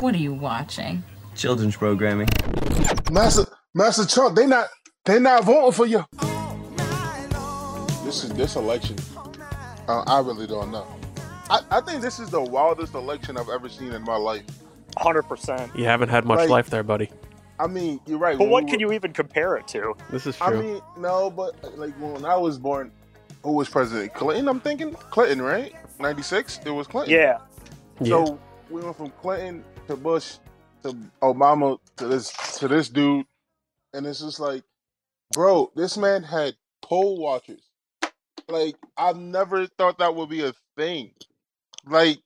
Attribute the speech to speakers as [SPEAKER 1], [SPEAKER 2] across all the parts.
[SPEAKER 1] What are you watching?
[SPEAKER 2] Children's programming.
[SPEAKER 3] Master Master Trump, they not they not voting for you.
[SPEAKER 4] This is this election.
[SPEAKER 3] Uh, I really don't know. I, I think this is the wildest election I've ever seen in my life.
[SPEAKER 5] 100%.
[SPEAKER 6] You haven't had much
[SPEAKER 3] Right.
[SPEAKER 6] life there, buddy.
[SPEAKER 3] I mean, you're right.
[SPEAKER 5] But
[SPEAKER 3] when
[SPEAKER 5] what
[SPEAKER 3] we
[SPEAKER 5] can
[SPEAKER 3] were-
[SPEAKER 5] you even compare it to?
[SPEAKER 6] This is true.
[SPEAKER 3] I mean, no, but like when I was born, who was president? Clinton. I'm thinking Clinton, right? Ninety six. It was Clinton.
[SPEAKER 5] Yeah.
[SPEAKER 6] yeah.
[SPEAKER 3] So we went from Clinton to Bush to Obama to this to this dude, and it's just like, bro, this man had poll watchers. Like I've never thought that would be a thing. Like,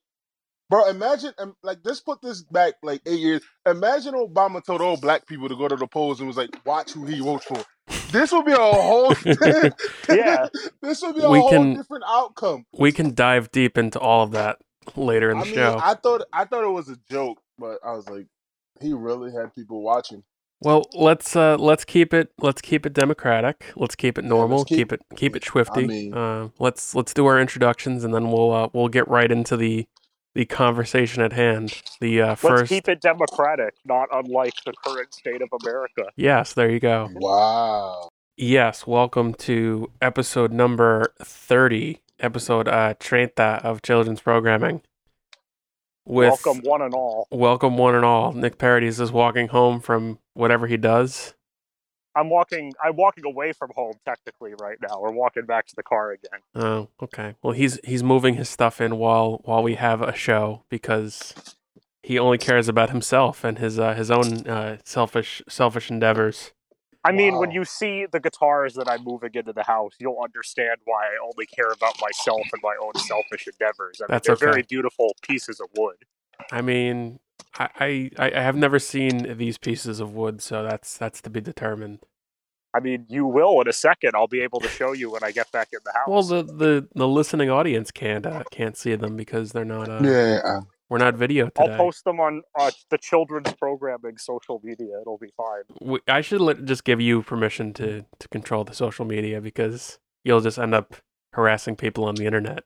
[SPEAKER 3] bro, imagine um, like let's put this back like eight years. Imagine Obama told all black people to go to the polls and was like, watch who he votes for. This would be a whole
[SPEAKER 5] Yeah.
[SPEAKER 3] This would be a
[SPEAKER 6] We
[SPEAKER 3] whole
[SPEAKER 6] can-
[SPEAKER 3] different outcome.
[SPEAKER 6] we can dive deep into all of that later in the
[SPEAKER 3] I mean,
[SPEAKER 6] show.
[SPEAKER 3] I thought I thought it was a joke, but I was like, he really had people watching.
[SPEAKER 6] Well, let's uh, let's keep it let's keep it democratic. Let's keep it normal.
[SPEAKER 3] keep-
[SPEAKER 6] keep, it keep it swifty.
[SPEAKER 3] mean-
[SPEAKER 6] uh, let's let's do our introductions and then we'll uh, we'll get right into the the conversation at hand. The uh,
[SPEAKER 5] Let's
[SPEAKER 6] first,
[SPEAKER 5] keep it democratic, not unlike the current state of America.
[SPEAKER 6] yes, there you go.
[SPEAKER 3] Wow.
[SPEAKER 6] Yes, welcome to episode number thirty, episode uh, 30 of Children's Programming. With
[SPEAKER 5] Welcome, one and all.
[SPEAKER 6] welcome one and all. Nick Parodies is walking home from whatever he does.
[SPEAKER 5] I'm walking. I'm walking away from home technically right now. We're walking back to the car again.
[SPEAKER 6] Oh, okay. Well, he's he's moving his stuff in while while we have a show because he only cares about himself and his uh, his own uh, selfish selfish endeavors.
[SPEAKER 5] I mean, when
[SPEAKER 3] Wow.
[SPEAKER 5] you see the guitars that I'm moving into the house, you'll understand why I only care about myself and my own selfish endeavors. I mean,
[SPEAKER 6] That's
[SPEAKER 5] they're
[SPEAKER 6] okay.
[SPEAKER 5] very beautiful pieces of wood.
[SPEAKER 6] I mean, I, I I I have never seen these pieces of wood, so that's that's to be determined.
[SPEAKER 5] I mean, you will in a second. I'll be able to show you when I get back in the house.
[SPEAKER 6] Well, the the, the listening audience can't uh, can't see them because they're not uh,
[SPEAKER 3] Yeah. uh,
[SPEAKER 6] we're not video
[SPEAKER 5] I'll
[SPEAKER 6] today.
[SPEAKER 5] post them on uh, the children's programming social media. It'll be fine.
[SPEAKER 6] We, I should let, just give you permission to to control the social media because you'll just end up harassing people on the internet.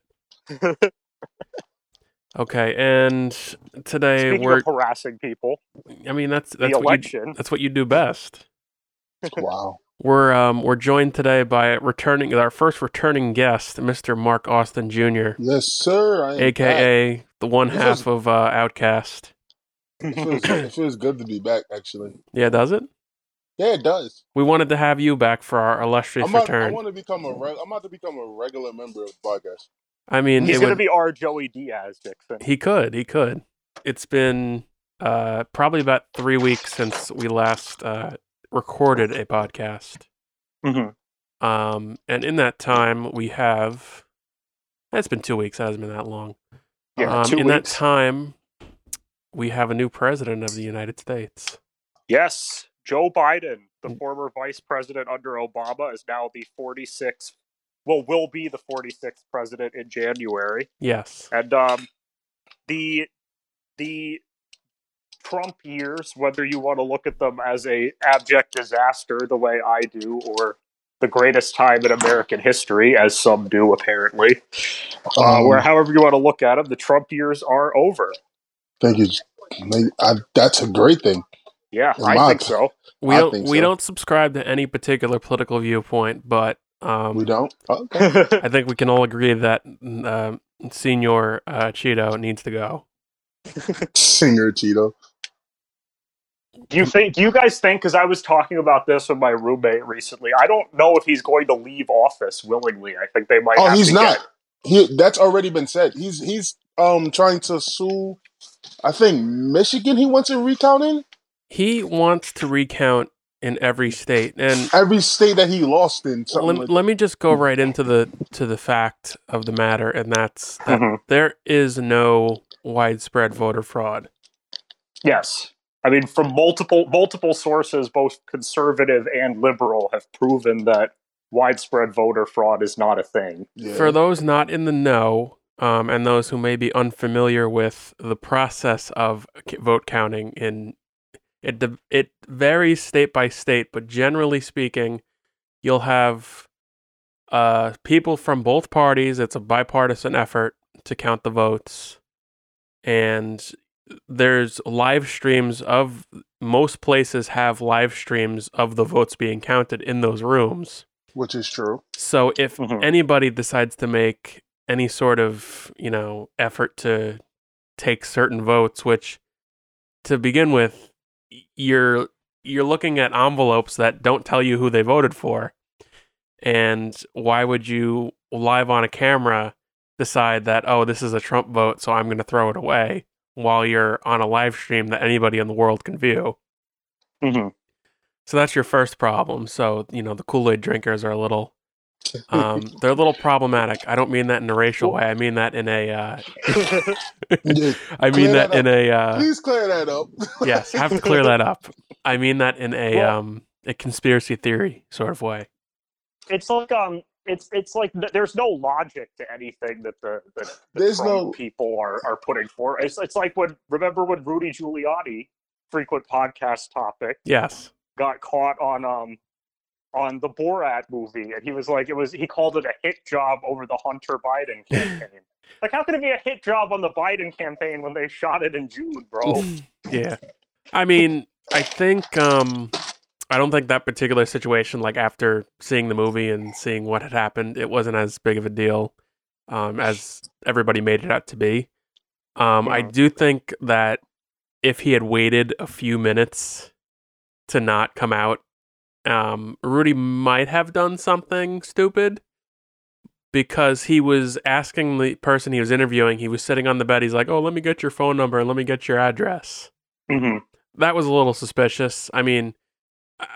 [SPEAKER 6] okay, and today
[SPEAKER 5] Speaking
[SPEAKER 6] we're
[SPEAKER 5] of harassing people,
[SPEAKER 6] I mean that's
[SPEAKER 5] the
[SPEAKER 6] that's what you,
[SPEAKER 5] election.
[SPEAKER 6] that's what you do best.
[SPEAKER 3] Wow.
[SPEAKER 6] We're um we're joined today by returning our first returning guest, Mr. Mark Austin Jr.,
[SPEAKER 3] Yes, sir. I am back.
[SPEAKER 6] aka the one
[SPEAKER 3] This
[SPEAKER 6] half
[SPEAKER 3] is-
[SPEAKER 6] of uh, Outcast.
[SPEAKER 3] It feels, it feels good to be back. Actually.
[SPEAKER 6] Yeah, does it?
[SPEAKER 3] Yeah, it does.
[SPEAKER 6] We wanted to have you back for our illustrious
[SPEAKER 3] I'm about, I
[SPEAKER 6] return.
[SPEAKER 3] want to become a reg- I'm about to become a regular member of the podcast.
[SPEAKER 6] I mean,
[SPEAKER 5] He's
[SPEAKER 6] it
[SPEAKER 5] going to
[SPEAKER 6] would-
[SPEAKER 5] be our Joey Diaz, Dixon.
[SPEAKER 6] He could. He could. It's been uh, probably about three weeks since we last uh, recorded a podcast.
[SPEAKER 5] Mhm.
[SPEAKER 6] Um, and in that time, we have. It's been two weeks. It hasn't been that long.
[SPEAKER 5] Yeah,
[SPEAKER 6] um,
[SPEAKER 5] two
[SPEAKER 6] in that
[SPEAKER 5] weeks.
[SPEAKER 6] time, we have a new president of the United States.
[SPEAKER 5] yes, Joe Biden,
[SPEAKER 6] Mm.
[SPEAKER 5] the former vice president under Obama, is now the 46th. Well, will be the 46th president in January.
[SPEAKER 6] Yes.
[SPEAKER 5] And um, the the Trump years, whether you want to look at them as a abject disaster, the way I do, or the greatest time in American history, as some do apparently, uh,
[SPEAKER 3] Um,
[SPEAKER 5] or however you want to look at them, the Trump years are over.
[SPEAKER 3] Thank you. Like, I, that's a great thing.
[SPEAKER 5] Yeah,
[SPEAKER 3] In
[SPEAKER 5] I
[SPEAKER 3] my
[SPEAKER 5] think so.
[SPEAKER 6] We
[SPEAKER 3] I
[SPEAKER 6] don't.
[SPEAKER 3] think
[SPEAKER 6] We
[SPEAKER 3] so.
[SPEAKER 6] don't subscribe to any particular political viewpoint, but um,
[SPEAKER 3] We don't. Okay.
[SPEAKER 5] I
[SPEAKER 6] I think we can all agree that um Senor uh, Cheeto needs to go.
[SPEAKER 3] Singer Cheeto.
[SPEAKER 5] Do you think? Do you guys think? Because I was talking about this with my roommate recently. I don't know if he's going to leave office willingly. I think they might.
[SPEAKER 3] Oh,
[SPEAKER 5] have
[SPEAKER 3] he's
[SPEAKER 5] to
[SPEAKER 3] not.
[SPEAKER 5] get-
[SPEAKER 3] He that's already been said. He's he's um trying to sue. I think Michigan. He wants a recount in
[SPEAKER 6] He wants to recount in every state, and
[SPEAKER 3] every state that he lost in. Something
[SPEAKER 6] let,
[SPEAKER 3] like
[SPEAKER 6] let me just go right into the to the fact of the matter, and that's that
[SPEAKER 5] Mhm.
[SPEAKER 6] there is no widespread voter fraud.
[SPEAKER 5] Yes. I mean, from multiple multiple sources, both conservative and liberal have proven that widespread voter fraud is not a thing.
[SPEAKER 3] Yeah.
[SPEAKER 6] For those not in the know, um, and those who may be unfamiliar with the process of c- vote counting in it de- it varies state by state, but generally speaking, you'll have uh, people from both parties. It's a bipartisan effort to count the votes, and there's live streams of most places have live streams of the votes being counted in those rooms.
[SPEAKER 3] which is true.
[SPEAKER 6] So if
[SPEAKER 5] Mhm.
[SPEAKER 6] anybody decides to make any sort of, you know, effort to take certain votes, which to begin with, y- you're you're looking at envelopes that don't tell you who they voted for. And why would you live on a camera decide that, oh, this is a Trump vote, so I'm gonna throw it away while you're on a live stream that anybody in the world can view?
[SPEAKER 5] Mhm.
[SPEAKER 6] So that's your first problem. So, you know, the Kool Aid drinkers are a little um, they're a little problematic. I don't mean that in a racial way. I mean that in a, uh,
[SPEAKER 3] Yeah,
[SPEAKER 6] I mean
[SPEAKER 3] Clear
[SPEAKER 6] that
[SPEAKER 3] that
[SPEAKER 6] in a, uh,
[SPEAKER 3] Please clear that up.
[SPEAKER 6] yes, have to clear that up. I mean that in a,
[SPEAKER 5] Well-
[SPEAKER 6] um, a conspiracy theory sort of way.
[SPEAKER 5] It's like um, it's it's like th- there's no logic to anything that the, the, the
[SPEAKER 3] There's
[SPEAKER 5] Trump
[SPEAKER 3] no-
[SPEAKER 5] people are are putting forward. It's it's like when remember when Rudy Giuliani, frequent podcast topic,
[SPEAKER 6] Yes.
[SPEAKER 5] got caught on um on the Borat movie, and he was like, it was he called it a hit job over the Hunter Biden campaign. like, how could it be a hit job on the Biden campaign when they shot it in June, bro?
[SPEAKER 6] Yeah. I mean, I think, um, I don't think that particular situation, like after seeing the movie and seeing what had happened, it wasn't as big of a deal um, as everybody made it out to be. Um, I
[SPEAKER 5] Yeah.
[SPEAKER 6] do think that if he had waited a few minutes to not come out, um, Rudy might have done something stupid because he was asking the person he was interviewing, he was sitting on the bed, he's like, Oh, let me get your phone number and let me get your address
[SPEAKER 5] mm-hmm.
[SPEAKER 6] that was a little suspicious. I mean, I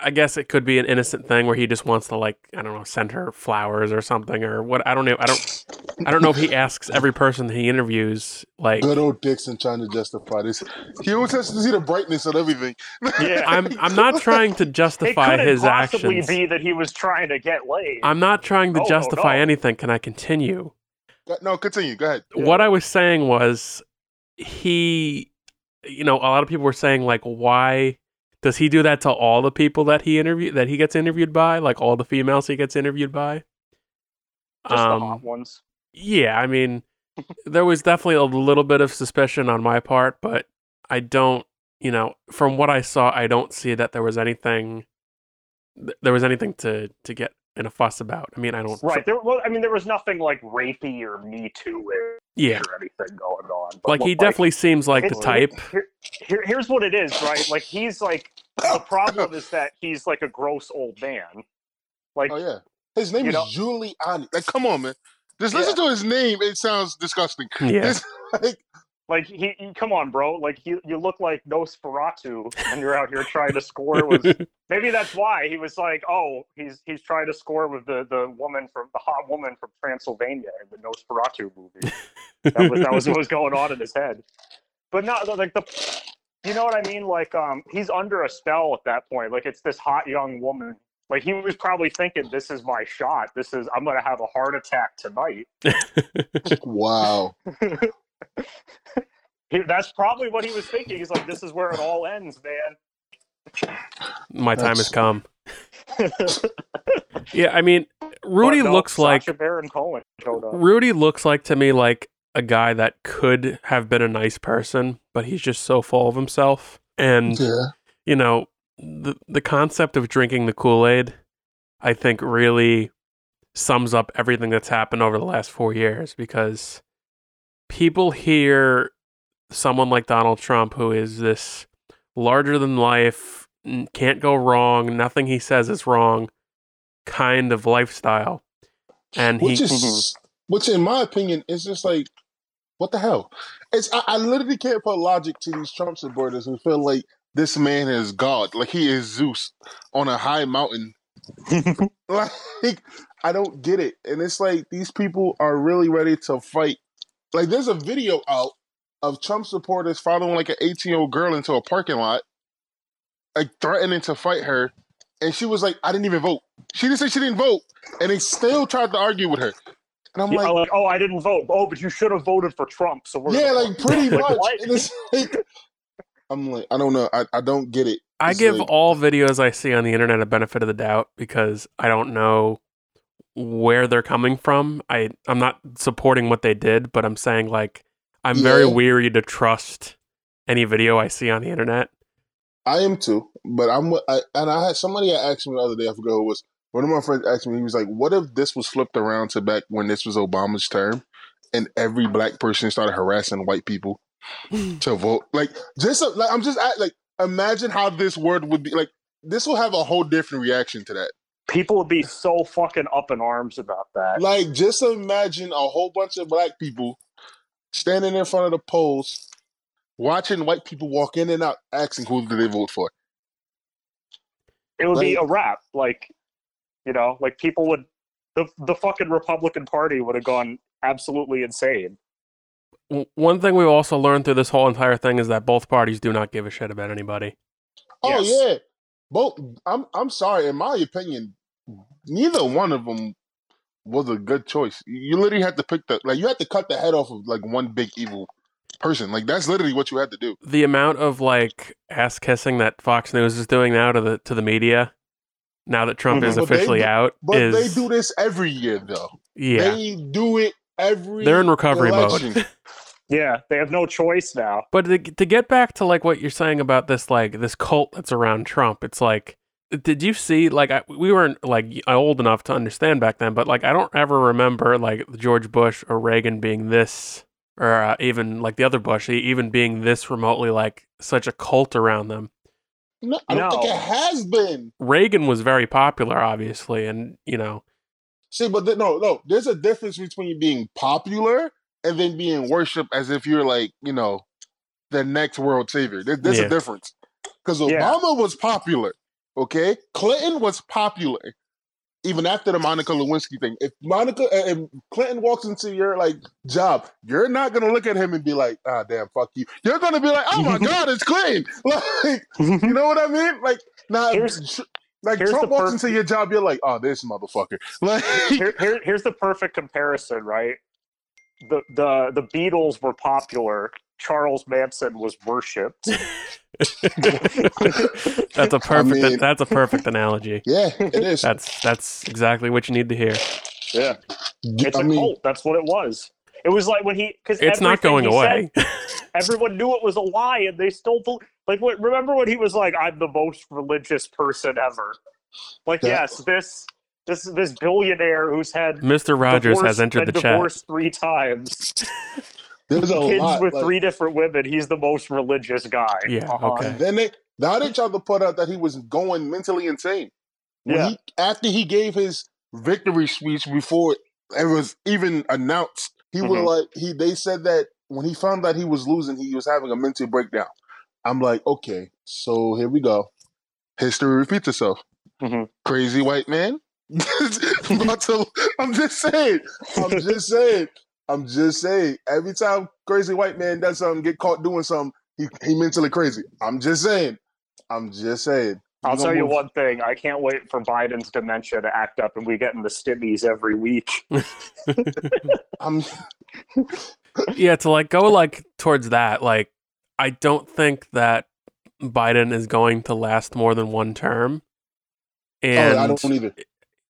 [SPEAKER 6] I guess it could be an innocent thing where he just wants to like I don't know send her flowers or something or what I don't know I don't I don't know if he asks every person that he interviews like
[SPEAKER 3] Good old Dixon trying to justify this. He always has to see the brightness of everything.
[SPEAKER 5] Yeah.
[SPEAKER 6] I'm I'm not trying to
[SPEAKER 5] It
[SPEAKER 6] justify
[SPEAKER 5] couldn't
[SPEAKER 6] his
[SPEAKER 5] possibly
[SPEAKER 6] actions.
[SPEAKER 5] be that he was trying to get laid.
[SPEAKER 6] I'm not trying to
[SPEAKER 5] No, no,
[SPEAKER 6] justify
[SPEAKER 5] no.
[SPEAKER 6] anything. Can I continue?
[SPEAKER 3] Go- No, continue. Go ahead.
[SPEAKER 6] what I was saying was he you know, a lot of people were saying like why does he do that to all the people that he interview that he gets interviewed by, like all the females he gets interviewed by? Um,
[SPEAKER 5] Just the hot ones.
[SPEAKER 6] yeah, I mean there was definitely a little bit of suspicion on my part, but I don't, you know, from what I saw, I don't see that there was anything th- there was anything to to get in a fuss about. I mean, I don't
[SPEAKER 5] Right. There, well, I mean, there was nothing like rapey or Me Too
[SPEAKER 6] Yeah.
[SPEAKER 5] or anything going on. but
[SPEAKER 6] Like he
[SPEAKER 5] look,
[SPEAKER 6] definitely seems like the
[SPEAKER 5] it's-
[SPEAKER 6] type.
[SPEAKER 5] Here, here, here's what it is, right? Like he's like the problem is that he's like a gross old man. Like
[SPEAKER 3] Oh yeah, his name
[SPEAKER 5] You
[SPEAKER 3] is
[SPEAKER 5] know-
[SPEAKER 3] Giuliani. Like, come on, man. Just listen to his name. It sounds disgusting.
[SPEAKER 6] Yeah.
[SPEAKER 3] It's like,
[SPEAKER 5] Like he, he- come on, bro. Like you, you look like Nosferatu, and you're out here trying to score with. Maybe that's why he was like, oh, he's he's trying to score with the the woman from the hot woman from Transylvania in the Nosferatu movie. That was that was what was going on in his head. But not like the, you know what I mean? Like um, he's under a spell at that point. Like it's this hot young woman. Like he was probably thinking, this is my shot. This is I'm gonna have a heart attack tonight.
[SPEAKER 3] wow.
[SPEAKER 5] He- That's probably what he was thinking. He's like, this is where it all ends, man.
[SPEAKER 6] My time
[SPEAKER 3] That's-
[SPEAKER 6] has come. Yeah, I mean, Rudy
[SPEAKER 5] But no,
[SPEAKER 6] looks like
[SPEAKER 5] Sacha Baron Cohen showed up.
[SPEAKER 6] Rudy looks like to me like a guy that could have been a nice person, but he's just so full of himself. And
[SPEAKER 3] Yeah.
[SPEAKER 6] you know, the the concept of drinking the Kool Aid, I think, really sums up everything that's happened over the last four years because people hear someone like Donald Trump, who is this larger than life, n- can't go wrong, nothing he says is wrong kind of lifestyle. And he Mm-hmm.
[SPEAKER 3] Which is, which in my opinion is just like, what the hell? It's I, I literally can't put logic to these Trump supporters who feel like this man is God, like he is Zeus on a high mountain. like I don't get it, and it's like these people are really ready to fight. Like there's a video out of Trump supporters following like an 18 year old girl into a parking lot, like threatening to fight her, and she was like, "I didn't even vote." She didn't say she didn't vote, and they still tried to argue with her. And I'm
[SPEAKER 5] Yeah,
[SPEAKER 3] like,
[SPEAKER 5] like, oh, I didn't vote. Oh, but you should have voted for Trump. So we're
[SPEAKER 3] "Yeah, like pretty
[SPEAKER 5] Like,
[SPEAKER 3] much."
[SPEAKER 5] what?
[SPEAKER 3] And it's like, I'm like, I don't know, I, I don't get it.
[SPEAKER 6] I
[SPEAKER 3] It's
[SPEAKER 6] give
[SPEAKER 3] like-
[SPEAKER 6] all videos I see on the internet a benefit of the doubt because I don't know where they're coming from. I I'm not supporting what they did, but I'm saying like I'm very
[SPEAKER 3] Yeah.
[SPEAKER 6] weary to trust any video I see on the internet.
[SPEAKER 3] I am too, but I'm I, and I had somebody I asked me the other day. I forgot who it was. One of my friends asked me. He was like, "What if this was flipped around to back when this was Obama's term, and every black person started harassing white people to vote? Like, just like I'm just at, like imagine how this word would be. Like, this will have a whole different reaction to that.
[SPEAKER 5] People would be so fucking up in arms about that.
[SPEAKER 3] Like, just imagine a whole bunch of black people standing in front of the polls, watching white people walk in and out, asking who did they vote for.
[SPEAKER 5] It would be a wrap. Like, you know, like people would the the fucking Republican Party would have gone absolutely insane.
[SPEAKER 6] W- One thing we also learned through this whole entire thing is that both parties do not give a shit about anybody.
[SPEAKER 3] Oh
[SPEAKER 5] Yes.
[SPEAKER 3] yeah, both. I'm I'm sorry. In my opinion, neither one of them was a good choice. You literally had to pick the like you had to cut the head off of like one big evil person. Like that's literally what you had to do.
[SPEAKER 6] The amount of like ass kissing that Fox News is doing now to the to the media, now that Trump
[SPEAKER 5] Mhm.
[SPEAKER 6] is
[SPEAKER 3] Mm-hmm. But they
[SPEAKER 6] officially
[SPEAKER 3] do-
[SPEAKER 6] out,
[SPEAKER 3] But
[SPEAKER 6] is
[SPEAKER 3] they do this every year though.
[SPEAKER 6] yeah,
[SPEAKER 3] They do it every.
[SPEAKER 6] they're in recovery mode.
[SPEAKER 3] election.
[SPEAKER 5] Yeah, they have no choice now.
[SPEAKER 6] But to, to get back to like what you're saying about this like this cult that's around Trump, it's like did you see like I, we weren't like y- old enough to understand back then, but like I don't ever remember like George Bush or Reagan being this or uh, even like the other Bush e- even being this remotely like such a cult around them.
[SPEAKER 3] No, I don't
[SPEAKER 5] No.
[SPEAKER 3] think it has been.
[SPEAKER 6] Reagan was very popular obviously and you know
[SPEAKER 3] See, but th- no, no. There's a difference between being popular and then being worshipped as if you're like, you know, the next world savior. There- there's
[SPEAKER 6] Yeah.
[SPEAKER 3] a difference because Obama
[SPEAKER 5] Yeah.
[SPEAKER 3] was popular. Okay, Clinton was popular even after the Monica Lewinsky thing. If Monica, uh, if Clinton walks into your like job, you're not gonna look at him and be like, ah, damn, fuck you. You're gonna be like, oh my god, it's Clinton. Like, you know what I mean? Like, now,
[SPEAKER 5] Here's-
[SPEAKER 3] tr- like
[SPEAKER 5] here's
[SPEAKER 3] Trump
[SPEAKER 5] the
[SPEAKER 3] walks
[SPEAKER 5] perf-
[SPEAKER 3] into your job, you're like, oh, this motherfucker. Like.
[SPEAKER 5] Here, here, here's the perfect comparison, right? The the the Beatles were popular. Charles Manson was worshipped.
[SPEAKER 6] that's a perfect
[SPEAKER 3] mean-
[SPEAKER 6] that's a perfect analogy.
[SPEAKER 3] Yeah, it is.
[SPEAKER 6] That's that's exactly what you need to hear.
[SPEAKER 5] Yeah, it's
[SPEAKER 3] I
[SPEAKER 5] a
[SPEAKER 3] mean,
[SPEAKER 5] cult. That's what it was. It was like when he because
[SPEAKER 6] It's not going away.
[SPEAKER 5] everyone knew it was a lie, and they still bel like. What, remember when he was like, "I'm the most religious person ever." Like,
[SPEAKER 3] That-
[SPEAKER 5] yes, this this this billionaire who's had
[SPEAKER 6] Mr. Rogers
[SPEAKER 5] divorced
[SPEAKER 6] has entered the
[SPEAKER 5] and
[SPEAKER 6] chat.
[SPEAKER 5] divorced three times.
[SPEAKER 3] there's a
[SPEAKER 5] Kids
[SPEAKER 3] lot. like-
[SPEAKER 5] with
[SPEAKER 3] Uh-huh.
[SPEAKER 5] three different women. He's the most religious guy.
[SPEAKER 6] Yeah, okay.
[SPEAKER 3] Then they now they tried to put out that he was going mentally insane. When
[SPEAKER 5] Yeah.
[SPEAKER 3] he, after he gave his victory speech before it was even announced, he
[SPEAKER 5] Mhm.
[SPEAKER 3] was like he. They said that when he found out he was losing, he was having a mental breakdown. I'm like, okay, so here we go. History repeats itself.
[SPEAKER 5] Mhm.
[SPEAKER 3] Crazy white man. About to- I'm just saying. I'm just saying. I'm just saying. Every time crazy white man does something, get caught doing something, he, he mentally crazy. I'm just saying. I'm just saying.
[SPEAKER 5] I'll
[SPEAKER 3] We
[SPEAKER 5] tell
[SPEAKER 3] gonna
[SPEAKER 5] you
[SPEAKER 3] move-
[SPEAKER 5] one thing. I can't wait for Biden's dementia to act up and we get in the stimmies every week.
[SPEAKER 3] I'm
[SPEAKER 6] yeah, to like go like towards that, like I don't think that Biden is going to last more than one term. And
[SPEAKER 3] oh, I don't either.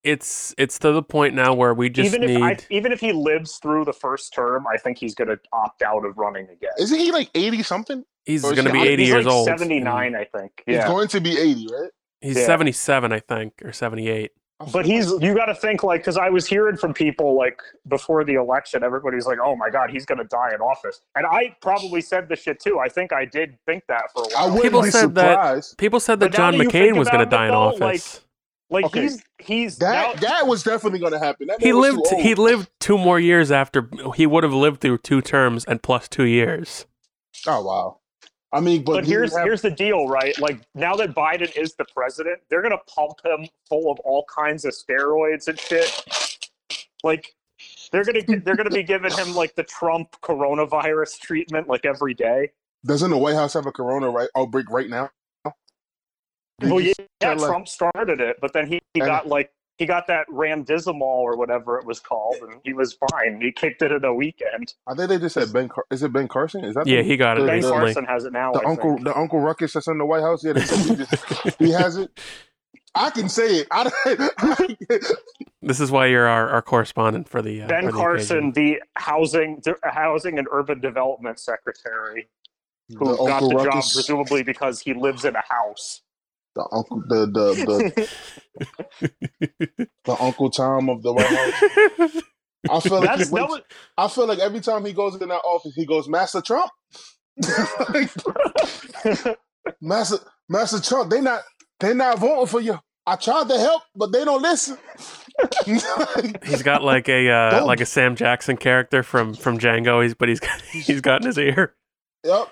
[SPEAKER 6] it's it's to the point now where we just
[SPEAKER 5] even
[SPEAKER 6] need
[SPEAKER 5] if I, even if he lives through the first term, I think he's going to opt out of running again.
[SPEAKER 3] Isn't he like 80 something?
[SPEAKER 6] he's
[SPEAKER 3] or is
[SPEAKER 6] going to
[SPEAKER 3] he-
[SPEAKER 6] be
[SPEAKER 3] I-
[SPEAKER 6] 80
[SPEAKER 5] he's
[SPEAKER 6] years
[SPEAKER 5] like
[SPEAKER 6] old.
[SPEAKER 5] 79, I think.
[SPEAKER 3] He's
[SPEAKER 5] Yeah.
[SPEAKER 3] going to be 80, right?
[SPEAKER 6] He's
[SPEAKER 5] Yeah.
[SPEAKER 6] 77 I think or 78.
[SPEAKER 5] But he's you got to think like because I was hearing from people like before the election, everybody's like, "Oh my God, he's going to die in office," and I probably said this shit too. I think I did think that for a
[SPEAKER 3] I
[SPEAKER 5] while.
[SPEAKER 3] wouldn't
[SPEAKER 6] People
[SPEAKER 3] be
[SPEAKER 6] said that-
[SPEAKER 3] surprised.
[SPEAKER 6] People said that
[SPEAKER 5] But now
[SPEAKER 6] John
[SPEAKER 5] that you
[SPEAKER 6] McCain
[SPEAKER 5] think
[SPEAKER 6] was going to
[SPEAKER 5] about it,
[SPEAKER 6] die in
[SPEAKER 5] though, like,
[SPEAKER 6] office.
[SPEAKER 5] Like
[SPEAKER 3] Okay.
[SPEAKER 5] he's he's
[SPEAKER 3] That
[SPEAKER 5] now-
[SPEAKER 3] that was definitely going to happen. That
[SPEAKER 6] he
[SPEAKER 3] man was too
[SPEAKER 6] lived
[SPEAKER 3] old.
[SPEAKER 6] he lived two more years after he would have lived through two terms and plus 2 years.
[SPEAKER 3] Oh wow. I mean, but,
[SPEAKER 5] but,
[SPEAKER 3] he
[SPEAKER 5] here's
[SPEAKER 3] didn't have-
[SPEAKER 5] here's the deal, right? Like now that Biden is the president, they're gonna pump him full of all kinds of steroids and shit. Like they're gonna they're gonna be giving him like the Trump coronavirus treatment like every day.
[SPEAKER 3] doesn't the White House have a corona right outbreak right now? They
[SPEAKER 5] Well, Oh, yeah,
[SPEAKER 3] just-
[SPEAKER 5] yeah,
[SPEAKER 3] kinda like-
[SPEAKER 5] Trump started it, but then he, he
[SPEAKER 3] And-
[SPEAKER 5] got like he got that ramdizimol or whatever it was called, and he was fine. He kicked it in a weekend.
[SPEAKER 3] I think they just said Ben. Car- is it Ben Carson? Is that
[SPEAKER 6] Yeah,
[SPEAKER 3] the,
[SPEAKER 6] he got it
[SPEAKER 3] the-
[SPEAKER 5] Ben
[SPEAKER 3] the-
[SPEAKER 6] recently.
[SPEAKER 5] Carson has it now. I
[SPEAKER 3] the
[SPEAKER 5] think.
[SPEAKER 3] uncle the Uncle Ruckus that's in the White House? Yeah, they said he, just, he has it. I can say it. I,
[SPEAKER 6] This is why you're our, our correspondent for the uh, for
[SPEAKER 5] Ben
[SPEAKER 6] the
[SPEAKER 5] Carson,
[SPEAKER 6] occasion.
[SPEAKER 5] the housing, the housing and urban development secretary. who
[SPEAKER 3] The
[SPEAKER 5] got
[SPEAKER 3] Uncle
[SPEAKER 5] the job
[SPEAKER 3] Ruckus?
[SPEAKER 5] presumably because he lives in a house.
[SPEAKER 3] The uncle, the the the, the Uncle Tom of the White House. I feel like
[SPEAKER 5] That's,
[SPEAKER 3] he
[SPEAKER 5] that
[SPEAKER 3] went-
[SPEAKER 5] was,
[SPEAKER 3] I feel like every time he goes in that office, he goes, Master Trump. Like, Master Master Trump, they not they not voting for you. I tried to help, but they don't listen. Like,
[SPEAKER 6] He's got like a uh,
[SPEAKER 3] Don't.
[SPEAKER 6] like a Sam Jackson character from from Django. He's but he's got he's got in his ear.
[SPEAKER 3] yep.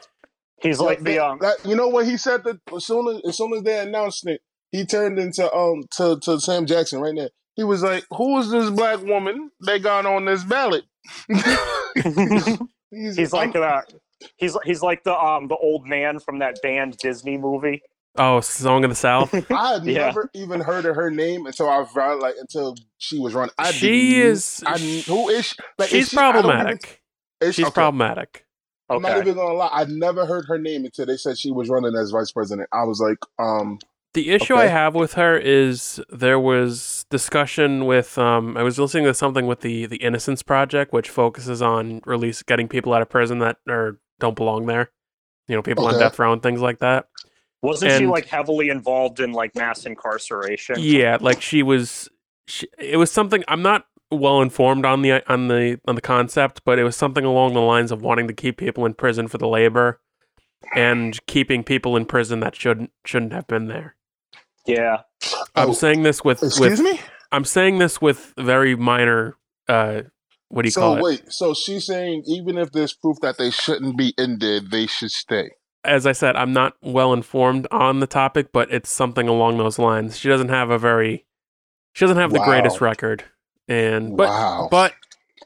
[SPEAKER 5] he's like the um,
[SPEAKER 3] That- you know what he said that as soon as as soon as they announced it, he turned into um to, to Sam Jackson right there. He was like, Who is this black woman that got on this ballot?
[SPEAKER 5] he's like
[SPEAKER 3] I'm-
[SPEAKER 5] the um, he's he's like the um the old man from that banned Disney movie.
[SPEAKER 6] Oh, Song of the South.
[SPEAKER 3] I had
[SPEAKER 5] Yeah.
[SPEAKER 3] never even heard of her name until I found like until she was running. I
[SPEAKER 6] she
[SPEAKER 3] didn't-
[SPEAKER 6] is
[SPEAKER 3] I who is she? Like, is
[SPEAKER 6] she's
[SPEAKER 3] she- I don't even-
[SPEAKER 6] problematic.
[SPEAKER 3] is-
[SPEAKER 6] She's
[SPEAKER 3] okay.
[SPEAKER 6] problematic.
[SPEAKER 5] Okay.
[SPEAKER 3] I'm not even gonna lie. I never heard her name until they said she was running as vice president. I was like, um,
[SPEAKER 6] The issue I
[SPEAKER 3] Okay.
[SPEAKER 6] have with her is there was discussion with um I was listening to something with the the Innocence Project, which focuses on release getting people out of prison that are don't belong there. You know, people on
[SPEAKER 3] Okay.
[SPEAKER 6] death row and things like that.
[SPEAKER 5] Wasn't she
[SPEAKER 6] And-
[SPEAKER 5] like heavily involved in like mass incarceration?
[SPEAKER 6] Yeah, like she was. She, it was something I'm not well informed on the on the on the concept, but it was something along the lines of wanting to keep people in prison for the labor and keeping people in prison that shouldn't shouldn't have been there.
[SPEAKER 5] Yeah.
[SPEAKER 3] oh,
[SPEAKER 6] I'm saying this with
[SPEAKER 3] excuse
[SPEAKER 6] with
[SPEAKER 3] me.
[SPEAKER 6] I'm saying this with very minor. Uh, what do you
[SPEAKER 3] so
[SPEAKER 6] call it?
[SPEAKER 3] wait, so she's saying even if there's proof that they shouldn't be in there, they should stay.
[SPEAKER 6] As I said, I'm not well informed on the topic, but it's something along those lines. She doesn't have a very she doesn't have the
[SPEAKER 3] Wow.
[SPEAKER 6] greatest record, and Mm, but
[SPEAKER 3] wow,
[SPEAKER 6] but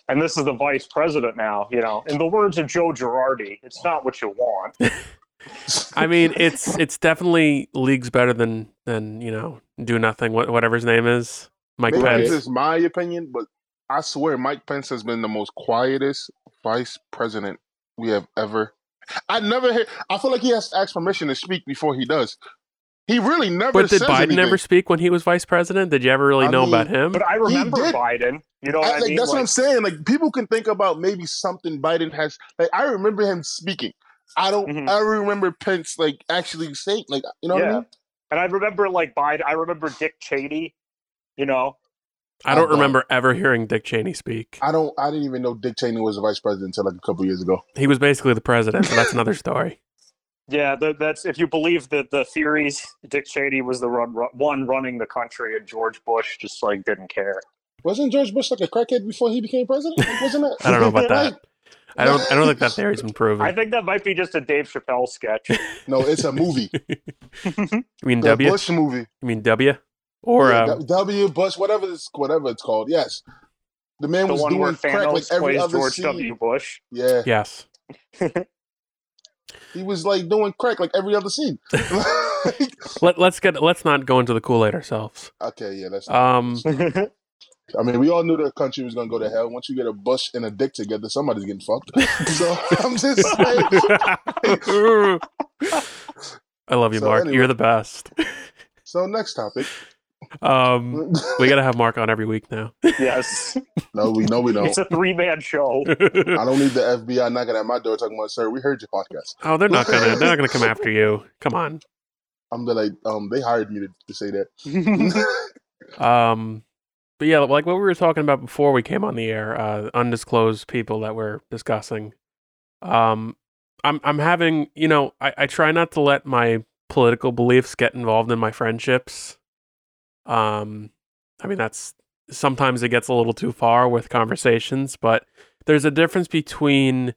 [SPEAKER 5] And this is the vice president now, you know. In the words of Joe Girardi, it's not what you want.
[SPEAKER 6] I mean, it's it's definitely leagues better than than you know do nothing. What whatever his name is, Mike
[SPEAKER 3] maybe
[SPEAKER 6] Pence.
[SPEAKER 3] this is my opinion, but I swear Mike Pence has been the most quietest vice president we have ever. I never hear. I feel like he has to ask permission to speak before he does. He really never.
[SPEAKER 6] But did
[SPEAKER 3] says
[SPEAKER 6] Biden
[SPEAKER 3] anything.
[SPEAKER 6] ever speak when he was vice president? Did you ever really
[SPEAKER 3] I
[SPEAKER 6] know about
[SPEAKER 3] mean-
[SPEAKER 6] him?
[SPEAKER 5] But I remember
[SPEAKER 3] did.
[SPEAKER 5] Biden. You know what
[SPEAKER 3] I-
[SPEAKER 5] I,
[SPEAKER 3] like,
[SPEAKER 5] mean?
[SPEAKER 3] that's what I'm
[SPEAKER 5] Like,
[SPEAKER 3] saying. Like people can think about maybe something Biden has. Like I remember him speaking. I don't.
[SPEAKER 6] Mm-hmm.
[SPEAKER 5] Mhm.
[SPEAKER 3] I remember Pence like actually saying like you know what I
[SPEAKER 5] Yeah.
[SPEAKER 3] mean.
[SPEAKER 5] and I remember like Biden. I remember Dick Cheney. You know,
[SPEAKER 6] I
[SPEAKER 3] I
[SPEAKER 6] don't
[SPEAKER 3] don't.
[SPEAKER 6] remember ever hearing Dick Cheney speak.
[SPEAKER 3] I don't. I didn't even know Dick Cheney was the vice president until like a couple years ago.
[SPEAKER 6] He was basically the president, but that's another story.
[SPEAKER 5] yeah. That, that's if you believe that the theories, Dick Cheney was the run, run, one running the country, and George Bush just like didn't care.
[SPEAKER 3] Wasn't George Bush like a crackhead before he became president? Like, wasn't that?
[SPEAKER 6] I don't know about
[SPEAKER 3] Like,
[SPEAKER 6] that. I don't. I don't think that theory's been
[SPEAKER 5] I
[SPEAKER 6] proven.
[SPEAKER 5] think that might be just a Dave Chappelle sketch.
[SPEAKER 3] no, it's a movie.
[SPEAKER 6] You mean
[SPEAKER 3] The
[SPEAKER 6] W?
[SPEAKER 3] Bush movie
[SPEAKER 6] You mean W? Or
[SPEAKER 3] Yeah,
[SPEAKER 6] um,
[SPEAKER 3] W. Bush, whatever it's whatever it's called. Yes, the man
[SPEAKER 5] the
[SPEAKER 3] was
[SPEAKER 5] one where
[SPEAKER 3] doing crack like
[SPEAKER 5] Thanos
[SPEAKER 3] every
[SPEAKER 5] plays
[SPEAKER 3] other
[SPEAKER 5] George
[SPEAKER 3] scene.
[SPEAKER 5] W. Bush.
[SPEAKER 3] Yeah,
[SPEAKER 6] yes.
[SPEAKER 3] he was like doing crack like every other scene.
[SPEAKER 6] Let, let's get. Let's not go into the Kool Aid ourselves.
[SPEAKER 3] okay, yeah, that's
[SPEAKER 6] Um,
[SPEAKER 3] I mean, we all knew the country was gonna go to hell. Once you get a Bush and a dick together, somebody's getting fucked. So I'm just saying.
[SPEAKER 6] I love you,
[SPEAKER 3] So
[SPEAKER 6] Mark.
[SPEAKER 3] anyway.
[SPEAKER 6] You're the best.
[SPEAKER 3] So next topic.
[SPEAKER 6] Um, we gotta have Mark on every week now.
[SPEAKER 5] yes,
[SPEAKER 3] no, we know we don't.
[SPEAKER 5] it's a three-man show.
[SPEAKER 3] I don't need the FBI knocking at my door talking about, sir, we heard your podcast.
[SPEAKER 6] oh, they're not gonna. They're not gonna come after you. Come on.
[SPEAKER 3] I'm be like, um, they hired me to, to say that.
[SPEAKER 6] Um, but yeah, like what we were talking about before we came on the air, uh, undisclosed people that we're discussing. Um, I'm I'm having you know I, I try not to let my political beliefs get involved in my friendships. Um, I mean that's sometimes it gets a little too far with conversations, but there's a difference between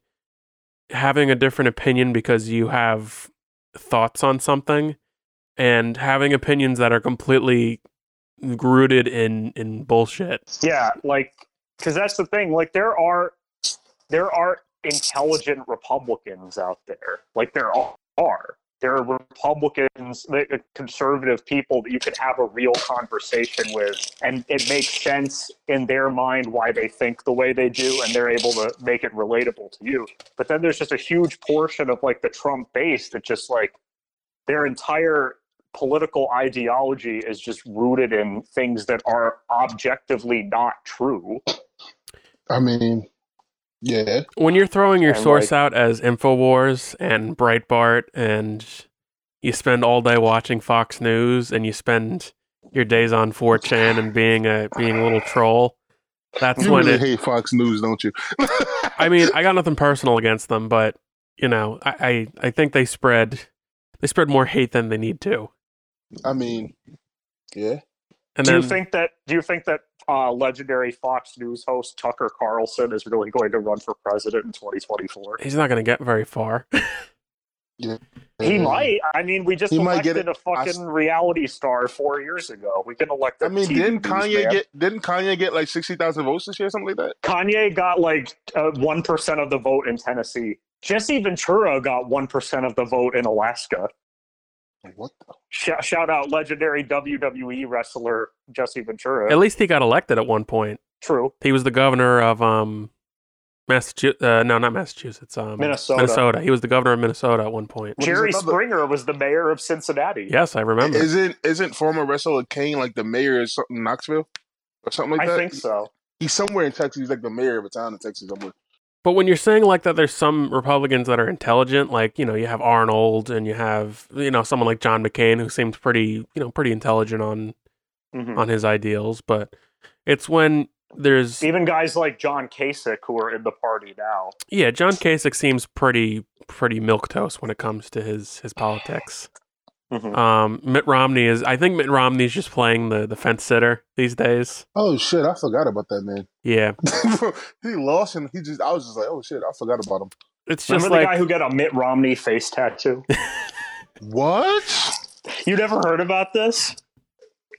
[SPEAKER 6] having a different opinion because you have thoughts on something and having opinions that are completely rooted in in bullshit.
[SPEAKER 5] Yeah, like because that's the thing. Like there are there are intelligent Republicans out there. Like there are there are Republicans, like, uh, conservative people that you could have a real conversation with, and it makes sense in their mind why they think the way they do, and they're able to make it relatable to you. But then there's just a huge portion of like the Trump base that just like their entire political ideology is just rooted in things that are objectively not true.
[SPEAKER 3] I mean, Yeah.
[SPEAKER 6] when you're throwing your
[SPEAKER 5] And,
[SPEAKER 6] source out as Infowars and Breitbart, and you spend all day watching Fox News, and you spend your days on 4chan and being a being a little troll. That's
[SPEAKER 3] You
[SPEAKER 6] when
[SPEAKER 3] really
[SPEAKER 6] it.
[SPEAKER 3] hate Fox News, don't you?
[SPEAKER 6] I mean, I got nothing personal against them, but you know, I I, I think they spread they spread more hate than they need to.
[SPEAKER 3] I mean, yeah.
[SPEAKER 6] And
[SPEAKER 5] do
[SPEAKER 6] then
[SPEAKER 5] you think that do you think that uh, legendary Fox News host Tucker Carlson is really going to run for president in 2024?
[SPEAKER 6] he's not going to get very far.
[SPEAKER 5] He
[SPEAKER 6] Mm.
[SPEAKER 3] Um,
[SPEAKER 5] might. I mean, we just
[SPEAKER 3] He might get
[SPEAKER 5] elected a fucking reality star four years ago. We can elect. a
[SPEAKER 3] I mean,
[SPEAKER 5] TV
[SPEAKER 3] didn't Kanye
[SPEAKER 5] newsman.
[SPEAKER 3] get didn't Kanye get like sixty thousand votes this year, or something like that?
[SPEAKER 5] Kanye got like uh, one of the vote in Tennessee. Jesse Ventura got one percent of the vote in Alaska.
[SPEAKER 3] Like, What? The?
[SPEAKER 5] Sh- shout out legendary WWE wrestler Jesse Ventura.
[SPEAKER 6] At least he got elected at one point.
[SPEAKER 5] True.
[SPEAKER 6] He was the governor of um Massachusetts. Uh, no, not Massachusetts. Um,
[SPEAKER 5] Minnesota.
[SPEAKER 6] Minnesota. He was the governor of Minnesota at one point.
[SPEAKER 3] What is
[SPEAKER 5] Jerry
[SPEAKER 3] another-
[SPEAKER 5] Springer was the mayor of Cincinnati.
[SPEAKER 6] Yes, I remember.
[SPEAKER 3] Isn't isn't former wrestler Kane like the mayor of something Knoxville or something like
[SPEAKER 5] I
[SPEAKER 3] that?
[SPEAKER 5] think so.
[SPEAKER 3] He's somewhere in Texas. He's like the mayor of a town in Texas. Somewhere.
[SPEAKER 6] But when you're saying like that, there's some Republicans that are intelligent, like you know, you have Arnold and you have you know someone like John McCain who seems pretty you know pretty intelligent on
[SPEAKER 5] Mhm.
[SPEAKER 6] on his ideals. But it's when there's
[SPEAKER 5] Even guys like John Kasich who are in the party now.
[SPEAKER 6] yeah, John Kasich seems pretty pretty milk toast when it comes to his his politics.
[SPEAKER 5] Mhm.
[SPEAKER 6] Um, Mitt Romney is I think Mitt Romney's just playing the the fence sitter these days.
[SPEAKER 3] Oh shit! I forgot about that man.
[SPEAKER 6] Yeah,
[SPEAKER 3] he lost, and he just I was just like, oh shit! I forgot about him.
[SPEAKER 6] it's just
[SPEAKER 5] Remember
[SPEAKER 6] like
[SPEAKER 5] the guy who got a Mitt Romney face tattoo?
[SPEAKER 3] What?
[SPEAKER 5] you never heard about this?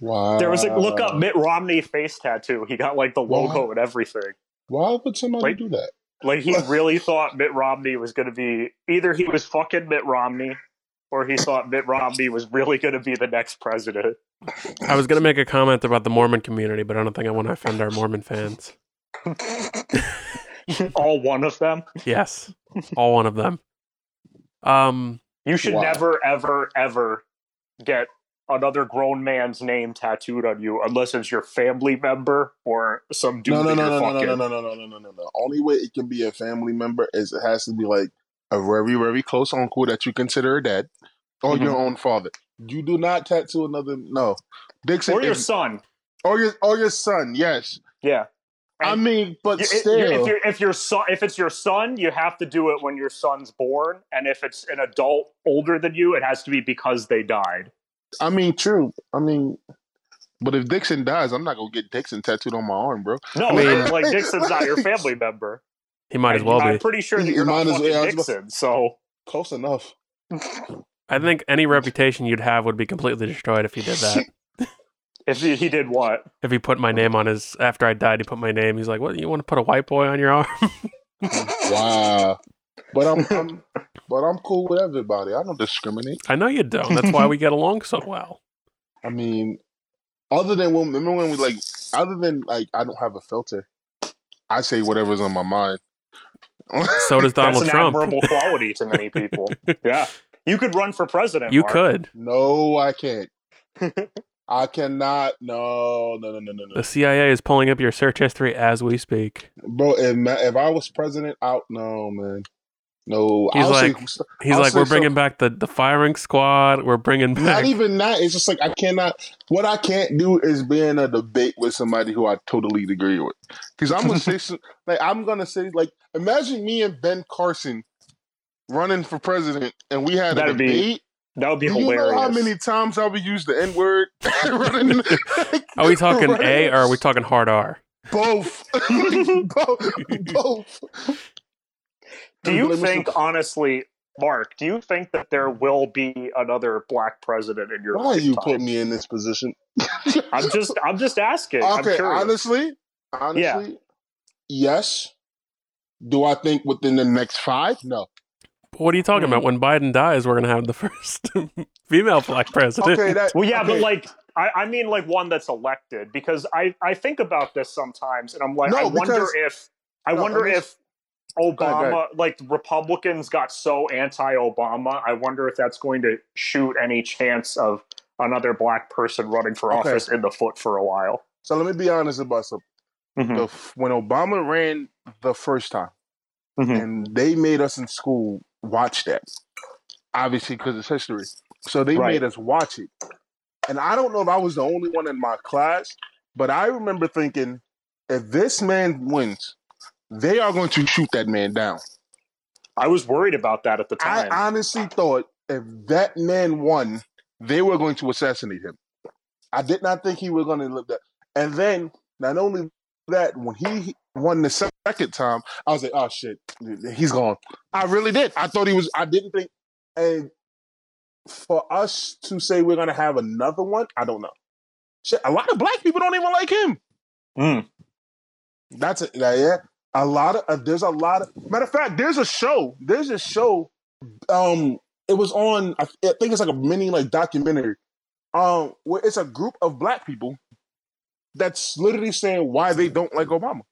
[SPEAKER 3] Wow.
[SPEAKER 5] There was like look up Mitt Romney face tattoo. He got like the logo and everything.
[SPEAKER 3] Why would somebody
[SPEAKER 5] Wait.
[SPEAKER 3] do that?
[SPEAKER 5] Like he really thought Mitt Romney was going to be either he was fucking Mitt Romney or he thought Mitt Romney was really going to be the next president.
[SPEAKER 6] I was gonna make a comment about the Mormon community, but I don't think I want to offend our Mormon fans.
[SPEAKER 5] All one of them.
[SPEAKER 6] Yes, all one of them. Um,
[SPEAKER 5] You should
[SPEAKER 3] Wow.
[SPEAKER 5] never, ever, ever get another grown man's name tattooed on you unless it's your family member or some dude
[SPEAKER 3] No, no,
[SPEAKER 5] that
[SPEAKER 3] no,
[SPEAKER 5] you're
[SPEAKER 3] no, no,
[SPEAKER 5] fucking.
[SPEAKER 3] no, no, no, no, no, no, no, no. Only way it can be a family member is it has to be like a very, very close uncle that you consider a dad or
[SPEAKER 5] Mm-hmm.
[SPEAKER 3] your own father. You do not tattoo another. No, Dixon
[SPEAKER 5] Or your
[SPEAKER 3] is-
[SPEAKER 5] son.
[SPEAKER 3] or your or your son. Yes,
[SPEAKER 5] Yeah.
[SPEAKER 3] I mean, but
[SPEAKER 5] You- it-
[SPEAKER 3] still,
[SPEAKER 5] you- if, you're, if, your son, if it's your son, you have to do it when your son's born. And if it's an adult older than you, it has to be because they died.
[SPEAKER 3] I mean, true. I mean, but if Dixon dies, I'm not gonna get Dixon tattooed on my arm, bro.
[SPEAKER 5] No,
[SPEAKER 6] I mean-
[SPEAKER 5] like Dixon's not your family member.
[SPEAKER 6] he might as well
[SPEAKER 5] I'm
[SPEAKER 6] be.
[SPEAKER 5] pretty sure that
[SPEAKER 3] You
[SPEAKER 5] you're
[SPEAKER 3] might
[SPEAKER 5] not
[SPEAKER 3] as-
[SPEAKER 5] fucking
[SPEAKER 3] yeah, I was about-
[SPEAKER 5] Dixon. So
[SPEAKER 3] Close enough.
[SPEAKER 6] I think any reputation you'd have would be completely destroyed if he did that.
[SPEAKER 5] if he, he did what?
[SPEAKER 6] If he put my name on his after I died, he put my name. He's like, "What? You want to put a white boy on your arm?"
[SPEAKER 3] Wow. But I'm, I'm but I'm cool with everybody. I don't discriminate.
[SPEAKER 6] I know you don't. That's why we get along so well.
[SPEAKER 3] I mean, other than when remember when we like other than like I don't have a filter. I say whatever's on my mind.
[SPEAKER 6] So does Donald
[SPEAKER 5] That's an
[SPEAKER 6] Trump.
[SPEAKER 5] admirable quality to many people. yeah. You could run for president.
[SPEAKER 6] You
[SPEAKER 5] Mark.
[SPEAKER 6] could.
[SPEAKER 3] no, I can't. I cannot. No, no, no, no, no, no.
[SPEAKER 6] The CIA is pulling up your search history as we speak.
[SPEAKER 3] Bro, if ma- if I was president, out. No, man. No,
[SPEAKER 6] He's
[SPEAKER 3] I'll say-
[SPEAKER 6] like- He's
[SPEAKER 3] I'll
[SPEAKER 6] like,
[SPEAKER 3] say
[SPEAKER 6] "We're
[SPEAKER 3] so-
[SPEAKER 6] bringing back the the firing squad. We're bringing
[SPEAKER 3] Not
[SPEAKER 6] back."
[SPEAKER 3] even that. It's just like I cannot. What I can't do is be in a debate with somebody who I totally agree with. Because I'm gonna say some- like I'm gonna say like imagine me and Ben Carson running for president, and we had a
[SPEAKER 5] That'd be
[SPEAKER 3] debate.
[SPEAKER 5] That would be
[SPEAKER 3] do you
[SPEAKER 5] hilarious.
[SPEAKER 3] know how many times I would use the N word? running?
[SPEAKER 6] are we talking
[SPEAKER 3] running-
[SPEAKER 6] A or are we talking hard R?
[SPEAKER 3] both? both. Both.
[SPEAKER 5] do you think, honestly, Mark, do you think that there will be another black president in your
[SPEAKER 3] Why you
[SPEAKER 5] lifetime?
[SPEAKER 3] put me in this position?
[SPEAKER 5] I'm just I'm just asking. I'm
[SPEAKER 3] Okay,
[SPEAKER 5] curious.
[SPEAKER 3] honestly, honestly,
[SPEAKER 5] Yeah.
[SPEAKER 3] yes. Do I think within the next five? No.
[SPEAKER 6] What are you talking
[SPEAKER 5] Hmm.
[SPEAKER 3] Mm.
[SPEAKER 6] about? When Biden dies, we're gonna have the first female black president.
[SPEAKER 3] Okay, that.
[SPEAKER 5] Well, yeah, but
[SPEAKER 3] okay.
[SPEAKER 5] like I, I mean, like one that's elected because I I think about this sometimes, and I'm like,
[SPEAKER 3] No,
[SPEAKER 5] I wonder
[SPEAKER 3] because-
[SPEAKER 5] if I
[SPEAKER 3] No,
[SPEAKER 5] wonder
[SPEAKER 3] let me-
[SPEAKER 5] if
[SPEAKER 3] go ahead.
[SPEAKER 5] Obama, like Republicans, got so anti-Obama. I wonder if that's going to shoot any chance of another black person running for
[SPEAKER 3] Okay.
[SPEAKER 5] office in the foot for a while.
[SPEAKER 3] So let me be honest about something.
[SPEAKER 5] Mhm.
[SPEAKER 3] The f when Obama ran the first time,
[SPEAKER 5] Mhm.
[SPEAKER 3] and they made us in school watch that. Obviously, because it's history, so they
[SPEAKER 5] Right.
[SPEAKER 3] made us watch it. And I don't know if I was the only one in my class, but I remember thinking, if this man wins, they are going to shoot that man down.
[SPEAKER 5] I was worried about that at the
[SPEAKER 3] I
[SPEAKER 5] time.
[SPEAKER 3] honestly thought if that man won, they were going to assassinate him. I did not think he was going to live that. And then, not only that, when he won the se- second time, I was like, "Oh shit, he's gone." I really did. I thought he was. I didn't think. And for us to say we're going to have another one, I don't know. Shit, a lot of black people don't even like him.
[SPEAKER 5] Mm.
[SPEAKER 3] That's it. Yeah, yeah. A lot of uh, there's a lot of matter of fact. There's a show. There's a show. Um, it was on. I, I think it's like a mini like documentary. Um, where it's a group of black people that's literally saying why they don't like Obama,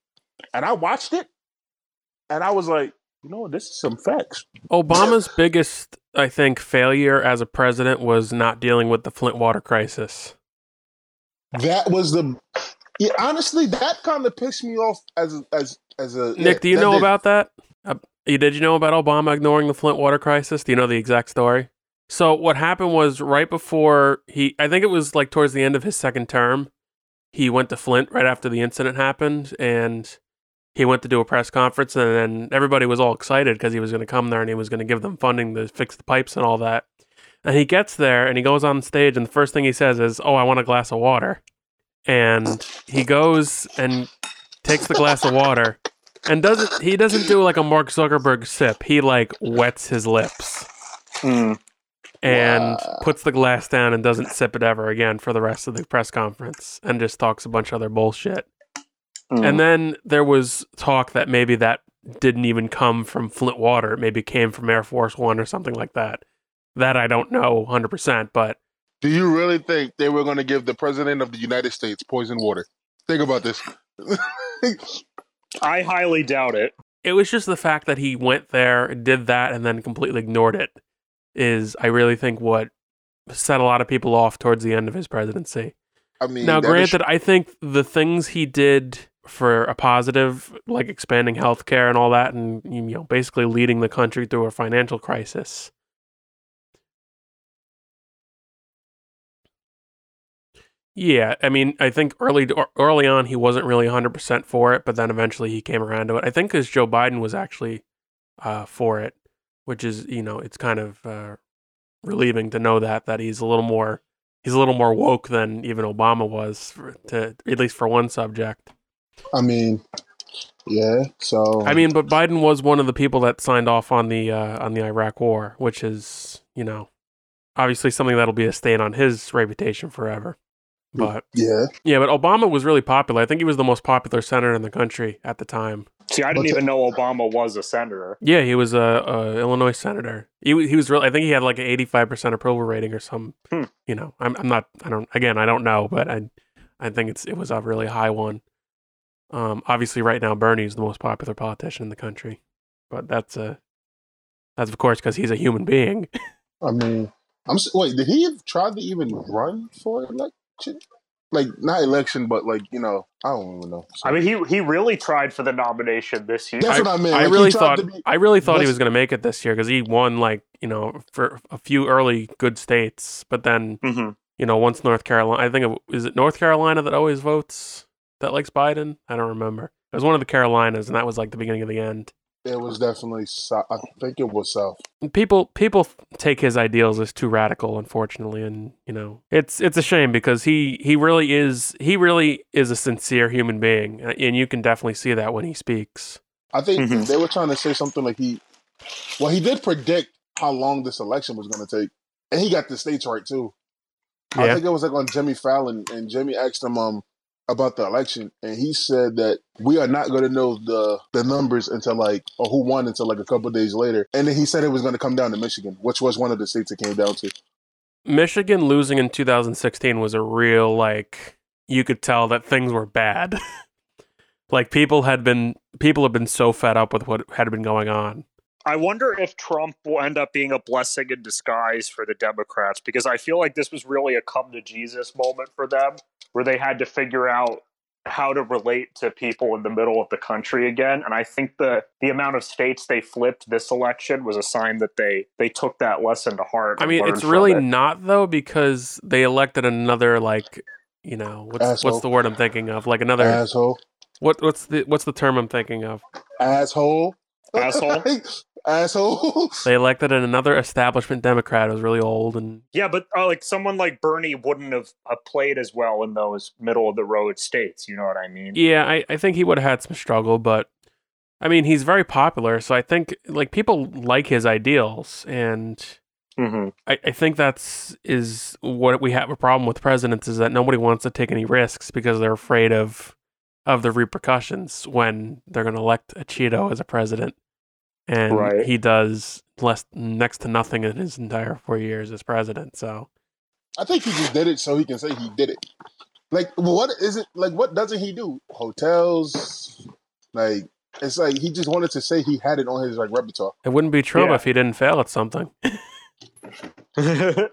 [SPEAKER 3] and I watched it, and I was like, you know, what? this is some facts.
[SPEAKER 6] Obama's biggest, I think, failure as a president was not dealing with the Flint water crisis.
[SPEAKER 3] That was the. Yeah, honestly, that kind of pissed me off as as as a
[SPEAKER 6] Nick, do you
[SPEAKER 3] that
[SPEAKER 6] know
[SPEAKER 3] did.
[SPEAKER 6] about that? Uh, you- did you know about Obama ignoring the Flint water crisis? Do you know the exact story? So what happened was right before he, I think it was like towards the end of his second term, he went to Flint right after the incident happened, and he went to do a press conference, and then everybody was all excited because he was going to come there and he was going to give them funding to fix the pipes and all that. And he gets there and he goes on stage, and the first thing he says is, "Oh, I want a glass of water," and he goes and takes the glass of water and doesn't he doesn't do like a Mark Zuckerberg sip. He like wets his lips
[SPEAKER 5] Mm.
[SPEAKER 6] and
[SPEAKER 3] Wow.
[SPEAKER 6] puts the glass down and doesn't sip it ever again for the rest of the press conference and just talks a bunch of other bullshit.
[SPEAKER 5] Mm.
[SPEAKER 6] And then there was talk that maybe that didn't even come from Flint water. It maybe came from Air Force 1 or something like that. That I don't know 100%, but
[SPEAKER 3] Do you really think they were going to give the president of the United States poison water? Think about this.
[SPEAKER 5] I highly doubt it.
[SPEAKER 6] it was just the fact that he went there, did that, and then completely ignored it is, I really think, what set a lot of people off towards the end of his presidency.
[SPEAKER 3] I mean,
[SPEAKER 6] Now,
[SPEAKER 3] that is-
[SPEAKER 6] granted, I think the things he did for a positive, like expanding healthcare and all that, and you know, basically leading the country through a financial crisis. Yeah, I mean, I think early early on he wasn't really 100% for it, but then eventually he came around to it. I think because Joe Biden was actually uh, for it, which is you know, it's kind of uh, relieving to know that that he's a little more he's a little more woke than even Obama was for, to at least for one subject.
[SPEAKER 3] I mean, yeah. So
[SPEAKER 6] I mean, but Biden was one of the people that signed off on the uh, on the Iraq War, which is you know obviously something that'll be a stain on his reputation forever. But
[SPEAKER 3] yeah.
[SPEAKER 6] yeah, but Obama was really popular. I think he was the most popular senator in the country at the time.
[SPEAKER 5] See, I didn't
[SPEAKER 3] But the-
[SPEAKER 5] even know Obama was a senator.
[SPEAKER 6] Yeah, he was a, a Illinois senator. He wa- he was real. I think he had like an eighty five percent approval rating or some.
[SPEAKER 5] Hmm.
[SPEAKER 6] You know, I'm I'm not. I don't. Again, I don't know, but I I think it's it was a really high one. Um, obviously, right now Bernie's the most popular politician in the country, but that's a that's of course because he's a human being.
[SPEAKER 3] I mean, I'm s- wait. Did he have tried to even run for election? Like not election, but like you know, I don't even know. So-
[SPEAKER 5] I mean, he he really tried for the nomination this year.
[SPEAKER 3] that's what I mean.
[SPEAKER 6] I
[SPEAKER 3] Like, he
[SPEAKER 6] really
[SPEAKER 3] tried
[SPEAKER 6] thought
[SPEAKER 3] to be-
[SPEAKER 6] I really thought he
[SPEAKER 3] Let's-
[SPEAKER 6] was going to make it this year because he won like you know for a few early good states, but then
[SPEAKER 5] Mhm.
[SPEAKER 6] you know, once North Carolina, I think it, is it North Carolina that always votes that likes Biden? I don't remember. It was one of the Carolinas, and that was like the beginning of the end.
[SPEAKER 3] it was definitely. South, I think it was South.
[SPEAKER 6] And people people take his ideals as too radical, unfortunately, and you know, it's it's a shame because he he really is he really is a sincere human being, a- and you can definitely see that when he speaks.
[SPEAKER 3] I think
[SPEAKER 5] Mhm.
[SPEAKER 3] they were trying to say something like he. Well, he did predict how long this election was going to take, and he got the states right too. I
[SPEAKER 6] Yeah.
[SPEAKER 3] think it was like on Jimmy Fallon, and Jimmy asked him um about the election, and he said that we are not going to know the the numbers until like or who won until like a couple days later, and then he said it was going to come down to Michigan, which was one of the states it came down to.
[SPEAKER 6] Michigan losing in 2016 was a real like you could tell that things were bad. like people had been people have been so fed up with what had been going on.
[SPEAKER 5] I wonder if Trump will end up being a blessing in disguise for the Democrats because I feel like this was really a come to Jesus moment for them where they had to figure out how to relate to people in the middle of the country again. And I think the the amount of states they flipped this election was a sign that they they took that lesson to heart.
[SPEAKER 6] I
[SPEAKER 5] and
[SPEAKER 6] mean,
[SPEAKER 5] learned
[SPEAKER 6] it's
[SPEAKER 5] from
[SPEAKER 6] really
[SPEAKER 5] it.
[SPEAKER 6] not though because they elected another like, you know, what's
[SPEAKER 3] Asshole.
[SPEAKER 6] what's the word I'm thinking of? Like another
[SPEAKER 3] Asshole.
[SPEAKER 6] what what's the what's the term I'm thinking of?
[SPEAKER 3] Asshole.
[SPEAKER 5] Asshole?
[SPEAKER 3] Asshole.
[SPEAKER 6] They elected another establishment Democrat who was really old and
[SPEAKER 5] yeah, but uh, like someone like Bernie wouldn't have uh, played as well in those middle of the road states. You know what I mean?
[SPEAKER 6] yeah, I, I think he would have had some struggle, but I mean he's very popular, so I think like people like his ideals and
[SPEAKER 5] hmm
[SPEAKER 3] Mm-hmm.
[SPEAKER 6] I, I think that's is what we have a problem with presidents is that nobody wants to take any risks because they're afraid of of the repercussions when they're going to elect a Cheeto as a president, and
[SPEAKER 5] Right.
[SPEAKER 6] he does less next to nothing in his entire four years as president. So
[SPEAKER 3] I think he just did it so he can say he did it. Like, what is it? Like, what doesn't he do? Hotels. Like, it's like he just wanted to say he had it on his like repertoire.
[SPEAKER 6] it wouldn't be Trump
[SPEAKER 5] Yeah.
[SPEAKER 6] if he didn't fail at something.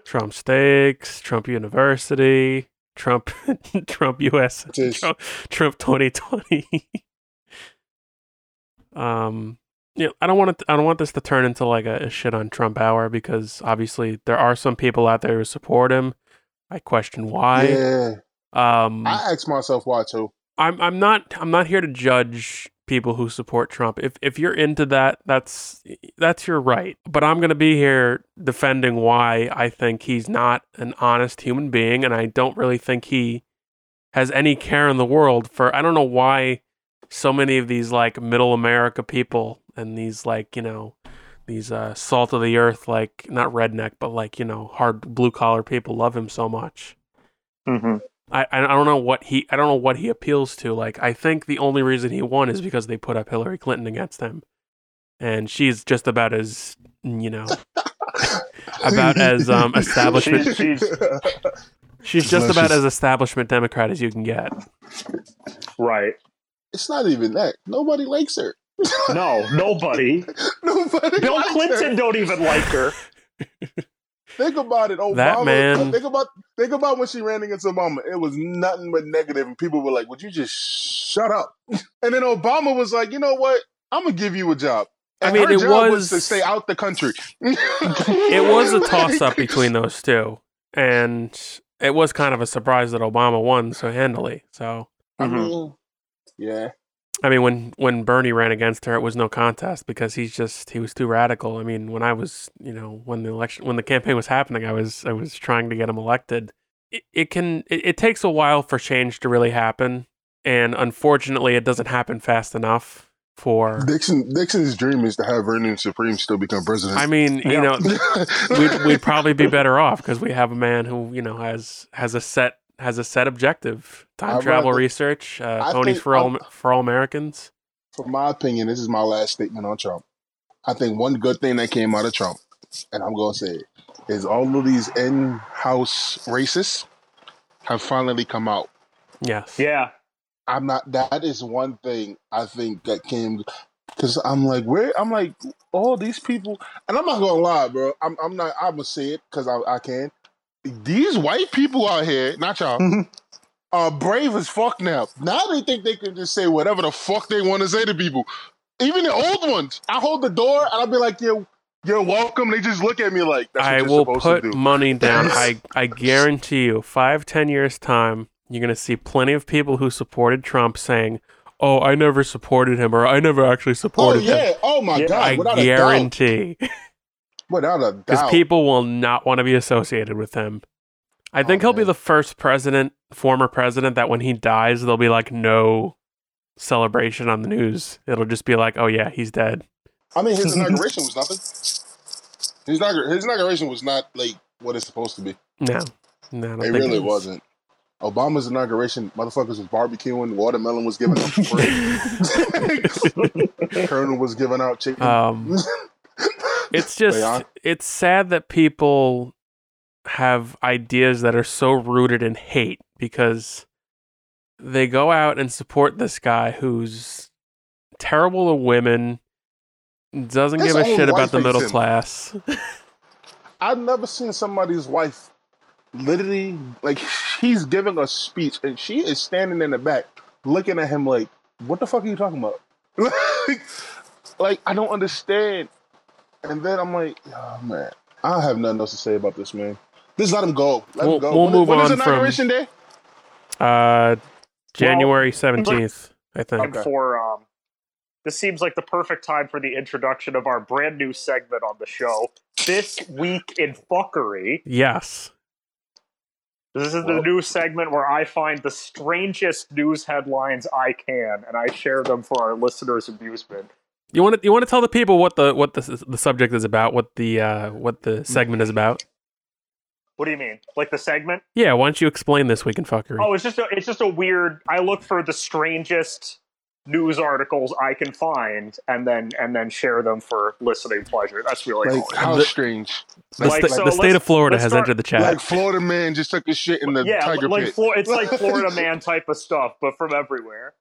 [SPEAKER 6] Trump stakes, Trump University, Trump Trump US,
[SPEAKER 3] Jeez.
[SPEAKER 6] Trump, Trump 2020. um, you know, I don't want it, I don't want this to turn into like a, a shit on Trump hour because obviously there are some people out there who support him. I question why.
[SPEAKER 3] yeah,
[SPEAKER 6] Um,
[SPEAKER 3] I asked myself why too.
[SPEAKER 6] I'm I'm not I'm not here to judge people who support Trump. If if you're into that, that's that's your right. But I'm going to be here defending why I think he's not an honest human being and I don't really think he has any care in the world for I don't know why so many of these like middle America people and these like, you know, these uh salt of the earth like not redneck but like, you know, hard blue collar people love him so much.
[SPEAKER 5] hmm
[SPEAKER 6] I I I don't know what he I don't know what he appeals to. Like I think the only reason he won is because they put up Hillary Clinton against him, and she's just about as you know About as, um, establishment-
[SPEAKER 5] She's- she's-
[SPEAKER 6] she's just
[SPEAKER 3] No,
[SPEAKER 6] about
[SPEAKER 3] she's-
[SPEAKER 6] as establishment Democrat as you can get.
[SPEAKER 5] Right.
[SPEAKER 3] It's not even that. Nobody likes her.
[SPEAKER 5] No, nobody.
[SPEAKER 3] Nobody.
[SPEAKER 5] Bill
[SPEAKER 3] likes her.
[SPEAKER 5] Clinton don't even like her.
[SPEAKER 3] Think about it, Obama.
[SPEAKER 6] That man-
[SPEAKER 3] Think about think about when she ran against Obama. It was nothing but negative, and people were like, "Would you just shut up?" And then Obama was like, "You know what? I'm gonna give you a job."
[SPEAKER 6] I
[SPEAKER 3] And
[SPEAKER 6] mean,
[SPEAKER 3] her
[SPEAKER 6] it
[SPEAKER 3] job
[SPEAKER 6] was-
[SPEAKER 3] to stay out the country.
[SPEAKER 6] It
[SPEAKER 3] it
[SPEAKER 6] was a toss up between those two, and it was kind of a surprise that Obama won so handily. So
[SPEAKER 3] I mean, yeah,
[SPEAKER 6] I mean, when when Bernie ran against her, it was no contest because he's just he was too radical. I mean, when I was you know when the election when the campaign was happening, I was I was trying to get him elected. It, it can it, it takes a while for change to really happen, and unfortunately, it doesn't happen fast enough for.
[SPEAKER 3] Dixon Dixon's dream is to have Vernon Supreme still become president.
[SPEAKER 6] I mean, you
[SPEAKER 5] Yeah.
[SPEAKER 6] know, we'd, we'd probably be better off because we have a man who you know has has a set has a set objective time
[SPEAKER 3] I'd
[SPEAKER 6] travel
[SPEAKER 3] rather-
[SPEAKER 6] research. Uh,
[SPEAKER 3] I
[SPEAKER 6] Tony
[SPEAKER 3] think
[SPEAKER 6] for all
[SPEAKER 3] I'm-
[SPEAKER 6] for all Americans.
[SPEAKER 3] For my opinion, this is my last statement on Trump. I think one good thing that came out of Trump, and I'm going to say it, is all of these in house racists have finally come out.
[SPEAKER 6] Yes.
[SPEAKER 5] Yeah.
[SPEAKER 3] I'm not, that is one thing I think that came, because I'm like, where? I'm like, all these people, and I'm not going to lie, bro. I'm, I'm not, I'm going to say it because I, I can. These white people out here, not y'all, are brave as fuck now. Now they think they can just say whatever the fuck they want to say to people. Even the old ones. I hold the door and I'll be like, you're, you're welcome. They just look at me like, that's what
[SPEAKER 6] I
[SPEAKER 3] you're
[SPEAKER 6] will
[SPEAKER 3] supposed
[SPEAKER 6] put
[SPEAKER 3] to do.
[SPEAKER 6] money down. I, I guarantee you, five, ten years time, you're gonna see plenty of people who supported Trump saying, "Oh, I never supported him," or "I never actually
[SPEAKER 3] Oh,
[SPEAKER 6] supported him."
[SPEAKER 3] yeah. Oh, my
[SPEAKER 5] Yeah,
[SPEAKER 3] God.
[SPEAKER 6] I
[SPEAKER 3] without a doubt.
[SPEAKER 6] guarantee,
[SPEAKER 3] Without a
[SPEAKER 6] because
[SPEAKER 3] doubt.
[SPEAKER 6] people will not want to be associated with him. I think
[SPEAKER 3] Oh,
[SPEAKER 6] he'll be
[SPEAKER 3] man.
[SPEAKER 6] the first president, former president, that when he dies, there'll be like no celebration on the news. It'll just be like, "Oh yeah, he's dead."
[SPEAKER 3] I mean, his inauguration was nothing. His, inaugur- his inauguration was not like what it's supposed to be.
[SPEAKER 6] No, no, I don't
[SPEAKER 3] It
[SPEAKER 6] think
[SPEAKER 3] really
[SPEAKER 6] is.
[SPEAKER 3] wasn't. Obama's inauguration, motherfuckers was barbecuing, watermelon was given out for free. Colonel was giving out chicken.
[SPEAKER 6] Um, it's just
[SPEAKER 3] Leon?
[SPEAKER 6] it's sad that people have ideas that are so rooted in hate because they go out and support this guy who's terrible to women doesn't
[SPEAKER 3] His
[SPEAKER 6] give a
[SPEAKER 3] own
[SPEAKER 6] shit about
[SPEAKER 3] wife
[SPEAKER 6] the middle
[SPEAKER 3] hates him.
[SPEAKER 6] class Uh,
[SPEAKER 3] I've never seen somebody's wife literally like she's giving a speech and she is standing in the back looking at him like, "What the fuck are you talking about?" like, like, I don't understand. And then I'm like, "Oh man, I don't have nothing else to say about this man. Just let him go. Let
[SPEAKER 6] We'll-
[SPEAKER 3] him go."
[SPEAKER 6] we'll
[SPEAKER 3] When-
[SPEAKER 6] move
[SPEAKER 3] when is
[SPEAKER 6] on from-
[SPEAKER 3] inauguration day?
[SPEAKER 6] Uh, January seventeenth, I
[SPEAKER 5] time
[SPEAKER 6] think.
[SPEAKER 3] Okay.
[SPEAKER 5] for um this seems like the perfect time for the introduction of our brand new segment on the show this week in fuckery
[SPEAKER 6] Yes.
[SPEAKER 5] this is the
[SPEAKER 3] Well-
[SPEAKER 5] new segment where i find the strangest news headlines i can and i share them for our listeners amusement
[SPEAKER 6] You want to you want to tell the people what the what the the subject is about, what the uh what the
[SPEAKER 3] Mm.
[SPEAKER 6] segment is about?
[SPEAKER 5] what do you mean like the segment
[SPEAKER 6] Yeah, why don't you explain this week in fuckery?
[SPEAKER 5] oh it's just a, it's just a weird i look for the strangest news articles i can find and then and then share them for listening pleasure that's really all
[SPEAKER 3] Like,
[SPEAKER 5] it is.
[SPEAKER 3] how
[SPEAKER 6] The-
[SPEAKER 3] strange.
[SPEAKER 6] the
[SPEAKER 5] like,
[SPEAKER 6] sta-
[SPEAKER 5] so
[SPEAKER 6] the state
[SPEAKER 5] let's-
[SPEAKER 6] of Florida
[SPEAKER 5] let's
[SPEAKER 6] has
[SPEAKER 5] start-
[SPEAKER 6] entered the chat.
[SPEAKER 3] Like Florida man just took his shit in the
[SPEAKER 5] yeah,
[SPEAKER 3] tiger
[SPEAKER 5] like
[SPEAKER 3] pit.
[SPEAKER 5] Flo- it's like Florida man type of stuff, but from everywhere.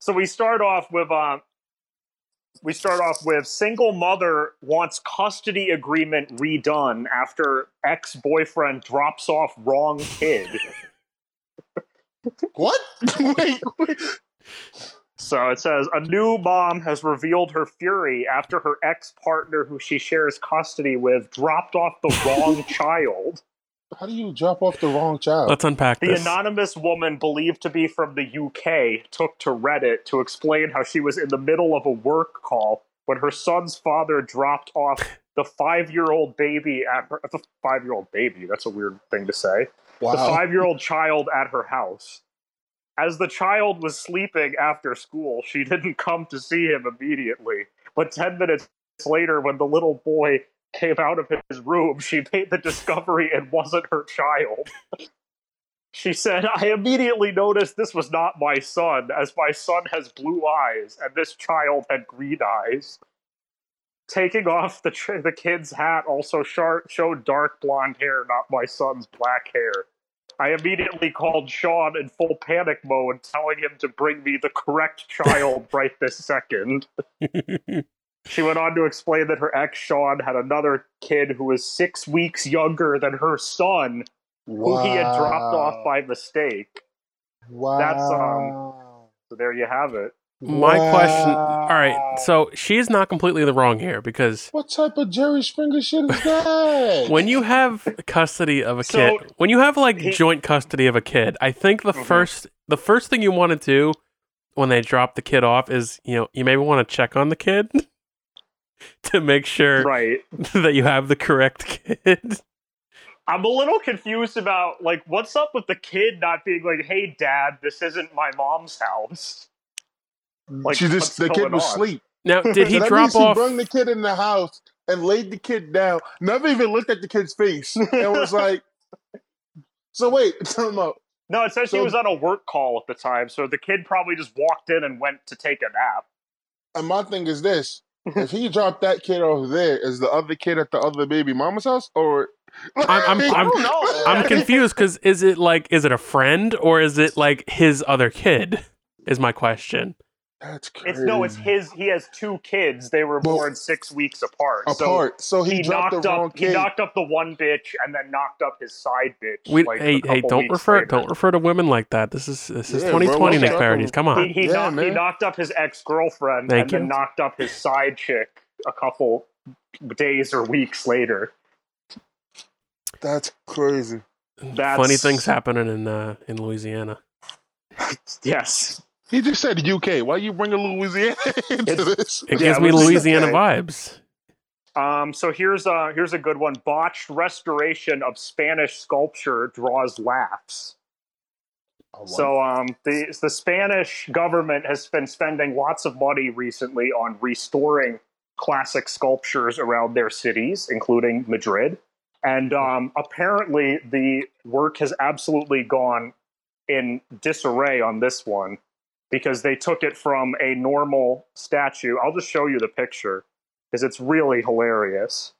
[SPEAKER 5] So we start off with um, we start off with single mother wants custody agreement redone after ex boyfriend drops off wrong kid.
[SPEAKER 3] what? Wait, wait.
[SPEAKER 5] so it says a new mom has revealed her fury after her ex partner, who she shares custody with, dropped off the wrong child.
[SPEAKER 3] How do you drop off the wrong child?
[SPEAKER 6] Let's unpack
[SPEAKER 5] The
[SPEAKER 6] this.
[SPEAKER 5] anonymous woman, believed to be from the UK, took to Reddit to explain how she was in the middle of a work call when her son's father dropped off the five-year-old baby at her, the five-year-old baby. That's a weird thing to say. The
[SPEAKER 3] wow.
[SPEAKER 5] five-year-old child at her house. As the child was sleeping after school, she didn't come to see him immediately. But ten minutes later, when the little boy came out of his room, she made the discovery it wasn't her child. She said, I immediately noticed this was not my son, as my son has blue eyes, and this child had green eyes. Taking off the, ch- the kid's hat also shar showed dark blonde hair, not my son's black hair. I immediately called Sean in full panic mode, telling him to bring me the correct child right this second. She went on to explain that her ex Sean had another kid who was six weeks younger than her son, who he had dropped off by mistake.
[SPEAKER 3] Wow.
[SPEAKER 5] That's, um, So there you have it.
[SPEAKER 6] My question.
[SPEAKER 3] Wow.
[SPEAKER 6] All right, so she's not completely the wrong here because
[SPEAKER 3] what type of Jerry Springer shit is that?
[SPEAKER 6] when you have custody of a
[SPEAKER 5] So-
[SPEAKER 6] kid, when you have like
[SPEAKER 5] He-
[SPEAKER 6] joint custody of a kid, I think the
[SPEAKER 3] Mm-hmm.
[SPEAKER 5] Mhm.
[SPEAKER 6] first the first thing you want to do when they drop the kid off is you know you maybe want to check on the kid to make sure
[SPEAKER 5] Right.
[SPEAKER 6] that you have the correct kid.
[SPEAKER 5] I'm a little confused about like what's up with the kid not being like, "Hey, Dad, this isn't my mom's house." Like,
[SPEAKER 3] she
[SPEAKER 5] what's
[SPEAKER 3] just the kid
[SPEAKER 5] going
[SPEAKER 3] was
[SPEAKER 5] on?
[SPEAKER 3] asleep.
[SPEAKER 6] Now, did he
[SPEAKER 3] So that
[SPEAKER 6] drop
[SPEAKER 3] means
[SPEAKER 6] off?
[SPEAKER 3] He brung the kid in the house and laid the kid down. Never even looked at the kid's face and was like, "So wait, time out.
[SPEAKER 5] No, it says she
[SPEAKER 3] So-
[SPEAKER 5] was on a work call at the time, so the kid probably just walked in and went to take a nap.
[SPEAKER 3] And my thing is this: if he dropped that kid over there, is the other kid at the other baby mama's house, or
[SPEAKER 6] I'm-
[SPEAKER 5] I
[SPEAKER 6] I'm-
[SPEAKER 5] don't know.
[SPEAKER 6] I'm confused because is it like is it a friend or is it like his other kid? Is my question.
[SPEAKER 3] That's crazy.
[SPEAKER 5] It's no, it's his. He has two kids. They were
[SPEAKER 3] Well,
[SPEAKER 5] born six weeks apart. So
[SPEAKER 3] apart. So, he,
[SPEAKER 5] he,
[SPEAKER 3] dropped
[SPEAKER 5] knocked
[SPEAKER 3] the wrong
[SPEAKER 5] up
[SPEAKER 3] kid.
[SPEAKER 5] he knocked up the one bitch and then knocked up his side bitch.
[SPEAKER 6] We
[SPEAKER 5] like, a
[SPEAKER 6] hey hey
[SPEAKER 5] couple
[SPEAKER 6] don't
[SPEAKER 5] weeks
[SPEAKER 6] refer
[SPEAKER 5] later.
[SPEAKER 6] don't refer to women like that. This is this is
[SPEAKER 3] Yeah, bro,
[SPEAKER 6] 2020,
[SPEAKER 3] what's
[SPEAKER 6] Nick
[SPEAKER 3] up?
[SPEAKER 6] Parodies. Come
[SPEAKER 5] He,
[SPEAKER 6] on.
[SPEAKER 5] he,
[SPEAKER 3] Yeah,
[SPEAKER 5] knocked, he
[SPEAKER 3] man.
[SPEAKER 5] knocked up his ex girlfriend
[SPEAKER 6] Thank
[SPEAKER 5] and then
[SPEAKER 6] you.
[SPEAKER 5] knocked up his side chick a couple days or weeks later.
[SPEAKER 3] That's crazy.
[SPEAKER 5] That's
[SPEAKER 6] Funny things happening in uh, in Louisiana.
[SPEAKER 5] Yes,
[SPEAKER 3] He just said UK. Why you bringing Louisiana into this?
[SPEAKER 6] It
[SPEAKER 5] Yeah,
[SPEAKER 6] gives me
[SPEAKER 5] it was-
[SPEAKER 6] Louisiana
[SPEAKER 5] okay.
[SPEAKER 6] vibes.
[SPEAKER 5] Um, so here's a here's a good one. Botched restoration of Spanish sculpture draws laughs. So um, the the Spanish government has been spending lots of money recently on restoring classic sculptures around their cities, including Madrid. And um, apparently, the work has absolutely gone in disarray on this one because they took it from a normal statue. I'll just show you the picture because it's really hilarious.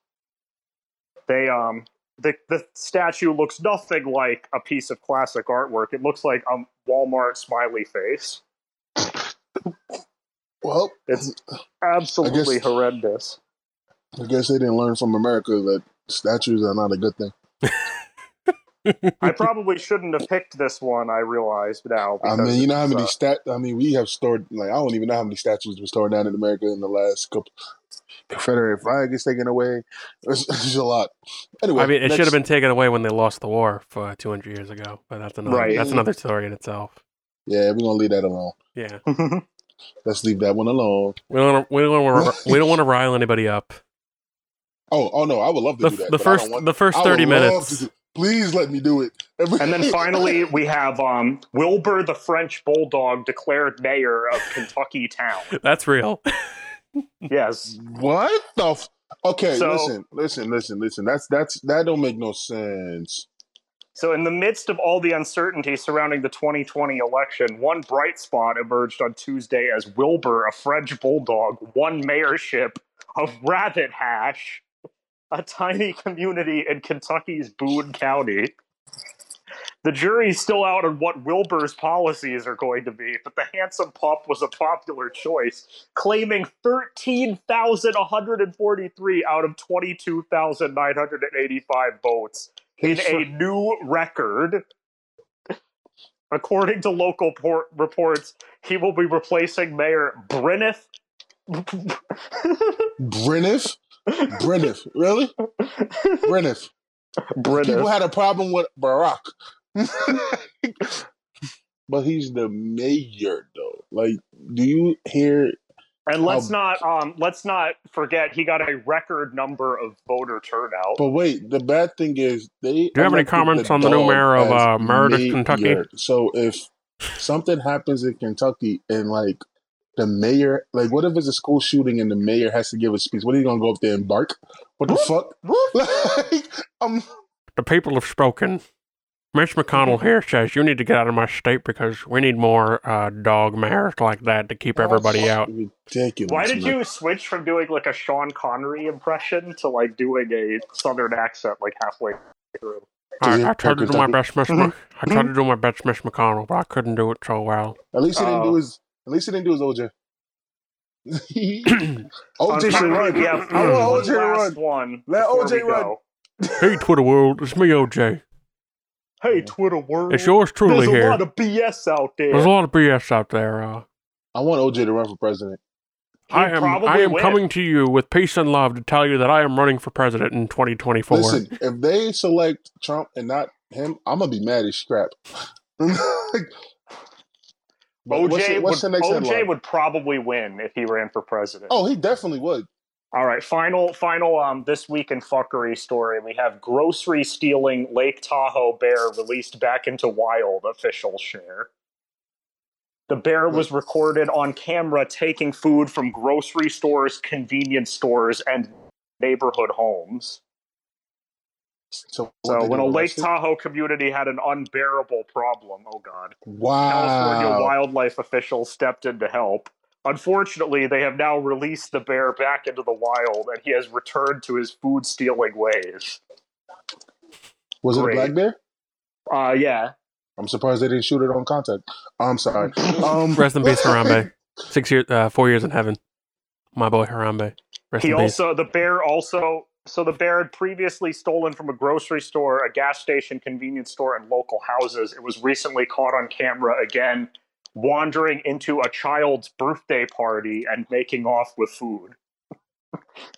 [SPEAKER 5] They um the the statue looks nothing like a piece of classic artwork. It looks like a Walmart smiley face.
[SPEAKER 3] well,
[SPEAKER 5] It's absolutely horrendous.
[SPEAKER 3] I guess they didn't learn from America that statues are not a good thing.
[SPEAKER 5] I probably shouldn't have picked this one. I realize now.
[SPEAKER 3] I mean,
[SPEAKER 5] because
[SPEAKER 3] you know how
[SPEAKER 5] it's,
[SPEAKER 3] many
[SPEAKER 5] uh,
[SPEAKER 3] stat. I mean, we have stored like I don't even know how many statues were stored down in America in the last couple. Confederate flag is taken away. There's, there's a lot. Anyway,
[SPEAKER 6] I mean, it
[SPEAKER 3] next-
[SPEAKER 6] should have been taken away when they lost the war for 200 years ago, but that's another
[SPEAKER 5] Right.
[SPEAKER 6] that's another story in itself.
[SPEAKER 3] Yeah, we're gonna leave that alone.
[SPEAKER 6] Yeah,
[SPEAKER 5] uh,
[SPEAKER 3] Let's leave that one alone.
[SPEAKER 6] we don't wanna- we don't want to we don't want to rile anybody up.
[SPEAKER 3] Oh, oh no, I would love to
[SPEAKER 6] The,
[SPEAKER 3] do that.
[SPEAKER 6] the
[SPEAKER 3] but I don't
[SPEAKER 6] first
[SPEAKER 3] want-
[SPEAKER 6] the first
[SPEAKER 3] I would
[SPEAKER 6] 30
[SPEAKER 3] love
[SPEAKER 6] minutes.
[SPEAKER 3] to do- please let me do it.
[SPEAKER 5] and then finally, we have um, Wilbur the French Bulldog declared mayor of Kentucky Town.
[SPEAKER 6] That's real.
[SPEAKER 5] Yes.
[SPEAKER 3] what the? F- okay,
[SPEAKER 5] So-
[SPEAKER 3] listen, listen, listen, listen. That's that's that don't make no sense.
[SPEAKER 5] So, in the midst of all the uncertainty surrounding the 2020 election, one bright spot emerged on Tuesday as Wilbur, a French bulldog, won mayorship of Rabbit Hash, a tiny community in Kentucky's Boone County. The jury's still out on what Wilbur's policies are going to be, but the handsome pup was a popular choice, claiming 13,143 out of 22,985 votes in
[SPEAKER 3] His fr-
[SPEAKER 5] a new record. According to local por- reports, he will be replacing Mayor Brenneth.
[SPEAKER 3] Brenneth, Brenneth, really, Brenneth. People
[SPEAKER 5] Brenneth.
[SPEAKER 3] had a problem with Barack, but he's the mayor though. Like, do you hear?
[SPEAKER 5] And let's not um let's not forget he got a record number of voter turnout.
[SPEAKER 3] But wait, the bad thing is they. Do
[SPEAKER 6] you have any comments on the new mayor of, uh, Meredith, Kentucky?
[SPEAKER 3] So if something happens in Kentucky and like the mayor, like what if it's a school shooting and the mayor has to give a speech? What are you gonna go up there and bark? What the fuck? like, um,
[SPEAKER 6] The people have spoken. Mitch McConnell
[SPEAKER 5] Mm-hmm.
[SPEAKER 6] here says you need to get out of my state because we need more uh, dog mayors like that to
[SPEAKER 5] Oh,
[SPEAKER 6] keep everybody out.
[SPEAKER 3] Ridiculous.
[SPEAKER 5] Why did
[SPEAKER 3] man.
[SPEAKER 5] you switch from doing like a Sean Connery impression to like doing a southern accent like halfway through?
[SPEAKER 3] Is it
[SPEAKER 6] I, I tried to do my
[SPEAKER 3] Kentucky?
[SPEAKER 6] best,
[SPEAKER 5] Mm-hmm.
[SPEAKER 6] Miss. Mc- I tried to do my best, Miss McConnell, but I couldn't do it so well.
[SPEAKER 3] At least he didn't
[SPEAKER 5] Oh.
[SPEAKER 3] do his. At least he didn't do his OJ. OJ should
[SPEAKER 5] Finally,
[SPEAKER 3] run.
[SPEAKER 5] we
[SPEAKER 3] Yeah,
[SPEAKER 5] have
[SPEAKER 3] I want
[SPEAKER 5] one
[SPEAKER 3] OJ to
[SPEAKER 5] last
[SPEAKER 3] run.
[SPEAKER 5] one.
[SPEAKER 3] Let
[SPEAKER 5] before
[SPEAKER 3] OJ
[SPEAKER 5] we
[SPEAKER 3] run.
[SPEAKER 5] go.
[SPEAKER 6] hey, Twitter world, it's me, OJ.
[SPEAKER 5] Hey, Twitter world.
[SPEAKER 6] It's yours truly
[SPEAKER 5] There's a
[SPEAKER 6] here.
[SPEAKER 5] lot of BS out there.
[SPEAKER 6] There's a lot of BS out there. Uh,
[SPEAKER 3] I want OJ to run for president.
[SPEAKER 5] He'd
[SPEAKER 6] I am.
[SPEAKER 5] probably
[SPEAKER 6] I am
[SPEAKER 5] win.
[SPEAKER 6] coming to you with peace and love to tell you that I am running for president in 2024.
[SPEAKER 3] Listen, if they select Trump and not him, I'm gonna be mad as crap. But
[SPEAKER 5] OJ,
[SPEAKER 3] what's the- what's the
[SPEAKER 5] would,
[SPEAKER 3] next
[SPEAKER 5] OJ
[SPEAKER 3] headline?
[SPEAKER 5] would probably win if he ran for president.
[SPEAKER 3] Oh, he definitely would.
[SPEAKER 5] All right, final, final. Um, this week in fuckery story, we have grocery stealing Lake Tahoe bear released back into wild. Official share. The bear was recorded on camera taking food from grocery stores, convenience stores, and neighborhood homes.
[SPEAKER 3] So,
[SPEAKER 5] So
[SPEAKER 3] they
[SPEAKER 5] when a
[SPEAKER 3] gonna
[SPEAKER 5] Lake
[SPEAKER 3] arrest him?
[SPEAKER 5] Tahoe community had an unbearable problem, oh god. California
[SPEAKER 3] wow,
[SPEAKER 5] wildlife officials stepped in to help. Unfortunately, they have now released the bear back into the wild, and he has returned to his food stealing ways.
[SPEAKER 3] was it a
[SPEAKER 5] Great.
[SPEAKER 3] black bear?
[SPEAKER 5] Uh, yeah.
[SPEAKER 3] I'm surprised they didn't shoot it on contact. I'm sorry. Um,
[SPEAKER 6] Rest in peace, Harambe. Six years, uh, four years in heaven. My boy Harambe. Rest
[SPEAKER 5] He
[SPEAKER 6] in peace.
[SPEAKER 5] also, the bear also, so the bear had previously stolen from a grocery store, a gas station, convenience store, and local houses. It was recently caught on camera again, wandering into a child's birthday party and making off with food.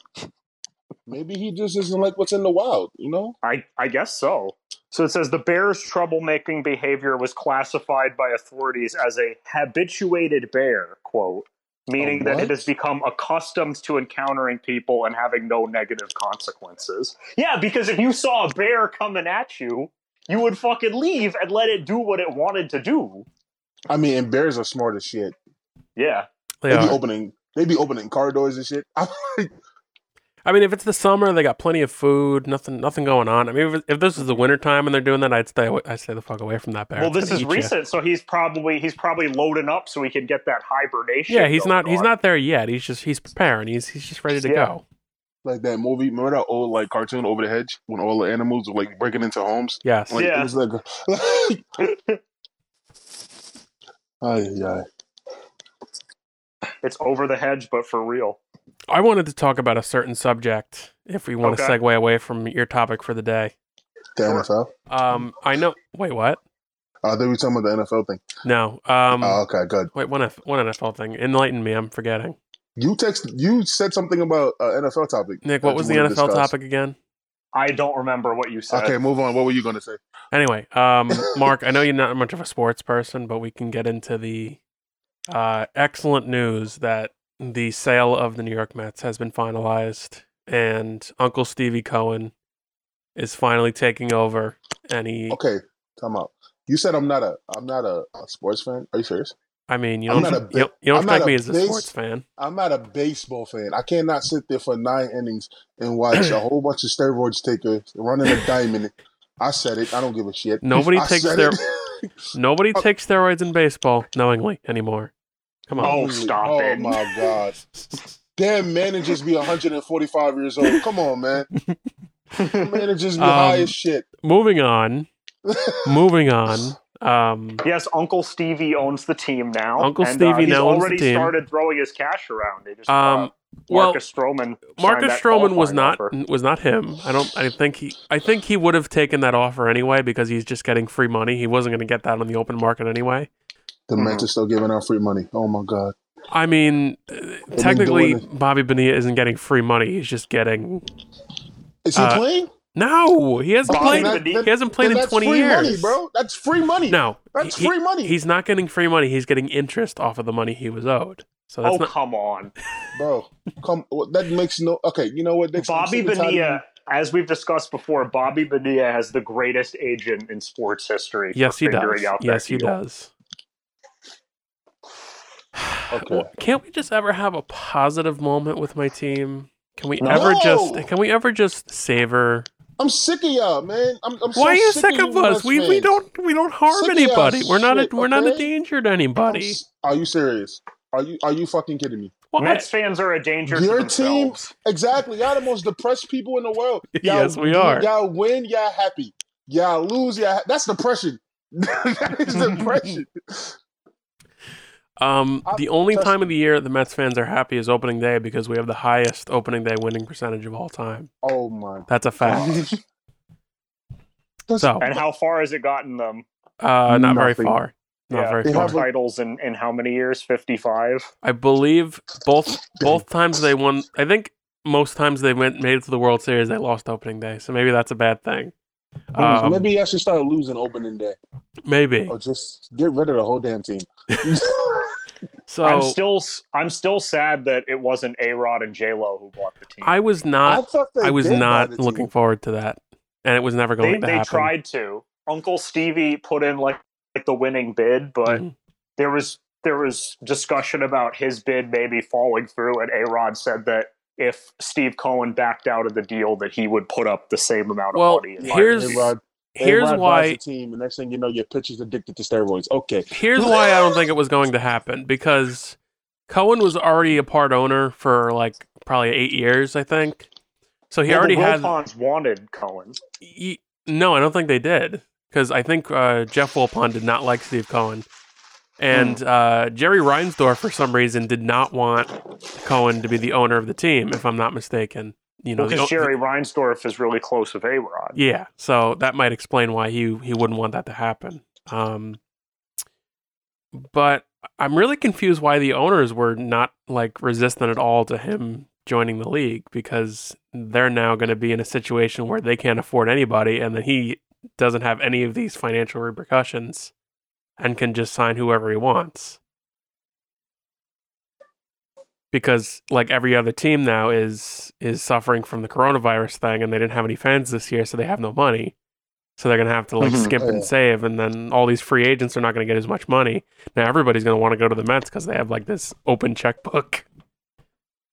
[SPEAKER 3] Maybe he just isn't like what's in the wild, you know?
[SPEAKER 5] I, I guess so. So it says the bear's troublemaking behavior was classified by authorities as a habituated bear, quote, meaning
[SPEAKER 3] A
[SPEAKER 5] that
[SPEAKER 3] what?
[SPEAKER 5] it has become accustomed to encountering people and having no negative consequences. Yeah, because if you saw a bear coming at you, you would fucking leave and let it do what it wanted to do.
[SPEAKER 3] I mean, and bears are smart as shit.
[SPEAKER 5] Yeah.
[SPEAKER 6] They
[SPEAKER 3] They
[SPEAKER 6] are.
[SPEAKER 3] be opening, they be opening car doors and shit.
[SPEAKER 6] I mean, if it's the summer, they got plenty of food, nothing, nothing going on. I mean, if, if this is the winter time and they're doing that, I'd stay, away, I'd stay the fuck away from that bear.
[SPEAKER 5] Well, this
[SPEAKER 6] It's gonna
[SPEAKER 5] is
[SPEAKER 6] eat ya.
[SPEAKER 5] recent, so he's probably he's probably loading up so he can get that hibernation.
[SPEAKER 6] Yeah, he's
[SPEAKER 5] going
[SPEAKER 6] not. He's
[SPEAKER 5] on.
[SPEAKER 6] not there yet. He's just. He's preparing. He's. He's just ready to
[SPEAKER 5] Yeah.
[SPEAKER 6] go.
[SPEAKER 3] like that movie, remember that old like cartoon over the hedge when all the animals were like breaking into homes?
[SPEAKER 6] Yes.
[SPEAKER 3] Like,
[SPEAKER 5] Yeah.
[SPEAKER 3] It was like, like ay, ay, ay.
[SPEAKER 5] It's over the hedge, but for real.
[SPEAKER 6] I wanted to talk about a certain subject. If we want
[SPEAKER 5] Okay.
[SPEAKER 6] to segue away from your topic for the day,
[SPEAKER 3] The NFL.
[SPEAKER 6] Um, I know. Wait, what?
[SPEAKER 3] Oh, they were talking about the NFL thing.
[SPEAKER 6] No. Um,
[SPEAKER 3] oh, okay, good.
[SPEAKER 6] wait, one F- one NFL thing. Enlighten me. I'm forgetting.
[SPEAKER 3] You text. You said something about uh, NFL topic.
[SPEAKER 6] Nick,
[SPEAKER 3] that
[SPEAKER 6] what
[SPEAKER 3] you
[SPEAKER 6] was the
[SPEAKER 3] wanted
[SPEAKER 6] NFL
[SPEAKER 3] to discuss.
[SPEAKER 6] topic again?
[SPEAKER 5] I don't remember what you said.
[SPEAKER 3] Okay, move on. What were you going to say?
[SPEAKER 6] Anyway, um, Mark, I know you're not much of a sports person, but we can get into the uh, excellent news that the sale of the New York Mets has been finalized, and Uncle Stevie Cohen is finally taking over. And he,
[SPEAKER 3] Okay, time out. You said I'm not a I'm not a, a sports fan. Are you serious?
[SPEAKER 6] I mean, you
[SPEAKER 3] I'm
[SPEAKER 6] don't,
[SPEAKER 3] not a
[SPEAKER 6] you don't, you don't
[SPEAKER 3] I'm not
[SPEAKER 6] strike
[SPEAKER 3] a
[SPEAKER 6] me as a
[SPEAKER 3] big-
[SPEAKER 6] sports fan.
[SPEAKER 3] I'm not a baseball fan. I cannot sit there for nine innings and watch a whole bunch of steroids takers running a diamond. I said it. I don't give a shit.
[SPEAKER 6] Nobody
[SPEAKER 3] I
[SPEAKER 6] takes
[SPEAKER 3] said
[SPEAKER 6] their
[SPEAKER 3] it.
[SPEAKER 6] nobody
[SPEAKER 3] Oh.
[SPEAKER 6] takes steroids in baseball knowingly anymore. Come on,
[SPEAKER 5] Oh, stop
[SPEAKER 3] oh
[SPEAKER 5] it.
[SPEAKER 3] my god! Damn managers be 145 years old. Come on, man. Managers be
[SPEAKER 6] Um,
[SPEAKER 3] high as shit.
[SPEAKER 6] moving on, moving on. Um,
[SPEAKER 5] yes, Uncle Stevie owns the team now.
[SPEAKER 6] Uncle
[SPEAKER 5] and, uh,
[SPEAKER 6] Stevie
[SPEAKER 5] he's
[SPEAKER 6] now owns the
[SPEAKER 5] already
[SPEAKER 6] team.
[SPEAKER 5] started throwing his cash around. They just, uh,
[SPEAKER 6] um, well,
[SPEAKER 5] Marcus Stroman. signed
[SPEAKER 6] Marcus
[SPEAKER 5] that
[SPEAKER 6] Stroman was
[SPEAKER 5] qualifying
[SPEAKER 6] not
[SPEAKER 5] offer.
[SPEAKER 6] was not him. I don't. I think he. I think he would have taken that offer anyway because he's just getting free money. He wasn't going to get that on the open market anyway.
[SPEAKER 3] The
[SPEAKER 6] hmm.
[SPEAKER 5] Mhm.
[SPEAKER 3] Mets are still giving out free money. Oh my god!
[SPEAKER 6] I mean, uh,
[SPEAKER 3] been
[SPEAKER 6] technically,
[SPEAKER 3] doing
[SPEAKER 6] Bobby Bonilla isn't getting free money. He's just getting
[SPEAKER 3] Is he
[SPEAKER 6] Uh,
[SPEAKER 3] playing?
[SPEAKER 6] no. He hasn't
[SPEAKER 5] Bobby
[SPEAKER 6] played.
[SPEAKER 5] Bonilla-
[SPEAKER 3] Then that-
[SPEAKER 6] He hasn't played
[SPEAKER 3] then
[SPEAKER 6] in
[SPEAKER 3] that's
[SPEAKER 6] twenty
[SPEAKER 3] free
[SPEAKER 6] years,
[SPEAKER 3] money, bro. That's free money.
[SPEAKER 6] No,
[SPEAKER 3] That's
[SPEAKER 6] he- he-
[SPEAKER 3] free money,
[SPEAKER 6] He's not getting free money. He's getting interest off of the money he was owed. So that's
[SPEAKER 5] Oh,
[SPEAKER 6] not.
[SPEAKER 5] come on.
[SPEAKER 3] bro. Come, what- that makes no. Okay, you know what? Dixon, I'm
[SPEAKER 5] Bobby
[SPEAKER 3] sick and tired of you.
[SPEAKER 5] Bonilla, as we've discussed before, Bobby Bonilla has the greatest agent in sports history. for
[SPEAKER 6] Yes, he does.
[SPEAKER 5] figuring out that
[SPEAKER 6] Yes, he
[SPEAKER 5] deal.
[SPEAKER 6] does.
[SPEAKER 3] Okay.
[SPEAKER 6] Well, can't we just ever have a positive moment with my team? Can we
[SPEAKER 3] No.
[SPEAKER 6] ever
[SPEAKER 3] No.
[SPEAKER 6] just? Can we ever just savor?
[SPEAKER 3] I'm sick of y'all, man. I'm, I'm so
[SPEAKER 6] Why are you
[SPEAKER 3] sick,
[SPEAKER 6] sick of
[SPEAKER 3] you
[SPEAKER 6] us?
[SPEAKER 3] Mets
[SPEAKER 6] We we
[SPEAKER 3] fans.
[SPEAKER 6] don't we don't harm
[SPEAKER 3] Sick of y'all
[SPEAKER 6] anybody. We're not a,
[SPEAKER 3] shit,
[SPEAKER 6] we're not a
[SPEAKER 3] okay?
[SPEAKER 6] danger to
[SPEAKER 3] I'm
[SPEAKER 6] anybody.
[SPEAKER 3] s- Are you serious? Are you are you fucking kidding me?
[SPEAKER 6] What?
[SPEAKER 5] Mets fans are a danger
[SPEAKER 3] Your
[SPEAKER 5] to themselves.
[SPEAKER 3] Exactly. Y'all the most depressed people in the world. Y'all,
[SPEAKER 6] Yes, we are.
[SPEAKER 3] Y'all win, y'all happy. Y'all lose, y'all. Ha- That's depression. that is depression.
[SPEAKER 6] Um,
[SPEAKER 3] I-
[SPEAKER 6] the only
[SPEAKER 3] trust
[SPEAKER 6] time of the year the Mets fans are happy is opening day because we have the highest opening day winning percentage of all time.
[SPEAKER 3] Oh my
[SPEAKER 6] That's a fact.
[SPEAKER 3] god. That's-
[SPEAKER 6] So,
[SPEAKER 5] And how far has it gotten them?
[SPEAKER 6] uh, not very
[SPEAKER 3] Nothing.
[SPEAKER 6] far. Not
[SPEAKER 5] Yeah.
[SPEAKER 6] very
[SPEAKER 3] They
[SPEAKER 6] far.
[SPEAKER 3] have a-
[SPEAKER 5] Titles in, in how many years? 55?
[SPEAKER 6] I believe both both times they won. I think most times they went made it to the World Series, they lost opening day. So maybe that's a bad thing. Um, maybe.
[SPEAKER 3] Hmm, Maybe Oh, I should start losing opening day, or just get rid of the whole damn team.
[SPEAKER 6] So
[SPEAKER 5] I'm still s- I'm still sad that it wasn't A Rod and J Lo who bought the team.
[SPEAKER 6] I was not.
[SPEAKER 3] thought they
[SPEAKER 6] I was
[SPEAKER 3] did buy
[SPEAKER 6] not
[SPEAKER 3] the team.
[SPEAKER 6] looking forward to that, and it was never going
[SPEAKER 5] they
[SPEAKER 6] to
[SPEAKER 5] they
[SPEAKER 6] happen.
[SPEAKER 5] tried to. Uncle Stevie put in like like the winning bid, but
[SPEAKER 6] Mhm.
[SPEAKER 5] there was there was discussion about his bid maybe falling through, and A Rod said that if Steve Cohen backed out of the deal, that he would put up the same amount of
[SPEAKER 6] Well,
[SPEAKER 5] money. in
[SPEAKER 6] here's-
[SPEAKER 5] Miami.
[SPEAKER 3] A-Rod-
[SPEAKER 6] Here's
[SPEAKER 3] A-Rod buys the
[SPEAKER 6] why.
[SPEAKER 3] team, and next thing you know, your pitch is addicted to steroids. Okay,
[SPEAKER 6] Here's why I don't think it was going to happen because Cohen was already a part owner for like probably eight years, I think. So he
[SPEAKER 5] Well,
[SPEAKER 6] already
[SPEAKER 5] the
[SPEAKER 6] had.
[SPEAKER 5] Wilpons wanted Cohen.
[SPEAKER 6] Ye- no, I don't think they did because I think uh, Jeff Wilpon did not like Steve Cohen, and uh, Jerry Reinsdorf for some reason did not want Cohen to be the owner of the team, if I'm not mistaken. You know,
[SPEAKER 5] Because
[SPEAKER 6] the o-
[SPEAKER 5] Jerry Reinsdorf is really close with A Rod.
[SPEAKER 6] yeah, so that might explain why he he wouldn't want that to happen. Um, but I'm really confused why the owners were not like resistant at all to him joining the league because they're now going to be in a situation where they can't afford anybody, and then he doesn't have any of these financial repercussions and can just sign whoever he wants. Because like every other team now is is suffering from the coronavirus thing and they didn't have any fans this year, so they have no money. So they're gonna have to like
[SPEAKER 5] Mhm.
[SPEAKER 6] skimp
[SPEAKER 3] Yeah.
[SPEAKER 6] and save and then all these free agents are not gonna get as much money. Now everybody's gonna want to go to the Mets because they have like this open checkbook.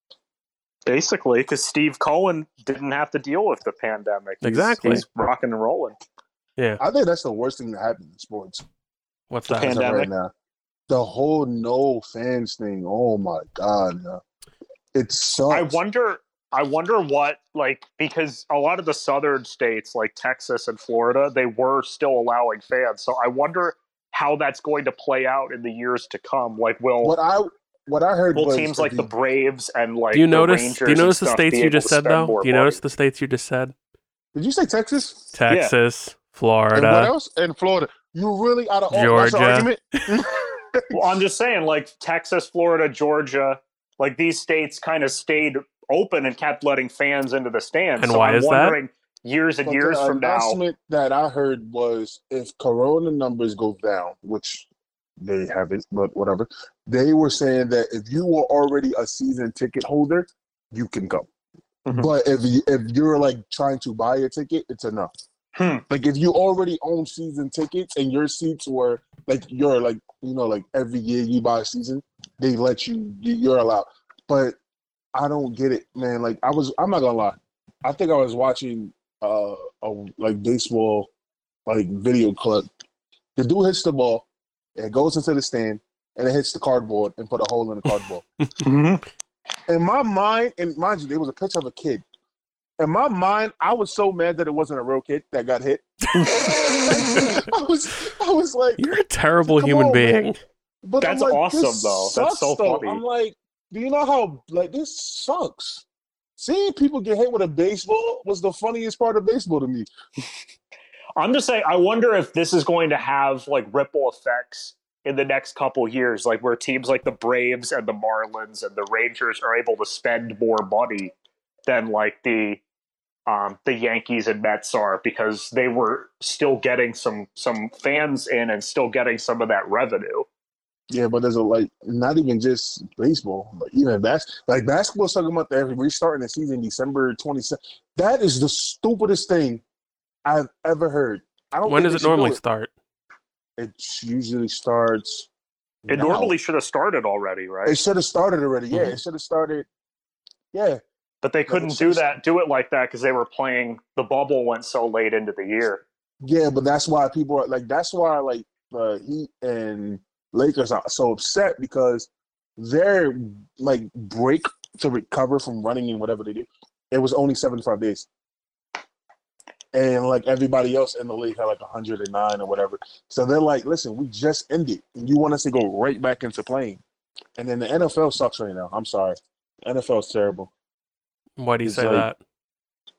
[SPEAKER 5] Basically, because Steve Cohen didn't have to deal with the pandemic. He's-
[SPEAKER 6] Exactly.
[SPEAKER 5] He's rocking and rolling.
[SPEAKER 3] I think that's the worst thing that happened in sports
[SPEAKER 6] What's
[SPEAKER 5] The
[SPEAKER 6] that?
[SPEAKER 3] as of
[SPEAKER 5] Pandemic.
[SPEAKER 3] right now. The whole no fans thing. Oh my god, yeah. it sucks.
[SPEAKER 5] I wonder. I wonder what like because a lot of the southern states like Texas and Florida they were still allowing fans. So I wonder how that's going to play out in the years to come. Like will
[SPEAKER 3] what I what I heard
[SPEAKER 5] will
[SPEAKER 3] was
[SPEAKER 5] teams
[SPEAKER 3] that
[SPEAKER 5] like the Braves and like
[SPEAKER 6] do you
[SPEAKER 5] the
[SPEAKER 6] notice
[SPEAKER 5] Rangers
[SPEAKER 6] do you
[SPEAKER 5] and
[SPEAKER 6] notice the
[SPEAKER 5] stuff
[SPEAKER 6] states
[SPEAKER 5] be
[SPEAKER 6] you
[SPEAKER 5] able
[SPEAKER 6] just
[SPEAKER 5] to
[SPEAKER 6] said
[SPEAKER 5] spend
[SPEAKER 6] though?
[SPEAKER 5] more
[SPEAKER 6] Do you
[SPEAKER 5] money?
[SPEAKER 6] notice the states you just said?
[SPEAKER 3] Did you say Texas?
[SPEAKER 6] Texas,
[SPEAKER 3] And what
[SPEAKER 6] Florida.
[SPEAKER 3] else? And Florida. You really out of all that's
[SPEAKER 6] Georgia.
[SPEAKER 3] an argument?
[SPEAKER 5] Well, I'm just saying, like Texas, Florida, Georgia, like these states kind of stayed open and kept letting fans into the stands.
[SPEAKER 6] And
[SPEAKER 5] so
[SPEAKER 6] why
[SPEAKER 5] I'm
[SPEAKER 6] is that?
[SPEAKER 5] wondering, years and
[SPEAKER 3] But
[SPEAKER 5] years
[SPEAKER 3] the
[SPEAKER 5] from now,
[SPEAKER 3] announcement that I heard was if corona numbers go down, which they haven't, but whatever, they were saying that if you were already a season ticket holder, you can go.
[SPEAKER 5] Mhm.
[SPEAKER 3] But if you, if you're like trying to buy a ticket, it's enough.
[SPEAKER 5] Hmm.
[SPEAKER 3] Like if you already own season tickets and your seats were like you're like you know like every year you buy a season, they let you you're allowed. But I don't get it, man. Like I was, I'm not gonna lie. I think I was watching uh a like baseball like video clip. The dude hits the ball, it goes into the stand, and it hits the cardboard and put a hole in the cardboard. in my mind, and mind you, there was a picture of a kid. In my mind, I was so mad that it wasn't a real kid that got hit. I was, I was like,
[SPEAKER 6] You're a terrible
[SPEAKER 3] Come
[SPEAKER 6] human
[SPEAKER 3] on, man.
[SPEAKER 6] being.
[SPEAKER 3] but
[SPEAKER 5] That's
[SPEAKER 3] I'm like,
[SPEAKER 5] awesome,
[SPEAKER 3] this
[SPEAKER 5] though.
[SPEAKER 3] sucks,
[SPEAKER 5] That's so
[SPEAKER 3] though.
[SPEAKER 5] funny.
[SPEAKER 3] I'm like, do you know how like this sucks? Seeing people get hit with a baseball was the funniest part of baseball to me.
[SPEAKER 5] I'm just saying, I wonder if this is going to have like ripple effects in the next couple years, like where teams like the Braves and the Marlins and the Rangers are able to spend more money than like the um, the Yankees and Mets are because they were still getting some some fans in and still getting some of that revenue.
[SPEAKER 3] Yeah, but there's a like not even just baseball, like even bas- like basketball's talking about that restarting the season December 27th. That is the stupidest thing I've ever heard. I don't
[SPEAKER 6] When
[SPEAKER 3] think
[SPEAKER 6] does
[SPEAKER 3] they
[SPEAKER 6] it
[SPEAKER 3] Oh, should do
[SPEAKER 6] normally
[SPEAKER 3] it.
[SPEAKER 6] start?
[SPEAKER 3] It usually starts
[SPEAKER 5] It
[SPEAKER 3] now.
[SPEAKER 5] normally should have started already,
[SPEAKER 3] it
[SPEAKER 5] right?
[SPEAKER 3] should have started already.
[SPEAKER 6] Mm-hmm.
[SPEAKER 3] Yeah, it should have started. Yeah,
[SPEAKER 5] But they couldn't
[SPEAKER 3] it's
[SPEAKER 5] do
[SPEAKER 3] just-
[SPEAKER 5] that, do it like that because they were playing. The bubble went so late into the year.
[SPEAKER 3] yeah, but that's why people are like that's why like the Heat and Lakers are so upset because their like break to recover from running and whatever they do, it was only seventy five days. And like everybody else in the league had like hundred and nine or whatever. So they're like, listen, we just ended. You want us to go right back into playing. And then the NFL sucks right now. I'm sorry. NFL is terrible.
[SPEAKER 6] Why do you
[SPEAKER 3] It's
[SPEAKER 6] say
[SPEAKER 3] like-
[SPEAKER 6] that?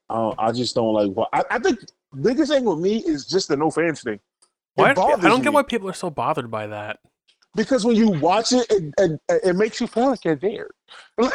[SPEAKER 3] Uh, I just don't like what I, I think biggest thing with me is just the no fans thing. It
[SPEAKER 6] Why, I
[SPEAKER 3] bothers
[SPEAKER 6] don't
[SPEAKER 3] me.
[SPEAKER 6] get why people are so bothered by that.
[SPEAKER 3] Because when you watch it, it, it, it makes you feel like you're there.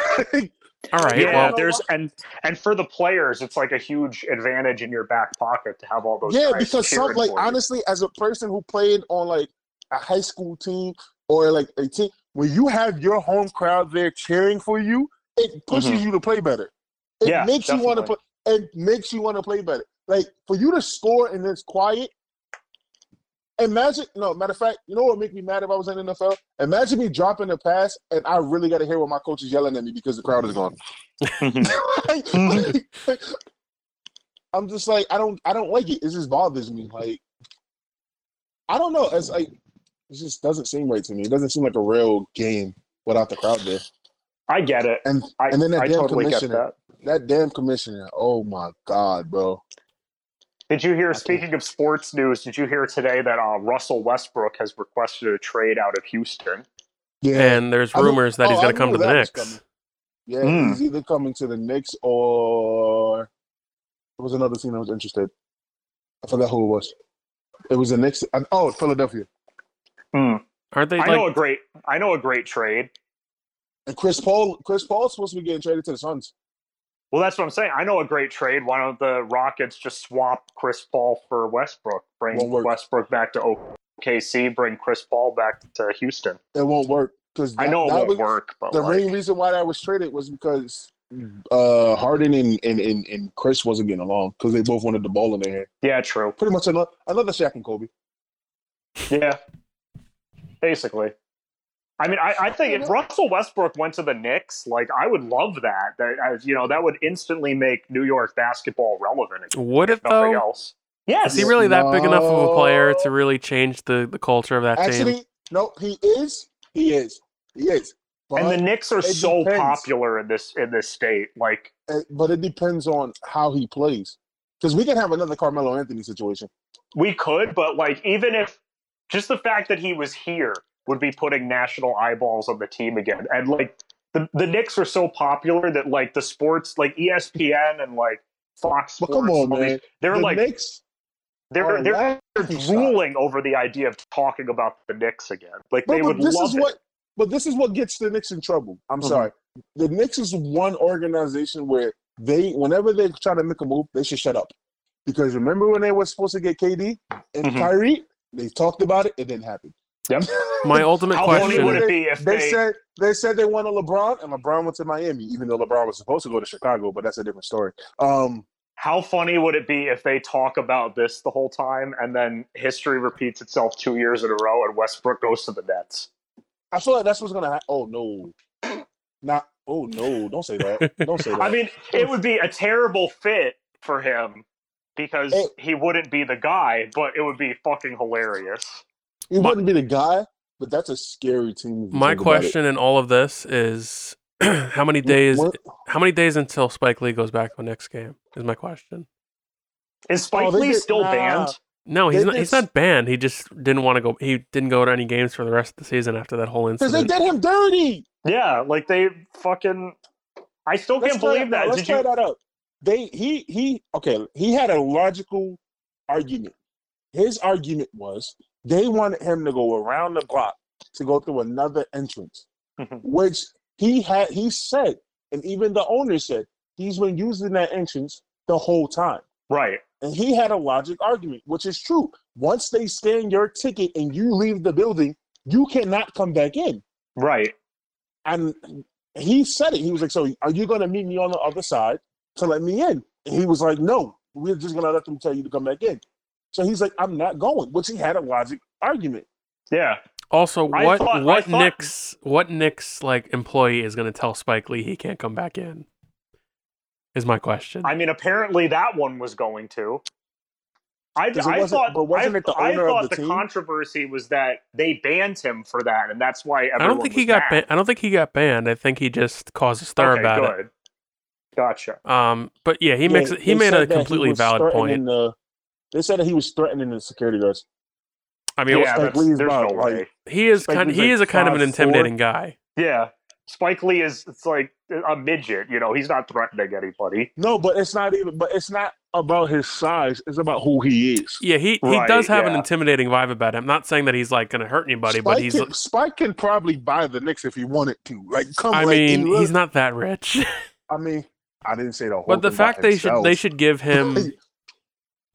[SPEAKER 3] Like,
[SPEAKER 6] All right,
[SPEAKER 5] Yeah,
[SPEAKER 6] well,
[SPEAKER 5] there's and and for the players, it's like a huge advantage in your back pocket to have all those.
[SPEAKER 3] yeah,
[SPEAKER 5] guys
[SPEAKER 3] because some
[SPEAKER 5] cheering
[SPEAKER 3] like
[SPEAKER 5] for you.
[SPEAKER 3] honestly, as a person who played on like a high school team or like a team, when you have your home crowd there cheering for you, it pushes
[SPEAKER 6] Mm-hmm.
[SPEAKER 3] you to play better. It
[SPEAKER 5] Yeah,
[SPEAKER 3] makes you want to play.
[SPEAKER 5] definitely.
[SPEAKER 3] It makes you want to play better. Like for you to score and it's quiet. Imagine no matter of fact, you know what make me mad if I was in NFL? Imagine me dropping a pass and I really got to hear what my coach is yelling at me because the crowd is gone. Like, I'm just like I don't I don't like it. It just bothers me. Like I don't know. It's like it just doesn't seem right to me. It doesn't seem like a real game without the crowd there.
[SPEAKER 5] I get it.
[SPEAKER 3] And
[SPEAKER 5] I,
[SPEAKER 3] and then that
[SPEAKER 5] I
[SPEAKER 3] damn
[SPEAKER 5] totally get
[SPEAKER 3] commissioner,
[SPEAKER 5] that.
[SPEAKER 3] that damn commissioner. Oh my god, bro.
[SPEAKER 5] Did you hear?
[SPEAKER 3] I think-
[SPEAKER 5] Speaking of sports news, did you hear today that uh, Russell Westbrook has requested a trade out of Houston?
[SPEAKER 3] Yeah,
[SPEAKER 6] and there's
[SPEAKER 3] I knew-
[SPEAKER 6] rumors that he's
[SPEAKER 3] oh, I
[SPEAKER 6] going to come
[SPEAKER 3] knew
[SPEAKER 6] to the
[SPEAKER 3] that was
[SPEAKER 6] Knicks.
[SPEAKER 3] coming. yeah.
[SPEAKER 5] Hmm.
[SPEAKER 3] He's either coming to the Knicks or it was another team that was interested. I forgot who it was. It was the Knicks. and- Oh, Philadelphia Hmm.
[SPEAKER 6] Aren't they
[SPEAKER 5] I
[SPEAKER 6] like
[SPEAKER 5] know a great. I know a great trade.
[SPEAKER 3] and Chris Paul. Chris Paul's supposed to be getting traded to the Suns.
[SPEAKER 5] Well, that's what I'm saying. I know a great trade. Why don't the Rockets just swap Chris Paul for Westbrook? Bring
[SPEAKER 3] Won't work.
[SPEAKER 5] Westbrook back to OKC. Bring Chris Paul back to Houston.
[SPEAKER 3] it won't work because
[SPEAKER 5] I know it won't
[SPEAKER 3] was,
[SPEAKER 5] work, but
[SPEAKER 3] The
[SPEAKER 5] like,
[SPEAKER 3] main reason why that was traded was because uh, Harden and, and, and, and Chris wasn't getting along because they both wanted the ball in their hand.
[SPEAKER 5] yeah, true.
[SPEAKER 3] Pretty much another, another Shaq and Kobe.
[SPEAKER 5] Yeah, basically. I mean, I, I think if Russell Westbrook went to the Knicks, like I would love that. That as you know, that would instantly make New York basketball relevant. If
[SPEAKER 6] would it
[SPEAKER 5] nothing
[SPEAKER 6] though?
[SPEAKER 5] else. Yes.
[SPEAKER 6] Is he really that big enough of a player to really change the, the culture of that team?
[SPEAKER 3] Actually, no, he is. He is. He is. But,
[SPEAKER 5] and the Knicks are
[SPEAKER 3] It
[SPEAKER 5] so
[SPEAKER 3] depends.
[SPEAKER 5] popular in this in this state. Like,
[SPEAKER 3] uh, but it depends on how he plays. Because we can have another Carmelo Anthony situation.
[SPEAKER 5] we could, but like, even if just the fact that he was here would be putting national eyeballs on the team again. E And like, the, the Knicks are so popular that like the sports, like ESPN and like Fox
[SPEAKER 3] But
[SPEAKER 5] Sports.
[SPEAKER 3] come on,
[SPEAKER 5] all these-
[SPEAKER 3] man.
[SPEAKER 5] They're
[SPEAKER 3] the
[SPEAKER 5] like
[SPEAKER 3] Knicks
[SPEAKER 5] they're
[SPEAKER 3] are
[SPEAKER 5] they're
[SPEAKER 3] laughing
[SPEAKER 5] they're
[SPEAKER 3] stock.
[SPEAKER 5] drooling over the idea of talking about the Knicks again. Like
[SPEAKER 3] But,
[SPEAKER 5] they
[SPEAKER 3] but
[SPEAKER 5] would
[SPEAKER 3] this
[SPEAKER 5] love
[SPEAKER 3] is
[SPEAKER 5] it. Mm-hmm.
[SPEAKER 3] what. But this is what gets the Knicks in trouble. I'm
[SPEAKER 6] Mhm.
[SPEAKER 3] sorry. The Knicks is one organization where they, whenever they try to make a move, they should shut up. Because remember when they were supposed to get KD and
[SPEAKER 5] Mhm.
[SPEAKER 3] Kyrie? They talked about it. It didn't happen.
[SPEAKER 5] Yep.
[SPEAKER 6] My ultimate
[SPEAKER 5] How
[SPEAKER 3] question-
[SPEAKER 5] funny would
[SPEAKER 6] question.
[SPEAKER 5] it be if
[SPEAKER 3] They
[SPEAKER 5] they,
[SPEAKER 3] said they said they wanted LeBron, and LeBron went to Miami, even though LeBron was supposed to go to Chicago. But that's a different story. Um,
[SPEAKER 5] how funny would it be if they talk about this the whole time and then history repeats itself two years in a row and Westbrook goes to the Nets?
[SPEAKER 3] I feel like that's what's gonna happen. Oh no, not. Oh no! Don't say that. Don't say that.
[SPEAKER 5] I mean, it would be a terrible fit for him because
[SPEAKER 3] Hey.
[SPEAKER 5] he wouldn't be the guy, but it would be fucking hilarious.
[SPEAKER 3] He
[SPEAKER 6] My-
[SPEAKER 3] wouldn't be the guy, but that's a scary team. if you
[SPEAKER 6] My
[SPEAKER 3] think about it.
[SPEAKER 6] question in all of this is how many days
[SPEAKER 3] What-
[SPEAKER 6] how many days until Spike Lee goes back to the next game is my question.
[SPEAKER 5] Is Spike
[SPEAKER 3] Oh, they
[SPEAKER 5] Lee
[SPEAKER 3] did-
[SPEAKER 5] still
[SPEAKER 3] nah.
[SPEAKER 5] banned?
[SPEAKER 6] No, he's
[SPEAKER 3] They
[SPEAKER 6] not he's
[SPEAKER 3] just-
[SPEAKER 6] not banned. He just didn't want to go he didn't go to any games for the rest of the season after that whole
[SPEAKER 3] Because they
[SPEAKER 6] incident.
[SPEAKER 3] did him dirty.
[SPEAKER 5] Yeah, like they fucking. I still
[SPEAKER 3] Let's
[SPEAKER 5] can't
[SPEAKER 3] clear
[SPEAKER 5] believe
[SPEAKER 3] up.
[SPEAKER 5] that.
[SPEAKER 3] Let's
[SPEAKER 5] Did
[SPEAKER 3] clear
[SPEAKER 5] you?
[SPEAKER 3] that up. They he he okay. He had a logical argument. His argument was they wanted him to go around the block to go through another entrance,
[SPEAKER 5] Mhm.
[SPEAKER 3] which he had. He said, and even the owner said he's been using that entrance the whole time.
[SPEAKER 5] Right.
[SPEAKER 3] And he had a logic argument, which is true. Once they scan your ticket and you leave the building, you cannot come back in.
[SPEAKER 5] Right.
[SPEAKER 3] And he said it. He was like, So are you going to meet me on the other side to let me in? And he was like, No, we're just going to let them tell you to come back in. So he's like, I'm not going, which he had a logic argument.
[SPEAKER 5] Yeah.
[SPEAKER 6] Also,
[SPEAKER 5] I
[SPEAKER 6] what
[SPEAKER 5] thought- I
[SPEAKER 6] what
[SPEAKER 5] thought-
[SPEAKER 6] Knicks what Knicks like employee is going to tell Spike Lee he can't come back in? Is my question.
[SPEAKER 5] I mean, apparently that one was going to. I,
[SPEAKER 3] Because it
[SPEAKER 5] I
[SPEAKER 3] wasn't-
[SPEAKER 5] thought,
[SPEAKER 3] but wasn't
[SPEAKER 5] I,
[SPEAKER 3] it the
[SPEAKER 5] I
[SPEAKER 3] owner of
[SPEAKER 5] thought
[SPEAKER 3] the
[SPEAKER 5] the,
[SPEAKER 3] team?
[SPEAKER 5] controversy was that they banned him for that, and that's why everyone
[SPEAKER 6] I don't think he
[SPEAKER 5] was
[SPEAKER 6] got
[SPEAKER 5] mad.
[SPEAKER 6] ban- I don't think he got banned. I think he just caused a stir
[SPEAKER 5] okay,
[SPEAKER 6] about
[SPEAKER 5] good. Gotcha.
[SPEAKER 6] it. Um, but yeah, he makes
[SPEAKER 3] Yeah,
[SPEAKER 6] he
[SPEAKER 3] they
[SPEAKER 6] made
[SPEAKER 3] said
[SPEAKER 6] a
[SPEAKER 3] that he
[SPEAKER 6] completely
[SPEAKER 3] was
[SPEAKER 6] valid
[SPEAKER 3] threatening
[SPEAKER 6] point.
[SPEAKER 3] The, they said that he was threatening the security guards.
[SPEAKER 6] I mean,
[SPEAKER 5] yeah,
[SPEAKER 3] Spike
[SPEAKER 5] that's,
[SPEAKER 3] Lee's
[SPEAKER 5] there's no
[SPEAKER 3] not, like-
[SPEAKER 5] way.
[SPEAKER 6] he is
[SPEAKER 3] Spike
[SPEAKER 6] kind
[SPEAKER 3] Lee's
[SPEAKER 6] he
[SPEAKER 3] like
[SPEAKER 6] is a kind of an
[SPEAKER 3] 5'4".
[SPEAKER 6] intimidating guy.
[SPEAKER 5] Yeah, Spike Lee is it's like a midget. You know, he's not threatening anybody.
[SPEAKER 3] No, but it's not even. But it's not about his size. It's about who he is.
[SPEAKER 6] Yeah, he, he
[SPEAKER 5] Right,
[SPEAKER 6] does have an
[SPEAKER 5] yeah.
[SPEAKER 6] intimidating vibe about him. Not saying that he's like going to hurt anybody,
[SPEAKER 3] Spike
[SPEAKER 6] but he's
[SPEAKER 3] can, Spike can probably buy the Knicks if he wanted to. Like, come.
[SPEAKER 6] I
[SPEAKER 3] like, he
[SPEAKER 6] mean,
[SPEAKER 3] really-
[SPEAKER 6] he's not that rich.
[SPEAKER 3] I mean, I didn't say the whole.
[SPEAKER 6] but the
[SPEAKER 3] thing about
[SPEAKER 6] fact they should they
[SPEAKER 3] himself.
[SPEAKER 6] should give him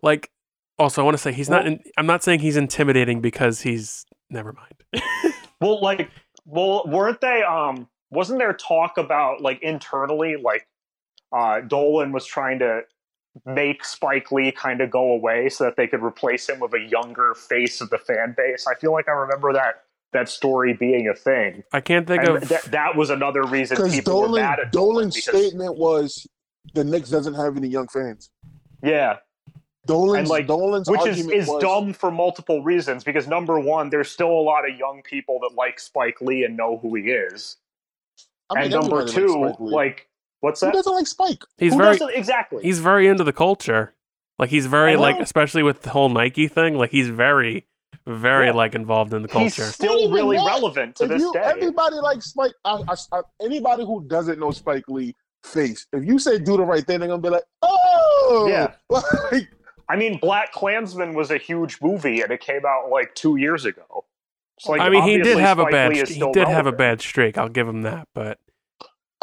[SPEAKER 6] like also I want to say he's not in, I'm not saying he's intimidating because he's never mind.
[SPEAKER 5] Well, like, well, weren't they? Um, wasn't there talk about like internally, like uh, Dolan was trying to make Spike Lee kind of go away so that they could replace him with a younger face of the fan base? I feel like I remember that that story being a thing.
[SPEAKER 6] I can't think
[SPEAKER 5] And
[SPEAKER 6] of
[SPEAKER 5] that that was another reason
[SPEAKER 3] because
[SPEAKER 5] people were
[SPEAKER 3] Dolan
[SPEAKER 5] mad at Dolan
[SPEAKER 3] Dolan's
[SPEAKER 5] because,
[SPEAKER 3] statement was the Knicks doesn't have any young fans.
[SPEAKER 5] yeah,
[SPEAKER 3] Dolan's
[SPEAKER 5] like,
[SPEAKER 3] Dolan's
[SPEAKER 5] which is,
[SPEAKER 3] argument
[SPEAKER 5] is
[SPEAKER 3] was,
[SPEAKER 5] dumb for multiple reasons because number one there's still a lot of young people that like spike lee and know who he is
[SPEAKER 3] I mean,
[SPEAKER 5] and number
[SPEAKER 3] everybody
[SPEAKER 5] two
[SPEAKER 3] likes Spike Lee.
[SPEAKER 5] like what's
[SPEAKER 3] who
[SPEAKER 5] that
[SPEAKER 3] doesn't like Spike?
[SPEAKER 6] he's
[SPEAKER 5] Who
[SPEAKER 6] very
[SPEAKER 5] doesn't- exactly
[SPEAKER 6] he's very into the culture. Like he's very
[SPEAKER 5] I
[SPEAKER 6] like
[SPEAKER 5] know.
[SPEAKER 6] especially with the whole Nike thing, like he's very very
[SPEAKER 5] Yeah.
[SPEAKER 6] like involved in the
[SPEAKER 5] He's
[SPEAKER 6] culture.
[SPEAKER 3] Not
[SPEAKER 5] still
[SPEAKER 3] even
[SPEAKER 5] really
[SPEAKER 3] that.
[SPEAKER 5] relevant to
[SPEAKER 3] If
[SPEAKER 5] this
[SPEAKER 3] you-
[SPEAKER 5] day
[SPEAKER 3] Everybody likes Spike. I, I, I, anybody who doesn't know Spike Lee face, if you say do the right thing, they're gonna be like, oh,
[SPEAKER 5] Yeah.
[SPEAKER 3] Like,
[SPEAKER 5] i mean black klansman was a huge movie and it came out like two years ago so, like,
[SPEAKER 6] I mean, he did
[SPEAKER 5] obviously
[SPEAKER 6] have a
[SPEAKER 5] Spike
[SPEAKER 6] bad
[SPEAKER 5] Lee
[SPEAKER 6] he
[SPEAKER 5] is
[SPEAKER 6] did
[SPEAKER 5] still
[SPEAKER 6] have a
[SPEAKER 5] relevant.
[SPEAKER 6] bad streak. I'll give him that, but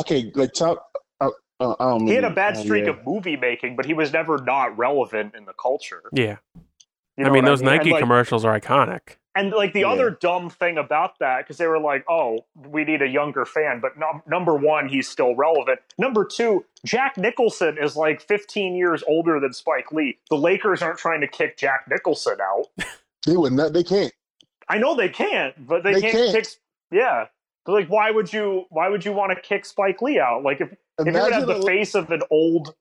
[SPEAKER 3] okay, like top. Uh, uh, I don't
[SPEAKER 5] he had a
[SPEAKER 3] really-
[SPEAKER 5] bad
[SPEAKER 6] Oh,
[SPEAKER 3] uh,
[SPEAKER 5] streak
[SPEAKER 3] yeah.
[SPEAKER 5] of movie making but he was never not relevant in the culture
[SPEAKER 6] yeah.
[SPEAKER 5] You
[SPEAKER 6] I
[SPEAKER 5] know
[SPEAKER 6] mean,
[SPEAKER 5] what
[SPEAKER 6] those
[SPEAKER 5] And,
[SPEAKER 6] Nike
[SPEAKER 5] like,
[SPEAKER 6] commercials are iconic.
[SPEAKER 5] And like the
[SPEAKER 3] Yeah.
[SPEAKER 5] other dumb thing about that, because they were like, "Oh, we need a younger fan," but num- number one, he's still relevant. Number two, Jack Nicholson is like 15 years older than Spike Lee. The Lakers aren't trying to kick Jack Nicholson out.
[SPEAKER 3] They would not. They can't.
[SPEAKER 5] I know they can't, but they,
[SPEAKER 3] They
[SPEAKER 5] can't,
[SPEAKER 3] can't.
[SPEAKER 5] kick. Yeah, But, like why would you? Why would you want to kick Spike Lee out? Like if if you're gonna have
[SPEAKER 3] Imagine
[SPEAKER 5] the
[SPEAKER 3] a-
[SPEAKER 5] face of an old,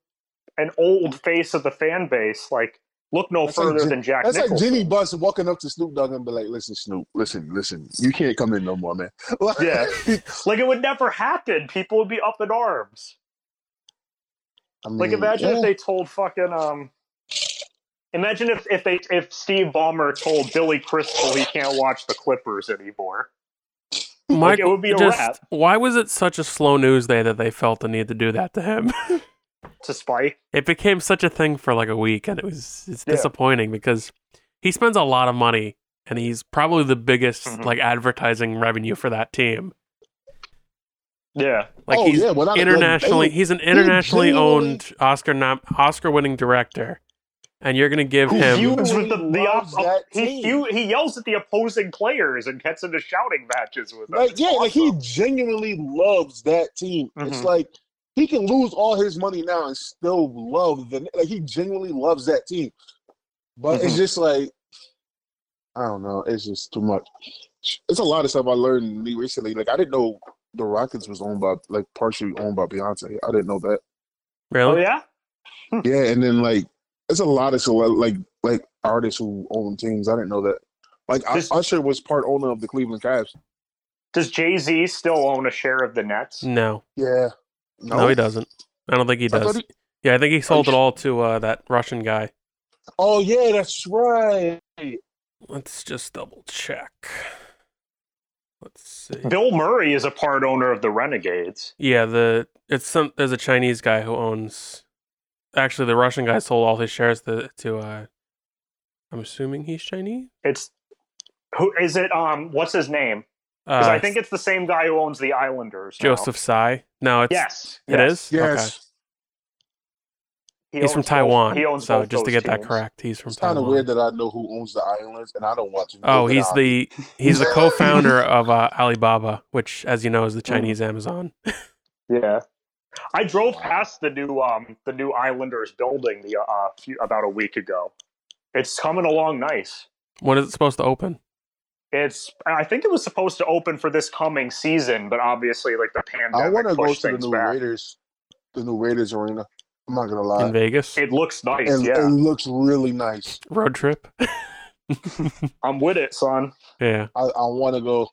[SPEAKER 5] an old face of the fan base, like look no
[SPEAKER 3] That's like
[SPEAKER 5] further
[SPEAKER 3] Jim-
[SPEAKER 5] than Jack
[SPEAKER 3] That's like
[SPEAKER 5] Nicholson.
[SPEAKER 3] Jenny Bus walking up to Snoop Dogg and be like, "Listen, Snoop, listen, listen, you can't come in no more, man." Like,
[SPEAKER 5] Yeah. like it would never happen. People would be up in arms.
[SPEAKER 3] I mean,
[SPEAKER 5] Like imagine
[SPEAKER 3] Mm, yeah.
[SPEAKER 5] if they told fucking um Imagine if, if they if Steve Ballmer told Billy Crystal he can't watch the Clippers anymore.
[SPEAKER 6] Mike,
[SPEAKER 5] it would be a
[SPEAKER 6] just
[SPEAKER 5] wrap.
[SPEAKER 6] why was it such a slow news day that they felt the need to do that to him?
[SPEAKER 5] to Spike.
[SPEAKER 6] It became such a thing for like a week, and it was it's
[SPEAKER 5] Yeah.
[SPEAKER 6] disappointing because he spends a lot of money, and he's probably the biggest
[SPEAKER 3] Mm-hmm.
[SPEAKER 5] Mhm.
[SPEAKER 6] like advertising revenue for that team.
[SPEAKER 5] Yeah.
[SPEAKER 6] Like
[SPEAKER 3] oh
[SPEAKER 6] he's
[SPEAKER 3] yeah, without
[SPEAKER 6] internationally,
[SPEAKER 3] Like,
[SPEAKER 6] he's an internationally
[SPEAKER 3] genuinely-
[SPEAKER 6] owned Oscar nom- Oscar winning director, and you're gonna give
[SPEAKER 3] Who
[SPEAKER 6] him
[SPEAKER 3] you-
[SPEAKER 5] Feuds with the, the op-
[SPEAKER 3] Loves that
[SPEAKER 5] he,
[SPEAKER 3] team.
[SPEAKER 5] he he yells at the opposing players and gets into shouting matches with
[SPEAKER 3] they-
[SPEAKER 5] them.
[SPEAKER 3] like
[SPEAKER 5] It's
[SPEAKER 3] yeah, like he
[SPEAKER 5] awesome.
[SPEAKER 3] genuinely loves that team. It's
[SPEAKER 6] Mm-hmm.
[SPEAKER 5] Mhm.
[SPEAKER 3] like he can lose all his money now and still love the like he genuinely loves that team. But it's
[SPEAKER 6] Mm-hmm.
[SPEAKER 5] Mhm.
[SPEAKER 3] just like I don't know, it's just too much. It's a lot of stuff I learned recently. Like I didn't know the Rockets was owned by like partially owned by Beyonce. I didn't know that.
[SPEAKER 5] Oh
[SPEAKER 6] really.
[SPEAKER 5] yeah.
[SPEAKER 3] Yeah, and then like it's a lot of cele- like like artists who own teams. I didn't know that. Like
[SPEAKER 5] This-
[SPEAKER 3] Usher was part owner of the Cleveland Cavs.
[SPEAKER 5] Does Jay Z still own a share of the Nets?
[SPEAKER 6] No,
[SPEAKER 3] Yeah.
[SPEAKER 6] no, he doesn't. I don't think he
[SPEAKER 3] I thought
[SPEAKER 6] does.
[SPEAKER 3] he-
[SPEAKER 6] yeah, I think he sold it
[SPEAKER 3] you-
[SPEAKER 6] all to uh, that Russian guy.
[SPEAKER 3] Oh yeah, that's right.
[SPEAKER 6] Let's just double check. Let's see.
[SPEAKER 5] Bill Murray is a part owner of the Renegades.
[SPEAKER 6] Yeah, the it's some there's a Chinese guy who owns. Actually, the Russian guy sold all his shares to. to uh, I'm assuming he's Chinese.
[SPEAKER 5] It's who is it? Um, what's his name?
[SPEAKER 6] Uh,
[SPEAKER 5] Because I think it's the same guy who owns the Islanders. now.
[SPEAKER 6] Joseph Tsai. No, it's
[SPEAKER 5] Yes,
[SPEAKER 6] it
[SPEAKER 5] yes.
[SPEAKER 6] is. Okay.
[SPEAKER 3] Yes.
[SPEAKER 5] He
[SPEAKER 6] He's from
[SPEAKER 5] owns both-
[SPEAKER 6] Taiwan.
[SPEAKER 5] he owns
[SPEAKER 6] so
[SPEAKER 5] both
[SPEAKER 6] just to
[SPEAKER 5] those
[SPEAKER 6] get that
[SPEAKER 5] teams.
[SPEAKER 6] correct, he's from
[SPEAKER 3] It's kind
[SPEAKER 6] Taiwan.
[SPEAKER 3] of weird that I know who owns the Islanders and I don't watch.
[SPEAKER 6] Oh,
[SPEAKER 3] neither
[SPEAKER 6] he's
[SPEAKER 3] hockey.
[SPEAKER 6] the he's the co-founder of uh, Alibaba, which, as you know, is the Chinese Amazon.
[SPEAKER 5] Yeah. I drove past the new um the new Islanders building the uh few, about a week ago. It's coming along nice.
[SPEAKER 6] When is it supposed to open?
[SPEAKER 5] It's I think it was supposed to open for this coming season, but obviously like the pandemic
[SPEAKER 3] I want to go
[SPEAKER 5] pushed
[SPEAKER 3] to the
[SPEAKER 5] things
[SPEAKER 3] new
[SPEAKER 5] back.
[SPEAKER 3] Raiders, the new Raiders arena. I'm not gonna lie,
[SPEAKER 6] In Vegas,
[SPEAKER 5] Uh, It looks nice,
[SPEAKER 3] and
[SPEAKER 5] yeah.
[SPEAKER 3] it looks really nice.
[SPEAKER 6] road trip.
[SPEAKER 5] I'm with it, son.
[SPEAKER 6] yeah,
[SPEAKER 3] I, I want to go.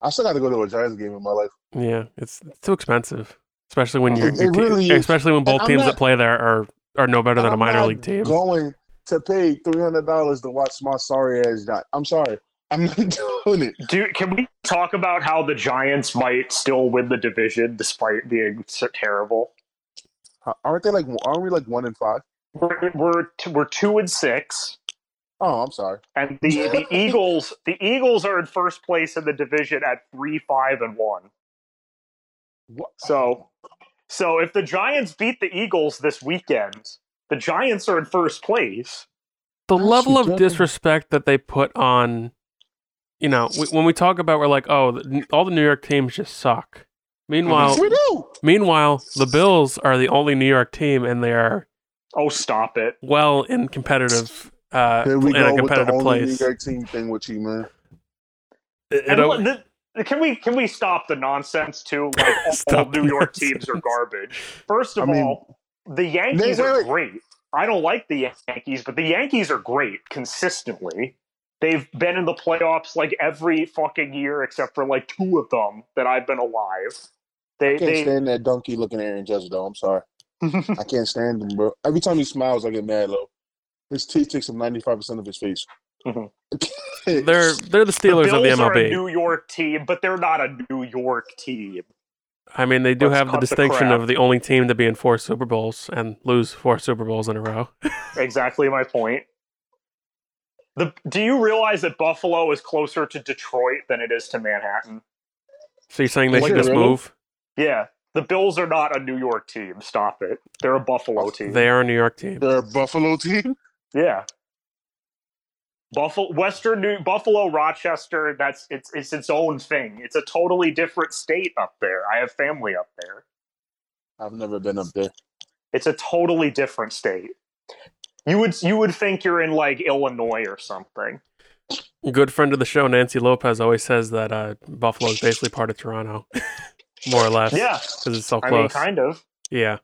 [SPEAKER 3] I still got to go to a Giants game in my life.
[SPEAKER 6] yeah. It's, it's too expensive, especially when you're,
[SPEAKER 3] It- it really is.
[SPEAKER 6] especially when both
[SPEAKER 3] I'm
[SPEAKER 6] teams
[SPEAKER 3] not-
[SPEAKER 6] that play there are are no better than a
[SPEAKER 3] I'm
[SPEAKER 6] minor
[SPEAKER 3] not
[SPEAKER 6] league team.
[SPEAKER 3] Going to pay three hundred dollars to watch my sorry ass not. I'm sorry. I'm not doing it.
[SPEAKER 5] Do can we talk about how the Giants might still win the division despite being so terrible?
[SPEAKER 3] Uh, Aren't they like? Aren't we like one in five?
[SPEAKER 5] We're we're, t- we're two and six.
[SPEAKER 3] Oh, I'm sorry.
[SPEAKER 5] And the, the Eagles, the Eagles are in first place in the division at three, five, and one.
[SPEAKER 3] What?
[SPEAKER 5] So, so if the Giants beat the Eagles this weekend, the Giants are in first place.
[SPEAKER 6] the
[SPEAKER 3] That's
[SPEAKER 6] level of
[SPEAKER 3] ridiculous.
[SPEAKER 6] disrespect that they put on, you know, we, when we talk about, we're like, oh, the, all the New York teams just suck. Meanwhile,
[SPEAKER 3] we do.
[SPEAKER 6] meanwhile, the Bills are the only New York team, and they are
[SPEAKER 5] Oh, stop it!
[SPEAKER 6] well in competitive, uh,
[SPEAKER 3] Here
[SPEAKER 6] in
[SPEAKER 3] we
[SPEAKER 6] a
[SPEAKER 3] go with the
[SPEAKER 6] competitive
[SPEAKER 3] only
[SPEAKER 6] place.
[SPEAKER 3] New York team thing with you, man.
[SPEAKER 6] It- it
[SPEAKER 5] And
[SPEAKER 6] al-
[SPEAKER 5] the- the- can we can we stop the nonsense too? Like all
[SPEAKER 6] Stop the
[SPEAKER 5] New York
[SPEAKER 6] nonsense.
[SPEAKER 5] teams are garbage. First of
[SPEAKER 3] I mean-
[SPEAKER 5] all, the Yankees
[SPEAKER 3] They- wait,
[SPEAKER 5] are
[SPEAKER 3] wait.
[SPEAKER 5] great. I don't like the Yankees, but the Yankees are great consistently. They've been in the playoffs like every fucking year except for like two of them that I've been alive. They
[SPEAKER 3] I can't
[SPEAKER 5] they
[SPEAKER 3] stand that donkey looking Aaron Judge though. I'm sorry. I can't stand him, bro. Every time he smiles, I get mad though. His teeth takes him 95 percent of his face.
[SPEAKER 5] Mhm.
[SPEAKER 6] they're they're the Steelers
[SPEAKER 5] the
[SPEAKER 6] of the
[SPEAKER 5] Bills Are a
[SPEAKER 6] MLB.
[SPEAKER 5] New York team, but they're not a New York team.
[SPEAKER 6] I mean, they do
[SPEAKER 5] Let's
[SPEAKER 6] have the
[SPEAKER 5] cut the
[SPEAKER 6] distinction
[SPEAKER 5] crap.
[SPEAKER 6] of the only team to be in four Super Bowls and lose four Super Bowls in a row.
[SPEAKER 5] Exactly my point. The, do you realize that Buffalo is closer to Detroit than it is to Manhattan?
[SPEAKER 6] So you're saying they
[SPEAKER 3] Like
[SPEAKER 6] should
[SPEAKER 3] the
[SPEAKER 6] just
[SPEAKER 3] Ravens?
[SPEAKER 6] move?
[SPEAKER 5] Yeah, the Bills are not a New York team. Stop it. They're a Buffalo team.
[SPEAKER 6] They are a New York team.
[SPEAKER 3] They're a Buffalo team.
[SPEAKER 5] yeah. Buffalo, Western New Buffalo, Rochester. That's it's it's its own thing. It's a totally different state up there. I have family up there.
[SPEAKER 3] I've never been up there.
[SPEAKER 5] It's a totally different state. You would you would think you're in like Illinois or something.
[SPEAKER 6] Good friend of the show, Nancy Lopez, always says that uh, Buffalo is basically part of Toronto, more or less.
[SPEAKER 5] Yeah,
[SPEAKER 6] because it's so
[SPEAKER 5] I
[SPEAKER 6] close.
[SPEAKER 5] mean, kind of.
[SPEAKER 6] Yeah,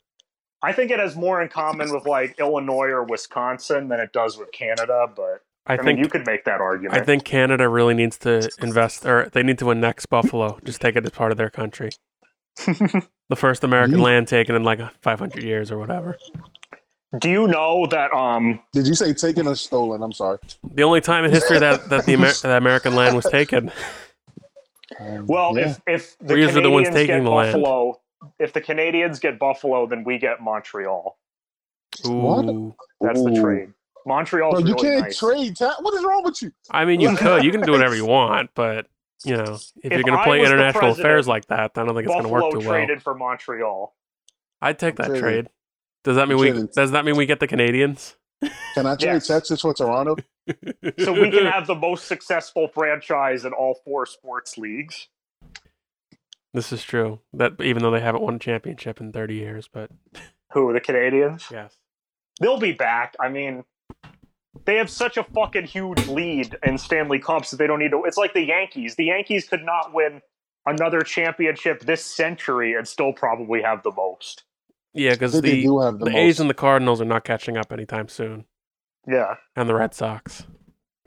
[SPEAKER 5] I think it has more in common with like Illinois or Wisconsin than it does with Canada. But
[SPEAKER 6] I,
[SPEAKER 5] I,
[SPEAKER 6] think
[SPEAKER 5] mean, you could make that argument.
[SPEAKER 6] I think Canada really needs to invest, or they need to annex Buffalo. Just take it as part of their country. the first American
[SPEAKER 5] Mm-hmm.
[SPEAKER 3] Mm.
[SPEAKER 6] land taken in like 500 years or whatever.
[SPEAKER 5] Do you know that um
[SPEAKER 3] Did you say taken or stolen? I'm sorry.
[SPEAKER 6] The only time in history that that the Amer- that American land was taken.
[SPEAKER 3] Um,
[SPEAKER 5] Well,
[SPEAKER 3] yeah.
[SPEAKER 5] if if the
[SPEAKER 6] We're usually
[SPEAKER 5] Canadians
[SPEAKER 6] the ones taking
[SPEAKER 5] get
[SPEAKER 6] the land.
[SPEAKER 5] Buffalo, if the Canadians get Buffalo, then we get Montreal.
[SPEAKER 3] What?
[SPEAKER 6] Ooh.
[SPEAKER 5] That's the
[SPEAKER 3] Ooh.
[SPEAKER 5] trade. Montreal's
[SPEAKER 3] Bro, you
[SPEAKER 5] really
[SPEAKER 3] can't
[SPEAKER 5] nice.
[SPEAKER 3] trade. Ta- what is wrong with you?
[SPEAKER 6] I mean, you could. You can do whatever you want, but you know, if, you're going
[SPEAKER 5] I
[SPEAKER 6] to play
[SPEAKER 5] was the
[SPEAKER 6] international
[SPEAKER 5] president,
[SPEAKER 6] affairs like that, then I don't think it's going to
[SPEAKER 5] Buffalo
[SPEAKER 6] work too well.
[SPEAKER 5] traded for Montreal.
[SPEAKER 6] I'd take that
[SPEAKER 3] Trading.
[SPEAKER 6] trade. Does that mean we?
[SPEAKER 3] Trading.
[SPEAKER 6] Does that mean we get the Canadians?
[SPEAKER 3] Can I trade
[SPEAKER 5] Yes.
[SPEAKER 3] Texas for Toronto?
[SPEAKER 5] So we can have the most successful franchise in all four sports leagues.
[SPEAKER 6] This is true. That even though they haven't won a championship in 30 years, but
[SPEAKER 5] Who, the Canadians?
[SPEAKER 6] yes,
[SPEAKER 5] They'll be back. I mean, they have such a fucking huge lead in Stanley Cups that they don't need to. It's like the Yankees. The Yankees could not win another championship this century and still probably have the most.
[SPEAKER 6] yeah, because
[SPEAKER 3] They- they
[SPEAKER 6] the
[SPEAKER 3] do have the,
[SPEAKER 6] the
[SPEAKER 3] most.
[SPEAKER 6] A's and the Cardinals are not catching up anytime soon,
[SPEAKER 5] Yeah.
[SPEAKER 6] and the Red Sox.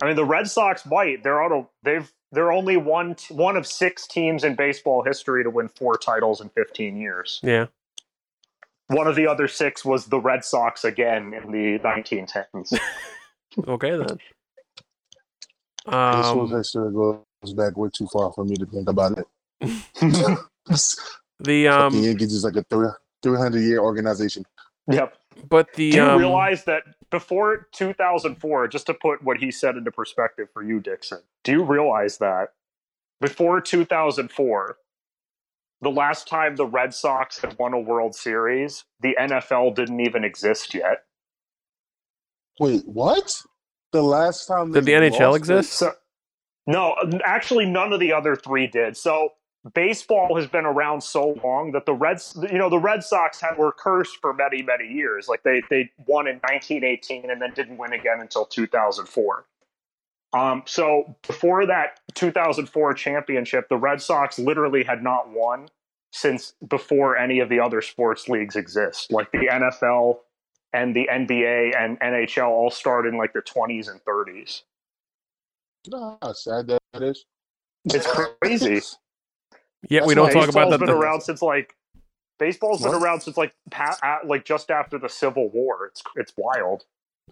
[SPEAKER 5] I mean, the Red Sox might. They're on a. They've. They're only one t- one of six teams in baseball history to win four titles in 15 years.
[SPEAKER 6] Yeah,
[SPEAKER 5] One of the other six was the Red Sox again in the 1910s.
[SPEAKER 6] okay then.
[SPEAKER 3] This was
[SPEAKER 6] Um,
[SPEAKER 3] history goes back way too far for me to think about it.
[SPEAKER 6] the
[SPEAKER 3] Um, the
[SPEAKER 6] um,
[SPEAKER 3] Yankees is like a three three hundred year organization.
[SPEAKER 5] yep.
[SPEAKER 6] but the
[SPEAKER 5] Do you
[SPEAKER 6] um,
[SPEAKER 5] realize that before 2004, just to put what he said into perspective for you, Dixon, do you realize that before 2004, the last time the Red Sox had won a World Series, the NFL didn't even exist yet.
[SPEAKER 3] Wait, what? The last time
[SPEAKER 6] Did
[SPEAKER 3] they
[SPEAKER 6] the NHL
[SPEAKER 3] lost
[SPEAKER 6] exist?
[SPEAKER 5] So, no, actually, none of the other three did. So baseball has been around so long that the Reds, you know, the Red Sox had, were cursed for many, many years. Like they they won in 1918 and then didn't win again until 2004. Um, so before that 2004 championship, the Red Sox literally had not won since before any of the other sports leagues exist, like the NFL and the NBA and NHL all started in like the 20s and 30s.
[SPEAKER 3] You know how sad that is.
[SPEAKER 5] It's crazy.
[SPEAKER 6] yeah, we
[SPEAKER 3] That's why
[SPEAKER 6] don't talk
[SPEAKER 5] Baseball's
[SPEAKER 6] about that.
[SPEAKER 5] been around since like baseball's been
[SPEAKER 3] What?
[SPEAKER 5] around since like pa- uh, like just after the Civil War. It's it's wild.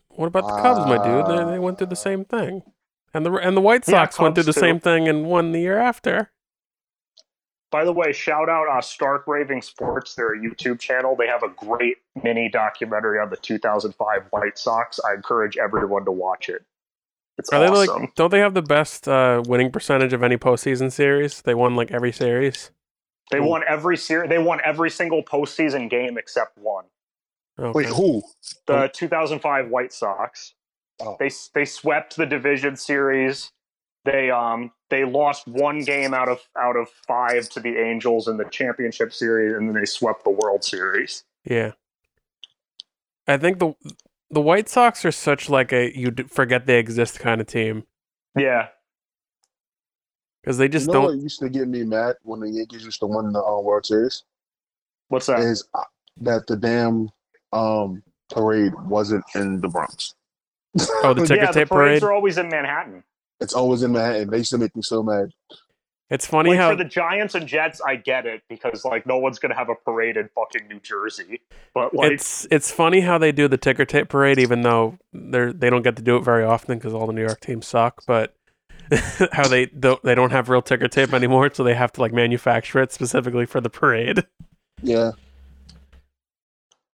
[SPEAKER 6] What about the Cubs, my dude? They, they went through the same thing, and the and the White
[SPEAKER 5] Yeah,
[SPEAKER 6] Sox went through
[SPEAKER 5] Cubs
[SPEAKER 6] the
[SPEAKER 5] too.
[SPEAKER 6] same thing and won the year after.
[SPEAKER 5] By the way, shout out uh, Stark Raving Sports. They're a YouTube channel. They have a great mini documentary on the 2005 White Sox. I encourage everyone to watch it. It's
[SPEAKER 6] Are they
[SPEAKER 5] awesome.
[SPEAKER 6] like? Don't they have the best uh, winning percentage of any postseason series? They won like every series. Hmm.
[SPEAKER 5] they won every series. They won every single postseason game except one.
[SPEAKER 6] Okay.
[SPEAKER 3] Wait, who?
[SPEAKER 5] The 2005 White Sox.
[SPEAKER 3] Oh.
[SPEAKER 5] They they swept the division series. They um they lost one game out of out of five to the Angels in the championship series, and then they swept the World Series.
[SPEAKER 6] Yeah, I think the the White Sox are such like a you d- forget they exist kind of team
[SPEAKER 5] Yeah,
[SPEAKER 6] because they
[SPEAKER 3] You
[SPEAKER 6] just
[SPEAKER 3] know
[SPEAKER 6] don't.
[SPEAKER 3] what used to get me mad when the Yankees used to win the uh, World Series
[SPEAKER 5] what's that?
[SPEAKER 3] is uh, that the damn um, parade wasn't in the Bronx.
[SPEAKER 6] Oh, the ticker
[SPEAKER 5] yeah, the parades
[SPEAKER 6] tape parade.
[SPEAKER 5] are always in Manhattan.
[SPEAKER 3] It's always in Manhattan. They used to make me so mad.
[SPEAKER 6] It's funny
[SPEAKER 5] like
[SPEAKER 6] how
[SPEAKER 5] for the Giants and Jets, I get it because like no one's gonna have a parade in fucking New Jersey, but like
[SPEAKER 6] it's it's funny how they do the ticker tape parade, even though they're they don't get to do it very often because all the New York teams suck. But how they don't they don't have real ticker tape anymore, so they have to like manufacture it specifically for the parade.
[SPEAKER 3] Yeah.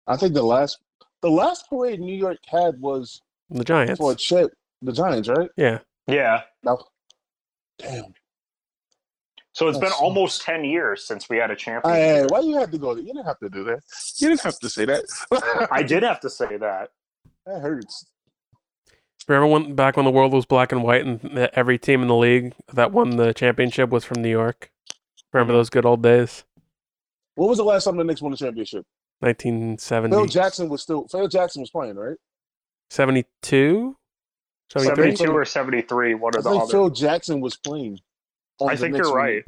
[SPEAKER 3] I think the last the last parade New York had was
[SPEAKER 6] The Giants,
[SPEAKER 3] for a chip, the Giants, right?
[SPEAKER 6] yeah,
[SPEAKER 5] yeah.
[SPEAKER 3] No. Damn.
[SPEAKER 5] So it's been
[SPEAKER 3] That's- uh,
[SPEAKER 5] almost ten years since we had a championship.
[SPEAKER 3] Hey, why you had to go there? You didn't have to do that. You didn't have to say that.
[SPEAKER 5] I did have to say that.
[SPEAKER 3] that hurts.
[SPEAKER 6] remember when back when the world was black and white and th- every team in the league that won the championship was from New York.
[SPEAKER 5] Mm-hmm.
[SPEAKER 6] Remember those good old days,
[SPEAKER 3] When was the last time the Knicks won the championship?
[SPEAKER 6] nineteen
[SPEAKER 3] Phil
[SPEAKER 6] seventy
[SPEAKER 3] Jackson was still Phil Jackson was playing, right?
[SPEAKER 6] seventy two. 73?
[SPEAKER 5] 72 or 73, one
[SPEAKER 3] I
[SPEAKER 5] or the
[SPEAKER 3] think
[SPEAKER 5] other.
[SPEAKER 3] Phil Jackson was playing. on
[SPEAKER 5] I
[SPEAKER 3] the
[SPEAKER 5] think
[SPEAKER 3] Knicks
[SPEAKER 5] you're
[SPEAKER 3] when-
[SPEAKER 5] right.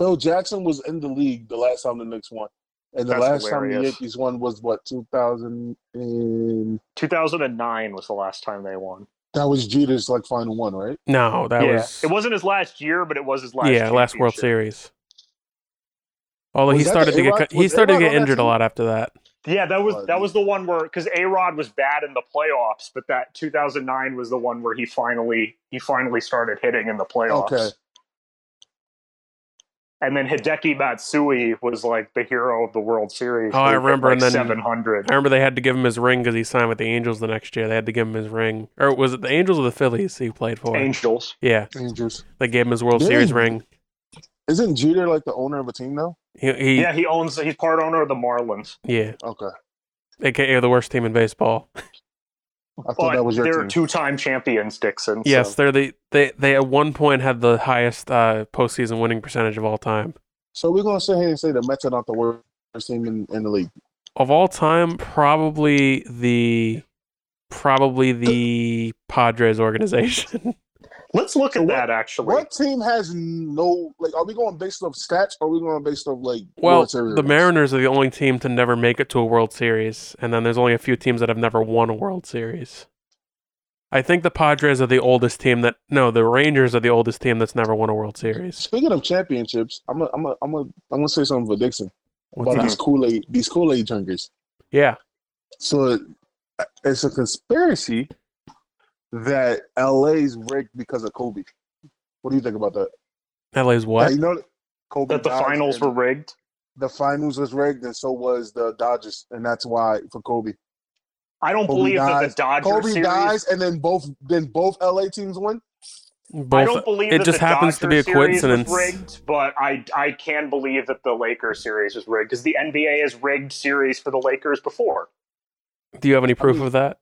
[SPEAKER 3] Phil Jackson was in the league the last time the Knicks won. And the
[SPEAKER 5] That's
[SPEAKER 3] last time the
[SPEAKER 5] hilarious.
[SPEAKER 3] Yankees won was what, two thousand and
[SPEAKER 5] 2009 was the last time they won.
[SPEAKER 3] that was Jeter's like final one, right?
[SPEAKER 6] No, that
[SPEAKER 5] yeah.
[SPEAKER 6] was
[SPEAKER 5] It wasn't his last year, but it was his last
[SPEAKER 6] yeah, last World
[SPEAKER 5] championship.
[SPEAKER 6] Series. Although he
[SPEAKER 3] Was that
[SPEAKER 6] started
[SPEAKER 3] the
[SPEAKER 6] to get
[SPEAKER 3] A-Rod-
[SPEAKER 6] cut- he
[SPEAKER 3] was
[SPEAKER 6] started to
[SPEAKER 3] A-Rod
[SPEAKER 6] get
[SPEAKER 3] on that
[SPEAKER 6] injured a
[SPEAKER 3] team?
[SPEAKER 6] lot after that.
[SPEAKER 5] Yeah, that was
[SPEAKER 3] Oh,
[SPEAKER 5] that
[SPEAKER 3] yeah.
[SPEAKER 5] was the one where because A Rod was bad in the playoffs, but that 2009 was the one where he finally he finally started hitting in the playoffs.
[SPEAKER 3] Okay.
[SPEAKER 5] And then Hideki Matsui was like the hero of the World Series.
[SPEAKER 6] Oh, I
[SPEAKER 5] He hit,
[SPEAKER 6] remember,
[SPEAKER 5] Like
[SPEAKER 6] and then- Oh,
[SPEAKER 5] seven hundred.
[SPEAKER 6] I remember they had to give him his ring because he signed with the Angels the next year. They had to give him his ring, or was it the Angels or the Phillies he played for?
[SPEAKER 5] Angels.
[SPEAKER 6] Yeah,
[SPEAKER 3] Angels.
[SPEAKER 6] they gave him his World
[SPEAKER 3] Dang.
[SPEAKER 6] Series ring.
[SPEAKER 3] Isn't Jeter like the owner of a team now?
[SPEAKER 6] He, he yeah,
[SPEAKER 5] Yeah, he owns. He's part owner of the Marlins.
[SPEAKER 3] Okay,
[SPEAKER 6] aka the worst team in baseball.
[SPEAKER 3] I thought
[SPEAKER 5] But
[SPEAKER 3] that was your
[SPEAKER 5] they're
[SPEAKER 3] team.
[SPEAKER 5] two-time champions, Dixon.
[SPEAKER 6] Yes,
[SPEAKER 5] so-
[SPEAKER 6] they're the they they at one point had the highest uh, postseason winning percentage of all time.
[SPEAKER 3] so we're gonna sit here and say the Mets are not the worst team in, in the league.
[SPEAKER 6] Of all time, probably the probably the Padres organization.
[SPEAKER 5] let's look at that. Actually,
[SPEAKER 3] What team has no like? Are we going based off stats? or Are we going based off like?
[SPEAKER 6] well,
[SPEAKER 3] World Series?
[SPEAKER 6] the Mariners are the only team to never make it to a World Series, and then there's only a few teams that have never won a World Series. I think the Padres are the oldest team that no, the Rangers are the oldest team that's never won a World Series.
[SPEAKER 3] Speaking of championships, I'm a, I'm a, I'm a, I'm gonna say something for Dixon
[SPEAKER 6] What's
[SPEAKER 3] about
[SPEAKER 6] that?
[SPEAKER 3] these Kool Aid these Kool Aid drinkers.
[SPEAKER 6] Yeah,
[SPEAKER 3] So uh, it's a conspiracy that LA's rigged because of Kobe. What do you think about that?
[SPEAKER 6] LA's what?
[SPEAKER 3] Like, you know, Kobe
[SPEAKER 5] that the
[SPEAKER 3] died
[SPEAKER 5] finals
[SPEAKER 3] and
[SPEAKER 5] were rigged.
[SPEAKER 3] the finals was rigged, and so was the Dodgers, and that's why for Kobe.
[SPEAKER 5] I don't
[SPEAKER 3] Kobe
[SPEAKER 5] believe that
[SPEAKER 3] dies.
[SPEAKER 5] the Dodgers
[SPEAKER 3] Kobe
[SPEAKER 5] series.
[SPEAKER 3] dies, and then both then both LA teams win.
[SPEAKER 6] Both
[SPEAKER 5] I don't believe
[SPEAKER 6] it
[SPEAKER 5] that
[SPEAKER 6] just
[SPEAKER 5] the
[SPEAKER 6] happens to be
[SPEAKER 5] Dodgers
[SPEAKER 6] a
[SPEAKER 5] series was
[SPEAKER 6] coincidence.
[SPEAKER 5] rigged, but I I can believe that the Lakers series is rigged because the NBA has rigged series for the Lakers before.
[SPEAKER 6] Do you have any proof of that?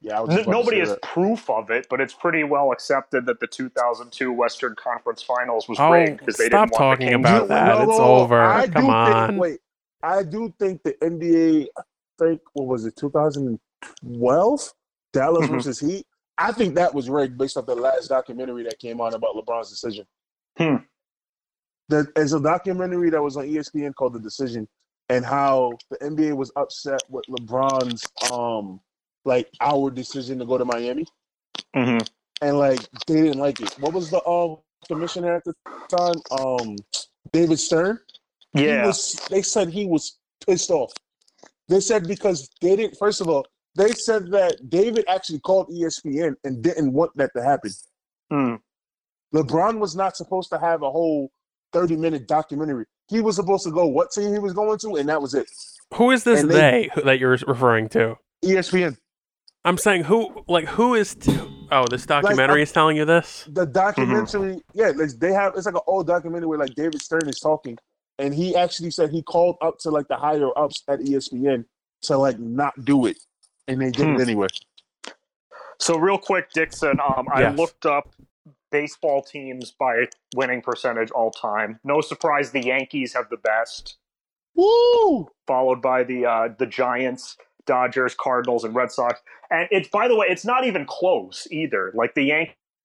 [SPEAKER 3] Yeah, I was
[SPEAKER 5] N-
[SPEAKER 3] just about to
[SPEAKER 5] nobody
[SPEAKER 3] say
[SPEAKER 5] has
[SPEAKER 3] that.
[SPEAKER 5] proof of it, but it's pretty well accepted that the 2002 Western Conference Finals was
[SPEAKER 6] Oh,
[SPEAKER 5] rigged because they
[SPEAKER 6] stop
[SPEAKER 5] didn't want the
[SPEAKER 6] talking
[SPEAKER 5] Kings
[SPEAKER 6] about
[SPEAKER 5] to win.
[SPEAKER 6] that. It's over. Come
[SPEAKER 3] do
[SPEAKER 6] on.
[SPEAKER 3] Think, wait, I do think the NBA. I think what was it, 2012? Dallas
[SPEAKER 6] Mm-hmm.
[SPEAKER 5] Mhm.
[SPEAKER 3] versus Heat. I think that was rigged based off the last documentary that came out about LeBron's decision.
[SPEAKER 5] Hmm.
[SPEAKER 3] There- There's a documentary that was on E ESPN called The Decision, and how the NBA was upset with LeBron's um like our decision to go to Miami,
[SPEAKER 5] Mhm.
[SPEAKER 3] and like they didn't like it. What was the um commissioner at the time? Um, David Stern. He
[SPEAKER 5] Yeah,
[SPEAKER 3] was- they said he was pissed off. They said because they didn't. First of all, they said that David actually called E ESPN and didn't want that to happen.
[SPEAKER 5] Mm.
[SPEAKER 3] LeBron was not supposed to have a whole thirty-minute documentary. He was supposed to go what team he was going to, and that was it.
[SPEAKER 6] Who is this
[SPEAKER 3] And
[SPEAKER 6] they,
[SPEAKER 3] they-
[SPEAKER 6] who that you're referring to?
[SPEAKER 3] ESPN.
[SPEAKER 6] I'm saying who like who is t- Oh, this documentary
[SPEAKER 3] I'm-
[SPEAKER 6] is telling you this?
[SPEAKER 3] The documentary,
[SPEAKER 5] Mm-hmm.
[SPEAKER 3] yeah, like, they have. It's like an old documentary where like David Stern is talking, and he actually said he called up to like the higher ups at E ESPN to like not do it, and they did
[SPEAKER 5] Hmm.
[SPEAKER 3] it anyway.
[SPEAKER 5] So real quick, Dixon, um, I
[SPEAKER 6] Yes.
[SPEAKER 5] looked up baseball teams by winning percentage all time. No surprise, the Yankees have the best,
[SPEAKER 3] Woo!
[SPEAKER 5] followed by the uh, the Giants, Dodgers, Cardinals, and Red Sox. And it's by the way, it's not even close either. Like the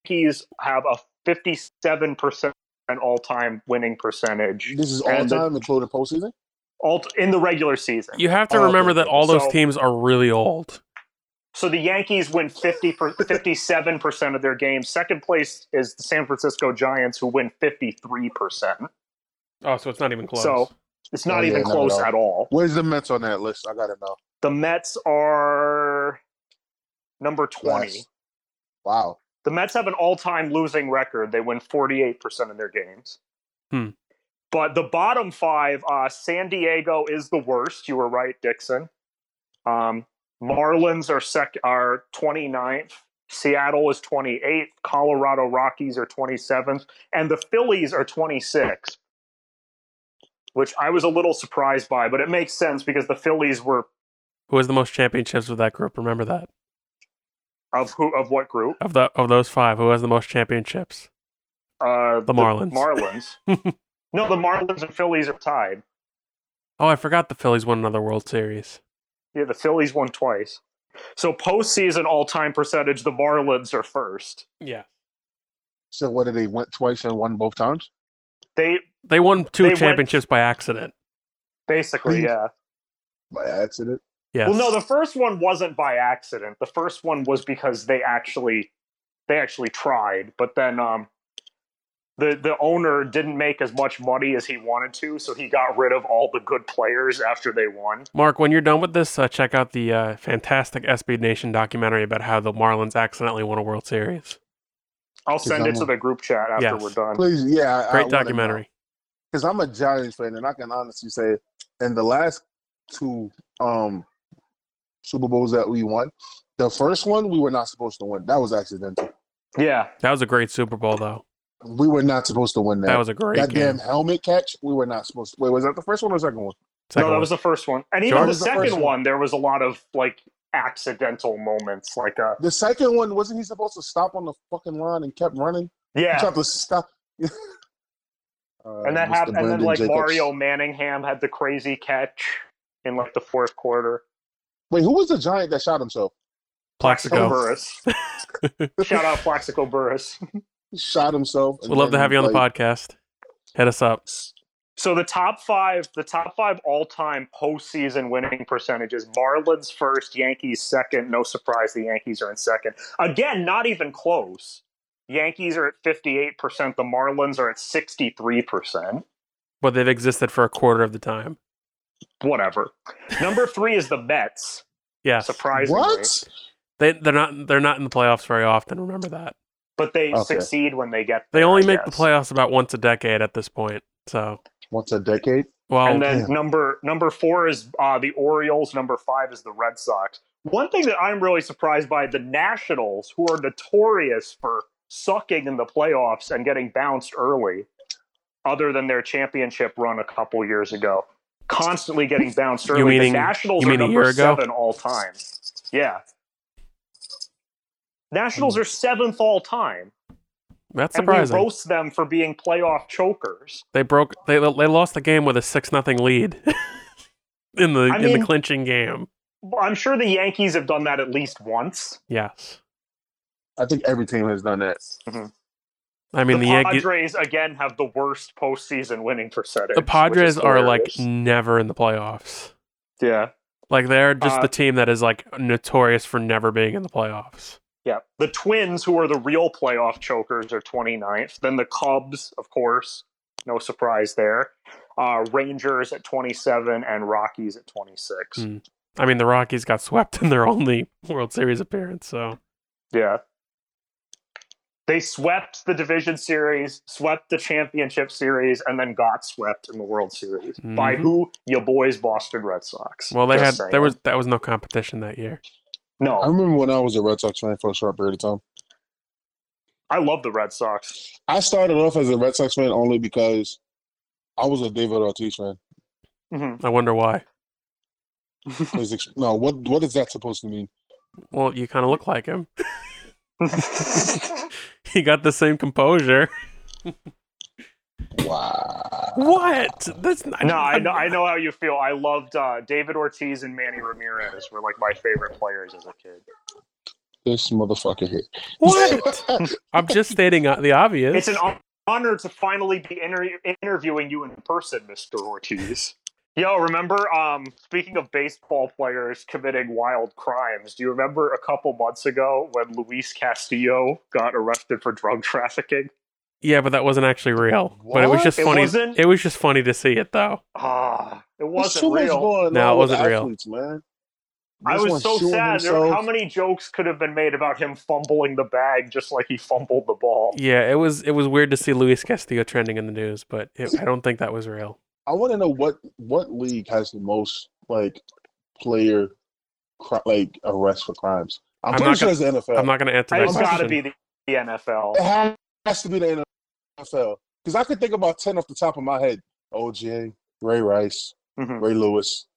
[SPEAKER 5] Yankees have a fifty-seven percent all-time winning percentage
[SPEAKER 3] This is all
[SPEAKER 5] And the-
[SPEAKER 3] time, including postseason.
[SPEAKER 5] all in the regular season.
[SPEAKER 6] You have to
[SPEAKER 3] Oh,
[SPEAKER 6] remember
[SPEAKER 3] okay.
[SPEAKER 6] that all those
[SPEAKER 5] So-
[SPEAKER 6] teams are really old.
[SPEAKER 5] So the Yankees win 50 per, 57% of their games. Second place is the San Francisco Giants, who win 53%.
[SPEAKER 6] Oh, so it's not even close.
[SPEAKER 5] So- It's not
[SPEAKER 3] Oh, yeah,
[SPEAKER 5] even
[SPEAKER 3] not at
[SPEAKER 5] close
[SPEAKER 3] all.
[SPEAKER 5] at all.
[SPEAKER 3] Where's the Mets on that list? I gotta know.
[SPEAKER 5] The Mets are number 20.
[SPEAKER 3] Last. Wow.
[SPEAKER 5] The Mets have an all time losing record. They win 48% of their games.
[SPEAKER 6] Hmm.
[SPEAKER 5] But the bottom five, uh, San Diego is the worst. You were right, Dixon. Um, Marlins are, sec- are 29th. Seattle is 28th. Colorado Rockies are 27th. And the Phillies are 26th, which I was a little surprised by, but it makes sense because the Phillies were
[SPEAKER 6] who has the most championships with that group? Remember that.
[SPEAKER 5] of who of what group?
[SPEAKER 6] Of the of those 5, who has the most championships?
[SPEAKER 5] Uh,
[SPEAKER 6] The Marlins.
[SPEAKER 5] Marlins. no, the Marlins and Phillies are tied.
[SPEAKER 6] Oh, I forgot the Phillies won another World Series.
[SPEAKER 5] Yeah, the Phillies won twice. So postseason all-time percentage, the Marlins are first.
[SPEAKER 6] Yeah.
[SPEAKER 3] So what did they went twice and won both times?
[SPEAKER 5] They
[SPEAKER 6] They won two
[SPEAKER 5] They went-
[SPEAKER 6] championships by accident.
[SPEAKER 5] basically, yeah.
[SPEAKER 3] By accident.
[SPEAKER 6] Yes.
[SPEAKER 5] Well, no, the first one wasn't by accident. The first one was because they actually they actually tried, but then um the the owner didn't make as much money as he wanted to, so he got rid of all the good players after they won.
[SPEAKER 6] Mark, when you're done with this, uh, check out the uh, fantastic SB Nation documentary about how the Marlins accidentally won a World Series.
[SPEAKER 5] I'll send it to the group chat after
[SPEAKER 6] Yes.
[SPEAKER 5] we're done.
[SPEAKER 3] Please, yeah. I- I
[SPEAKER 6] Um, Great
[SPEAKER 3] wanna know.
[SPEAKER 6] documentary.
[SPEAKER 3] because I'm a Giants fan, and I can honestly say, in the last two um Super Bowls that we won, the first one we were not supposed to win. That was accidental.
[SPEAKER 5] Yeah.
[SPEAKER 6] That was a great Super Bowl, though.
[SPEAKER 3] We were not supposed to win that.
[SPEAKER 6] That was a great
[SPEAKER 3] that
[SPEAKER 6] game.
[SPEAKER 3] damn helmet catch. We were not supposed to. Wait, was that the first one or the second one?
[SPEAKER 6] Second
[SPEAKER 5] no, that
[SPEAKER 6] one.
[SPEAKER 5] was the first one. And even
[SPEAKER 6] Sure.
[SPEAKER 5] the
[SPEAKER 3] Was the first
[SPEAKER 5] second
[SPEAKER 3] one.
[SPEAKER 5] one. there was a lot of like accidental moments. Like uh
[SPEAKER 3] The second one wasn't he supposed to stop on the fucking line and kept running? He
[SPEAKER 5] yeah.
[SPEAKER 3] tried to stop. Uh,
[SPEAKER 5] And that
[SPEAKER 3] Mr.
[SPEAKER 5] happened and then
[SPEAKER 3] Brandon
[SPEAKER 5] like
[SPEAKER 3] Jacobs.
[SPEAKER 5] Mario Manningham had the crazy catch in like the fourth quarter.
[SPEAKER 3] Wait, who was the giant that shot himself?
[SPEAKER 6] Plaxico.
[SPEAKER 5] Burris. Shout out Plaxico Burris.
[SPEAKER 3] He shot himself.
[SPEAKER 6] We'd love to have you on the podcast. Hit us up.
[SPEAKER 5] So the top five, the top five all-time postseason winning percentages: Marlins first, Yankees second. No surprise, the Yankees are in second. Again, not even close. Yankees are at fifty-eight percent. The Marlins are at sixty-three percent.
[SPEAKER 6] But they've existed for a quarter of the time.
[SPEAKER 5] Whatever. Number three is the Mets.
[SPEAKER 6] Yes.
[SPEAKER 5] Surprisingly,
[SPEAKER 3] What?
[SPEAKER 6] They they're not they're not in the playoffs very often, remember that.
[SPEAKER 5] but they
[SPEAKER 3] Okay.
[SPEAKER 5] succeed when they get.
[SPEAKER 6] They
[SPEAKER 5] there,
[SPEAKER 6] only
[SPEAKER 5] I
[SPEAKER 6] make the
[SPEAKER 5] guess.
[SPEAKER 6] playoffs about once a decade at this point. So
[SPEAKER 3] Once a decade.
[SPEAKER 6] well
[SPEAKER 5] and then
[SPEAKER 3] damn.
[SPEAKER 5] number number four is uh, the Orioles. Number five is the Red Sox. One thing that I'm really surprised by the Nationals, who are notorious for sucking in the playoffs and getting bounced early, other than their championship run a couple years ago, constantly getting bounced
[SPEAKER 6] You
[SPEAKER 5] early.
[SPEAKER 6] meaning-
[SPEAKER 5] the Nationals
[SPEAKER 6] you mean
[SPEAKER 5] are
[SPEAKER 6] a
[SPEAKER 5] number
[SPEAKER 6] year ago?
[SPEAKER 5] seven all time. Yeah, Nationals are seventh all time,
[SPEAKER 6] that's
[SPEAKER 5] and we
[SPEAKER 6] Hmm. surprising.
[SPEAKER 5] roast them for being playoff chokers.
[SPEAKER 6] they broke they they lost the game with a six nothing lead in the
[SPEAKER 5] I
[SPEAKER 6] in
[SPEAKER 5] mean-
[SPEAKER 6] the clinching game.
[SPEAKER 5] Well, I'm sure the Yankees have done that at least once.
[SPEAKER 6] Yes.
[SPEAKER 3] I think every team has done that.
[SPEAKER 6] I mean
[SPEAKER 5] the,
[SPEAKER 6] the, Yankees
[SPEAKER 5] Padres again have the worst postseason winning percentage.
[SPEAKER 6] the
[SPEAKER 5] which is
[SPEAKER 6] Padres are like
[SPEAKER 5] hilarious.
[SPEAKER 6] never in the playoffs.
[SPEAKER 5] yeah,
[SPEAKER 6] Like they're just
[SPEAKER 5] Uh,
[SPEAKER 6] the team that is like notorious for never being in the playoffs.
[SPEAKER 5] yeah. The Twins, who are the real playoff chokers, are 29th. Then the Cubs, of course, no surprise there. Uh, Rangers at 27 and Rockies at 26.
[SPEAKER 6] Hmm. I mean the Rockies got swept in their only World Series appearance, so
[SPEAKER 5] Yeah. They swept the division series, swept the championship series, and then got swept in the World Series by
[SPEAKER 6] Mhm.
[SPEAKER 5] who? Your boys, Boston Red Sox.
[SPEAKER 6] well they
[SPEAKER 5] Just
[SPEAKER 6] had
[SPEAKER 5] saying.
[SPEAKER 6] there was that was no competition that year.
[SPEAKER 5] no.
[SPEAKER 3] I remember when I was a Red Sox fan for a short period of time.
[SPEAKER 5] I love the Red Sox.
[SPEAKER 3] I started off as a Red Sox fan only because I was a David Ortiz fan.
[SPEAKER 5] Mm-hmm.
[SPEAKER 6] I wonder why.
[SPEAKER 3] Please ex- no, what what is that supposed to mean?
[SPEAKER 6] Well, you kind of look like him. He got the same composure.
[SPEAKER 3] Wow.
[SPEAKER 6] What? That's not,
[SPEAKER 5] no, I know, I know how you feel. I loved uh, David Ortiz and Manny Ramirez were like my favorite players as a kid.
[SPEAKER 3] This motherfucker here.
[SPEAKER 6] What? I'm just stating uh, the obvious.
[SPEAKER 5] It's an hon- honor to finally be inter- interviewing you in person, Mr. Ortiz. Yo, remember? Um, speaking of baseball players committing wild crimes, do you remember a couple months ago when Luis Castillo got arrested for drug trafficking?
[SPEAKER 6] yeah, but that wasn't actually real. But it was
[SPEAKER 3] What?
[SPEAKER 6] just
[SPEAKER 5] It
[SPEAKER 6] funny.
[SPEAKER 5] wasn't?
[SPEAKER 6] it was just funny to see it though.
[SPEAKER 5] Ah, it
[SPEAKER 3] There's
[SPEAKER 5] wasn't
[SPEAKER 3] too much
[SPEAKER 5] real.
[SPEAKER 3] going
[SPEAKER 6] No,
[SPEAKER 3] on
[SPEAKER 6] it
[SPEAKER 3] with
[SPEAKER 6] wasn't real.
[SPEAKER 3] athletes, man.
[SPEAKER 5] I
[SPEAKER 3] This
[SPEAKER 5] was
[SPEAKER 3] one's
[SPEAKER 5] so
[SPEAKER 3] shooting
[SPEAKER 5] sad. There,
[SPEAKER 3] himself.
[SPEAKER 5] how many jokes could have been made about him fumbling the bag just like he fumbled the ball?
[SPEAKER 6] Yeah, it was it was weird to see Luis Castillo trending in the news, but it, I don't think that was real.
[SPEAKER 3] I want to know what what league has the most like player cri- like arrests for crimes. I'm,
[SPEAKER 6] I'm
[SPEAKER 3] pretty
[SPEAKER 6] not
[SPEAKER 3] sure it's the NFL.
[SPEAKER 6] I'm not going to answer that
[SPEAKER 5] It's
[SPEAKER 6] question.
[SPEAKER 5] got to be the, the NFL.
[SPEAKER 3] it has to be the NFL because I could think about ten off the top of my head. OJ, Ray Rice,
[SPEAKER 5] Mhm.
[SPEAKER 3] Ray Lewis.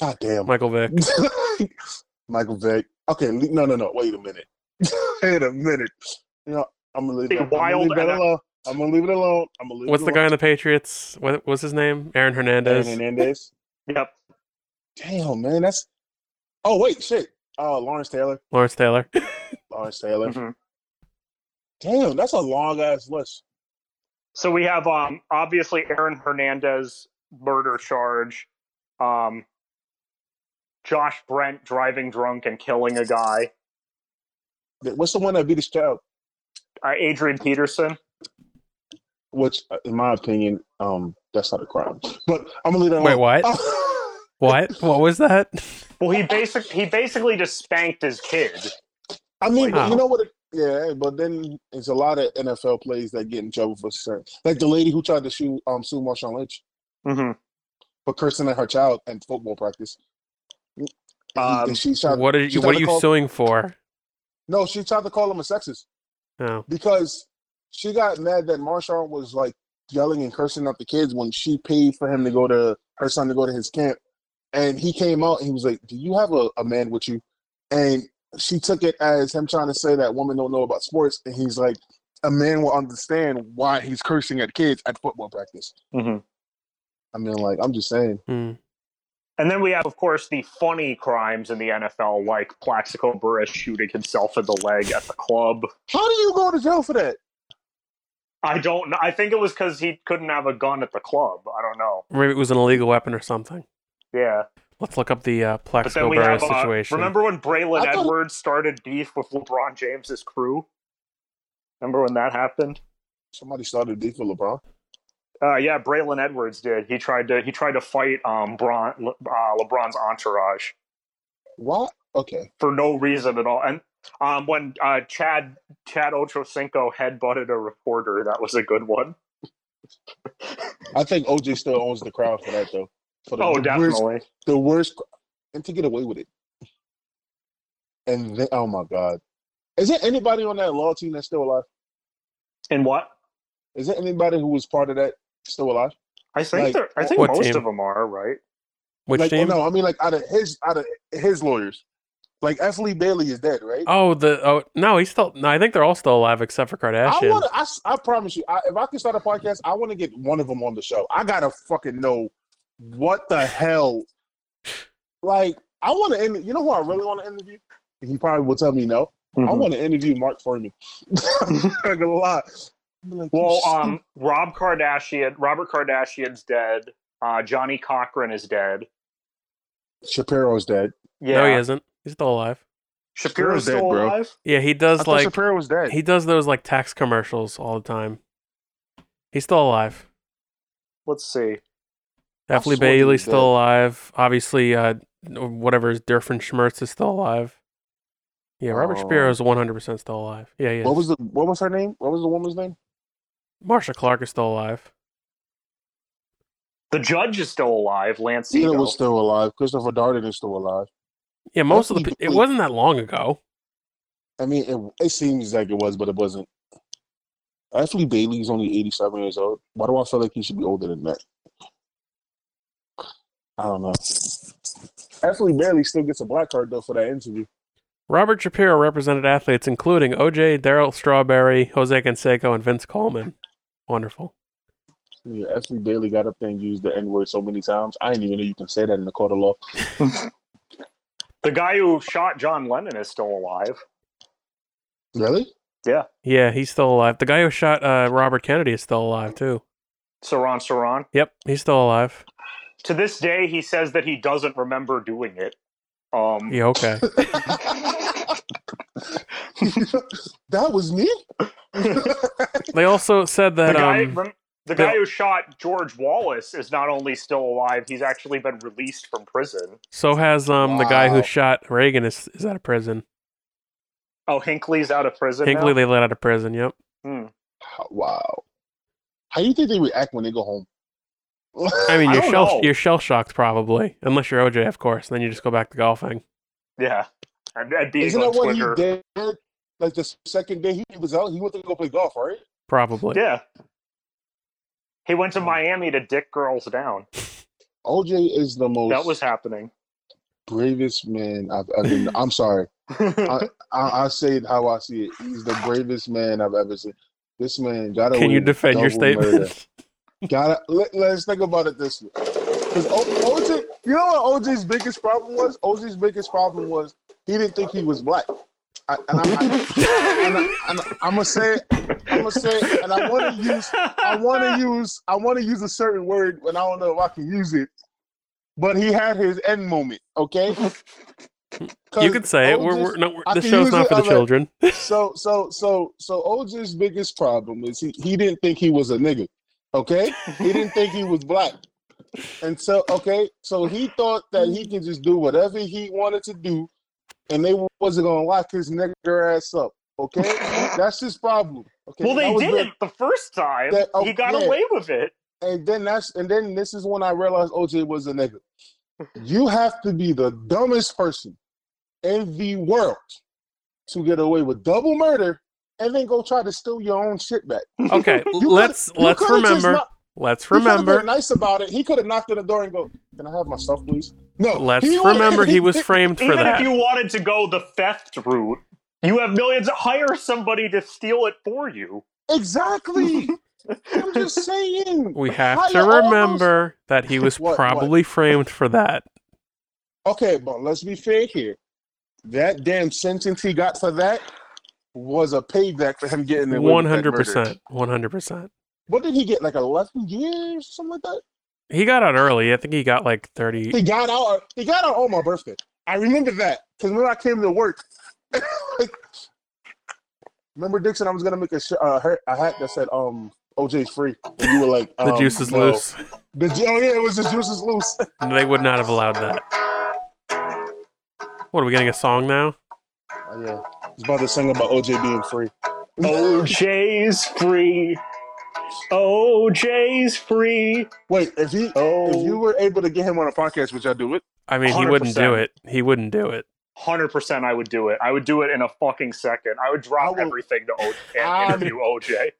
[SPEAKER 3] God damn,
[SPEAKER 6] Michael Vick.
[SPEAKER 3] Michael Vick. Okay, le- no, no, no. Wait a minute. wait a minute. You know, I'm gonna leave,
[SPEAKER 5] The
[SPEAKER 3] it, I'm gonna
[SPEAKER 5] wild
[SPEAKER 3] leave that
[SPEAKER 5] NFL.
[SPEAKER 3] alone. I'm gonna leave it alone. I'm gonna leave
[SPEAKER 6] What's
[SPEAKER 3] it
[SPEAKER 6] the guy
[SPEAKER 3] alone.
[SPEAKER 6] on the Patriots? What was his name? Aaron Hernandez.
[SPEAKER 3] Aaron Hernandez.
[SPEAKER 5] Yep.
[SPEAKER 3] Damn, man, that's. Oh wait, shit. Uh, Lawrence Taylor.
[SPEAKER 6] Lawrence Taylor.
[SPEAKER 3] Lawrence Taylor.
[SPEAKER 6] Mm-hmm.
[SPEAKER 5] Mhm.
[SPEAKER 3] Damn, that's a long ass list.
[SPEAKER 5] So we have um obviously Aaron Hernandez murder charge, um Josh Brent driving drunk and killing a guy,
[SPEAKER 3] Th- What's the one that beat his child?
[SPEAKER 5] uh, Adrian Peterson.
[SPEAKER 3] Which, uh, in my opinion, um, that's not a crime. But I'm gonna leave that
[SPEAKER 6] Wait,
[SPEAKER 3] alone.
[SPEAKER 6] what?
[SPEAKER 5] Oh.
[SPEAKER 6] What? What was that?
[SPEAKER 5] Well, he basic he basically just spanked his kid.
[SPEAKER 3] I mean,
[SPEAKER 6] Wow.
[SPEAKER 3] you know what? It, Yeah, but then it's a lot of NFL plays that get in trouble for certain. Like the lady who tried to sue um sue Marshawn Lynch
[SPEAKER 5] hmm
[SPEAKER 6] Mm-hmm.
[SPEAKER 3] for cursing at her child at football practice. And he-
[SPEAKER 5] Um,
[SPEAKER 3] and she tried,
[SPEAKER 6] what are
[SPEAKER 3] she
[SPEAKER 6] you,
[SPEAKER 3] tried
[SPEAKER 6] what
[SPEAKER 3] to
[SPEAKER 6] are you
[SPEAKER 3] call-
[SPEAKER 6] suing for? Oh,
[SPEAKER 3] no, she tried to call him a sexist
[SPEAKER 6] No.
[SPEAKER 3] because she got mad that Marshawn was like yelling and cursing at the kids when she paid for him to go to her son to go to his camp, and he came out and he was like, "Do you have a, a man with you?" And she took it as him trying to say that women don't know about sports, and he's like, "A man will understand why he's cursing at kids at football practice."
[SPEAKER 6] Mm-hmm.
[SPEAKER 5] hmm
[SPEAKER 3] I mean, like, I'm just saying.
[SPEAKER 6] Hmm.
[SPEAKER 5] And then we have, of course, the funny crimes in the NFL, like Plaxico Burris shooting himself in the leg at the club.
[SPEAKER 3] How do you go to jail for that?
[SPEAKER 5] I don't. kn- I think it was because he couldn't have a gun at the club. I don't know.
[SPEAKER 6] Maybe it was an illegal weapon or something.
[SPEAKER 5] Yeah.
[SPEAKER 6] Let's look up the uh,
[SPEAKER 5] But then
[SPEAKER 6] Plexico
[SPEAKER 5] we have.
[SPEAKER 6] Burris
[SPEAKER 5] Uh,
[SPEAKER 6] situation.
[SPEAKER 5] remember when Braylon
[SPEAKER 3] I thought-
[SPEAKER 5] Edwards started beef with LeBron James's crew? Remember when that happened?
[SPEAKER 3] Somebody started beef with LeBron.
[SPEAKER 5] Uh, yeah, Braylon Edwards did. He tried to. He tried to fight um Bron, Le, uh, LeBron's entourage.
[SPEAKER 3] What? Okay.
[SPEAKER 5] for no reason at all. And um, when uh, Chad Chad Ochocinco headbutted a reporter, that was a good one.
[SPEAKER 3] I think OJ still owns the crowd for that though. For the
[SPEAKER 5] Oh,
[SPEAKER 3] worst-
[SPEAKER 5] definitely.
[SPEAKER 3] the worst, and to get away with it. And then, oh my God, is there anybody on that law team that's still alive?
[SPEAKER 5] And what?
[SPEAKER 3] Is there anybody who was part of that still alive?
[SPEAKER 5] I think
[SPEAKER 3] Like,
[SPEAKER 5] they're I think
[SPEAKER 6] what
[SPEAKER 5] most
[SPEAKER 6] team?
[SPEAKER 5] of them are right.
[SPEAKER 6] Which
[SPEAKER 3] like, oh,
[SPEAKER 6] team?
[SPEAKER 3] no, I mean like out of his out of his lawyers, like F. Lee Bailey is dead, right?
[SPEAKER 6] Oh, the oh no, he's still. No, I think they're all still alive except for
[SPEAKER 3] I
[SPEAKER 6] Kardashian.
[SPEAKER 3] want to. I, s- I promise you, I, if I can start a podcast, I want to get one of them on the show. I gotta fucking know what the hell. Like, I want to. You know who I really want to interview? He probably will tell me no. I
[SPEAKER 5] Mm-hmm.
[SPEAKER 3] want to interview Mark Furman. I'm not gonna lie. I'm like, you
[SPEAKER 5] Well,
[SPEAKER 3] stupid-
[SPEAKER 5] um, Rob Kardashian, Robert Kardashian's dead. Uh, Johnny Cochran is dead.
[SPEAKER 3] Shapiro's dead.
[SPEAKER 5] Yeah,
[SPEAKER 6] No, he isn't. He's still alive.
[SPEAKER 3] Shapiro's
[SPEAKER 5] Shapiro's
[SPEAKER 3] dead,
[SPEAKER 5] still
[SPEAKER 3] bro.
[SPEAKER 5] alive.
[SPEAKER 6] Yeah, he
[SPEAKER 3] I
[SPEAKER 6] does
[SPEAKER 3] thought
[SPEAKER 6] like
[SPEAKER 3] Shapiro was dead.
[SPEAKER 6] he does those like tax commercials all the time. He's still alive.
[SPEAKER 5] Let's see.
[SPEAKER 3] I
[SPEAKER 6] Definitely
[SPEAKER 3] swear he
[SPEAKER 6] Bailey's
[SPEAKER 3] was
[SPEAKER 6] still
[SPEAKER 3] dead.
[SPEAKER 6] alive. Obviously, uh, whatever is Durfin Schmertz is still alive. Yeah, Robert
[SPEAKER 3] Oh.
[SPEAKER 6] Shapiro is 100% still alive. Yeah, yeah.
[SPEAKER 3] What was the what was her name? What was the woman's name?
[SPEAKER 6] Marsha Clark is still alive.
[SPEAKER 5] The judge is still alive. Lance
[SPEAKER 3] Cena
[SPEAKER 5] Siegel.
[SPEAKER 3] was still alive. Christopher Darden is still alive.
[SPEAKER 6] Yeah, most of the
[SPEAKER 3] Definitely
[SPEAKER 6] pe- it
[SPEAKER 3] Bailey.
[SPEAKER 6] wasn't that long ago.
[SPEAKER 3] I mean, it, it seems like it was, but it wasn't. Actually, Bailey's only eighty-seven years old. Why do I feel like he should be older than that? I don't know. Actually, Bailey still gets a black card though for that interview.
[SPEAKER 6] Robert Shapiro represented athletes including OJ, Daryl Strawberry, Jose Canseco, and Vince Coleman. Wonderful.
[SPEAKER 3] Yeah, Actually, Bailey got up there and used the N word so many times. I didn't even know you can say that in the court of law.
[SPEAKER 5] The guy who shot John Lennon is still alive.
[SPEAKER 3] Really?
[SPEAKER 6] Yeah, he's still alive. The guy who shot uh, Robert Kennedy is still alive too.
[SPEAKER 5] Saran Saran.
[SPEAKER 6] Yep, he's still alive.
[SPEAKER 5] to this day he says that he doesn't remember doing it um
[SPEAKER 6] Yeah, okay.
[SPEAKER 3] that was me.
[SPEAKER 6] they also said
[SPEAKER 5] the
[SPEAKER 6] that
[SPEAKER 5] guy
[SPEAKER 6] um,
[SPEAKER 5] rem- the guy
[SPEAKER 6] the-
[SPEAKER 5] who shot George Wallace is not only still alive, he's actually been released from prison.
[SPEAKER 6] so has um the guy who
[SPEAKER 3] Wow.
[SPEAKER 6] shot Reagan is is out of prison.
[SPEAKER 5] Oh, Hinckley's out of prison.
[SPEAKER 6] Hinkley
[SPEAKER 5] now? Hmm.
[SPEAKER 6] they let out of prison. Yep.
[SPEAKER 3] Wow. How do you think they react when they go home?
[SPEAKER 6] I mean,
[SPEAKER 5] I
[SPEAKER 6] you're
[SPEAKER 5] don't
[SPEAKER 6] shell
[SPEAKER 5] know.
[SPEAKER 6] you're shell shocked probably, unless you're OJ, of course. Then you just go back to golfing.
[SPEAKER 5] Yeah. And, and being
[SPEAKER 3] Isn't
[SPEAKER 5] on
[SPEAKER 3] that what he
[SPEAKER 5] Twitter.
[SPEAKER 3] did? Like the second day he was out, he went to go play golf, right?
[SPEAKER 6] Probably.
[SPEAKER 5] Yeah. He went to
[SPEAKER 3] Oh.
[SPEAKER 5] Miami to dick girls down.
[SPEAKER 3] OJ is the most
[SPEAKER 5] That was happening.
[SPEAKER 3] bravest man I've ever. kn- I'm sorry, I, I say it how I see it. He's the bravest man I've ever seen. This man got away.
[SPEAKER 6] Can you
[SPEAKER 3] with
[SPEAKER 6] defend your
[SPEAKER 3] double murder.
[SPEAKER 6] statement?
[SPEAKER 3] Got let, let's think about it this way. Because OJ, you know what OJ's biggest problem was? OJ's biggest problem was he didn't think he was black. I, and I'm, I, and I, am gonna say, I'm gonna say, it, and I want to use, I want to use, I want to use a certain word, and I don't know if I can use it. But he had his end moment, okay?
[SPEAKER 6] you could say it. We're,
[SPEAKER 3] OJ's
[SPEAKER 6] we're, no, we're,
[SPEAKER 3] I
[SPEAKER 6] this
[SPEAKER 3] can
[SPEAKER 6] show's
[SPEAKER 3] use
[SPEAKER 6] not
[SPEAKER 3] it
[SPEAKER 6] for the
[SPEAKER 3] other-
[SPEAKER 6] children.
[SPEAKER 3] so so so so OJ's biggest problem is he, he didn't think he was a nigga. Okay? He didn't think he was black. And so okay, so he thought that he could just do whatever he wanted to do and they wasn't gonna lock his nigger ass up. Okay, that's his problem. Okay,
[SPEAKER 5] well,
[SPEAKER 3] that
[SPEAKER 5] they
[SPEAKER 3] was the-
[SPEAKER 5] didn't the first time.
[SPEAKER 3] That- oh,
[SPEAKER 5] he got
[SPEAKER 3] yeah.
[SPEAKER 5] away with it.
[SPEAKER 3] and then that's and then this is when I realized OJ was a nigga. You have to be the dumbest person in the world to get away with double murder and then go try to steal your own shit back.
[SPEAKER 6] Okay,
[SPEAKER 3] You
[SPEAKER 6] let's
[SPEAKER 3] could've- you could've
[SPEAKER 6] let's
[SPEAKER 3] just
[SPEAKER 6] remember.
[SPEAKER 3] not-
[SPEAKER 6] let's
[SPEAKER 3] he could've been
[SPEAKER 6] remember.
[SPEAKER 3] nice about it. He could have knocked on the door and go, "Can I have my stuff, please?" No.
[SPEAKER 6] Let's
[SPEAKER 3] he wanted-
[SPEAKER 6] remember he was framed for
[SPEAKER 5] Even if
[SPEAKER 6] that.
[SPEAKER 5] you wanted to go the theft route, you have millions. Hire somebody to steal it for you.
[SPEAKER 3] exactly. I'm just saying.
[SPEAKER 6] We have
[SPEAKER 3] Hire
[SPEAKER 6] to
[SPEAKER 3] all those-
[SPEAKER 6] remember that he was
[SPEAKER 3] What, what?
[SPEAKER 6] probably framed for that.
[SPEAKER 3] Okay, but let's be fair here. That damn sentence he got for that was a payback for him getting away with that
[SPEAKER 6] One hundred
[SPEAKER 3] murder.
[SPEAKER 6] percent. One hundred percent.
[SPEAKER 3] What did he get? Like eleven years, something like that.
[SPEAKER 6] He got out early. I think he got like thirty.
[SPEAKER 3] He got out. He got out on my birthday. I remember that because when I came to work, remember Dixon, I was gonna make a sh- uh, her- a hat that said um OJ's free, and you were like,
[SPEAKER 6] The
[SPEAKER 3] um,
[SPEAKER 6] juice is
[SPEAKER 3] no.
[SPEAKER 6] loose.
[SPEAKER 3] The ju- oh yeah, it was the juice is loose.
[SPEAKER 6] They would not have allowed that. What are we getting a song now?
[SPEAKER 3] Oh, yeah, I was about to sing about OJ being free.
[SPEAKER 5] OJ's free. OJ's free.
[SPEAKER 3] Wait, if he
[SPEAKER 5] Oh.
[SPEAKER 3] if you were able to get him on a podcast, which I do it.
[SPEAKER 6] I mean, he wouldn't do
[SPEAKER 5] 100%.
[SPEAKER 6] it. He wouldn't do it.
[SPEAKER 5] Hundred percent, I would do it. I would do it in a fucking second. I would drop
[SPEAKER 3] I will- Ah,
[SPEAKER 5] everything to OJ
[SPEAKER 3] I'm-
[SPEAKER 5] and interview OJ.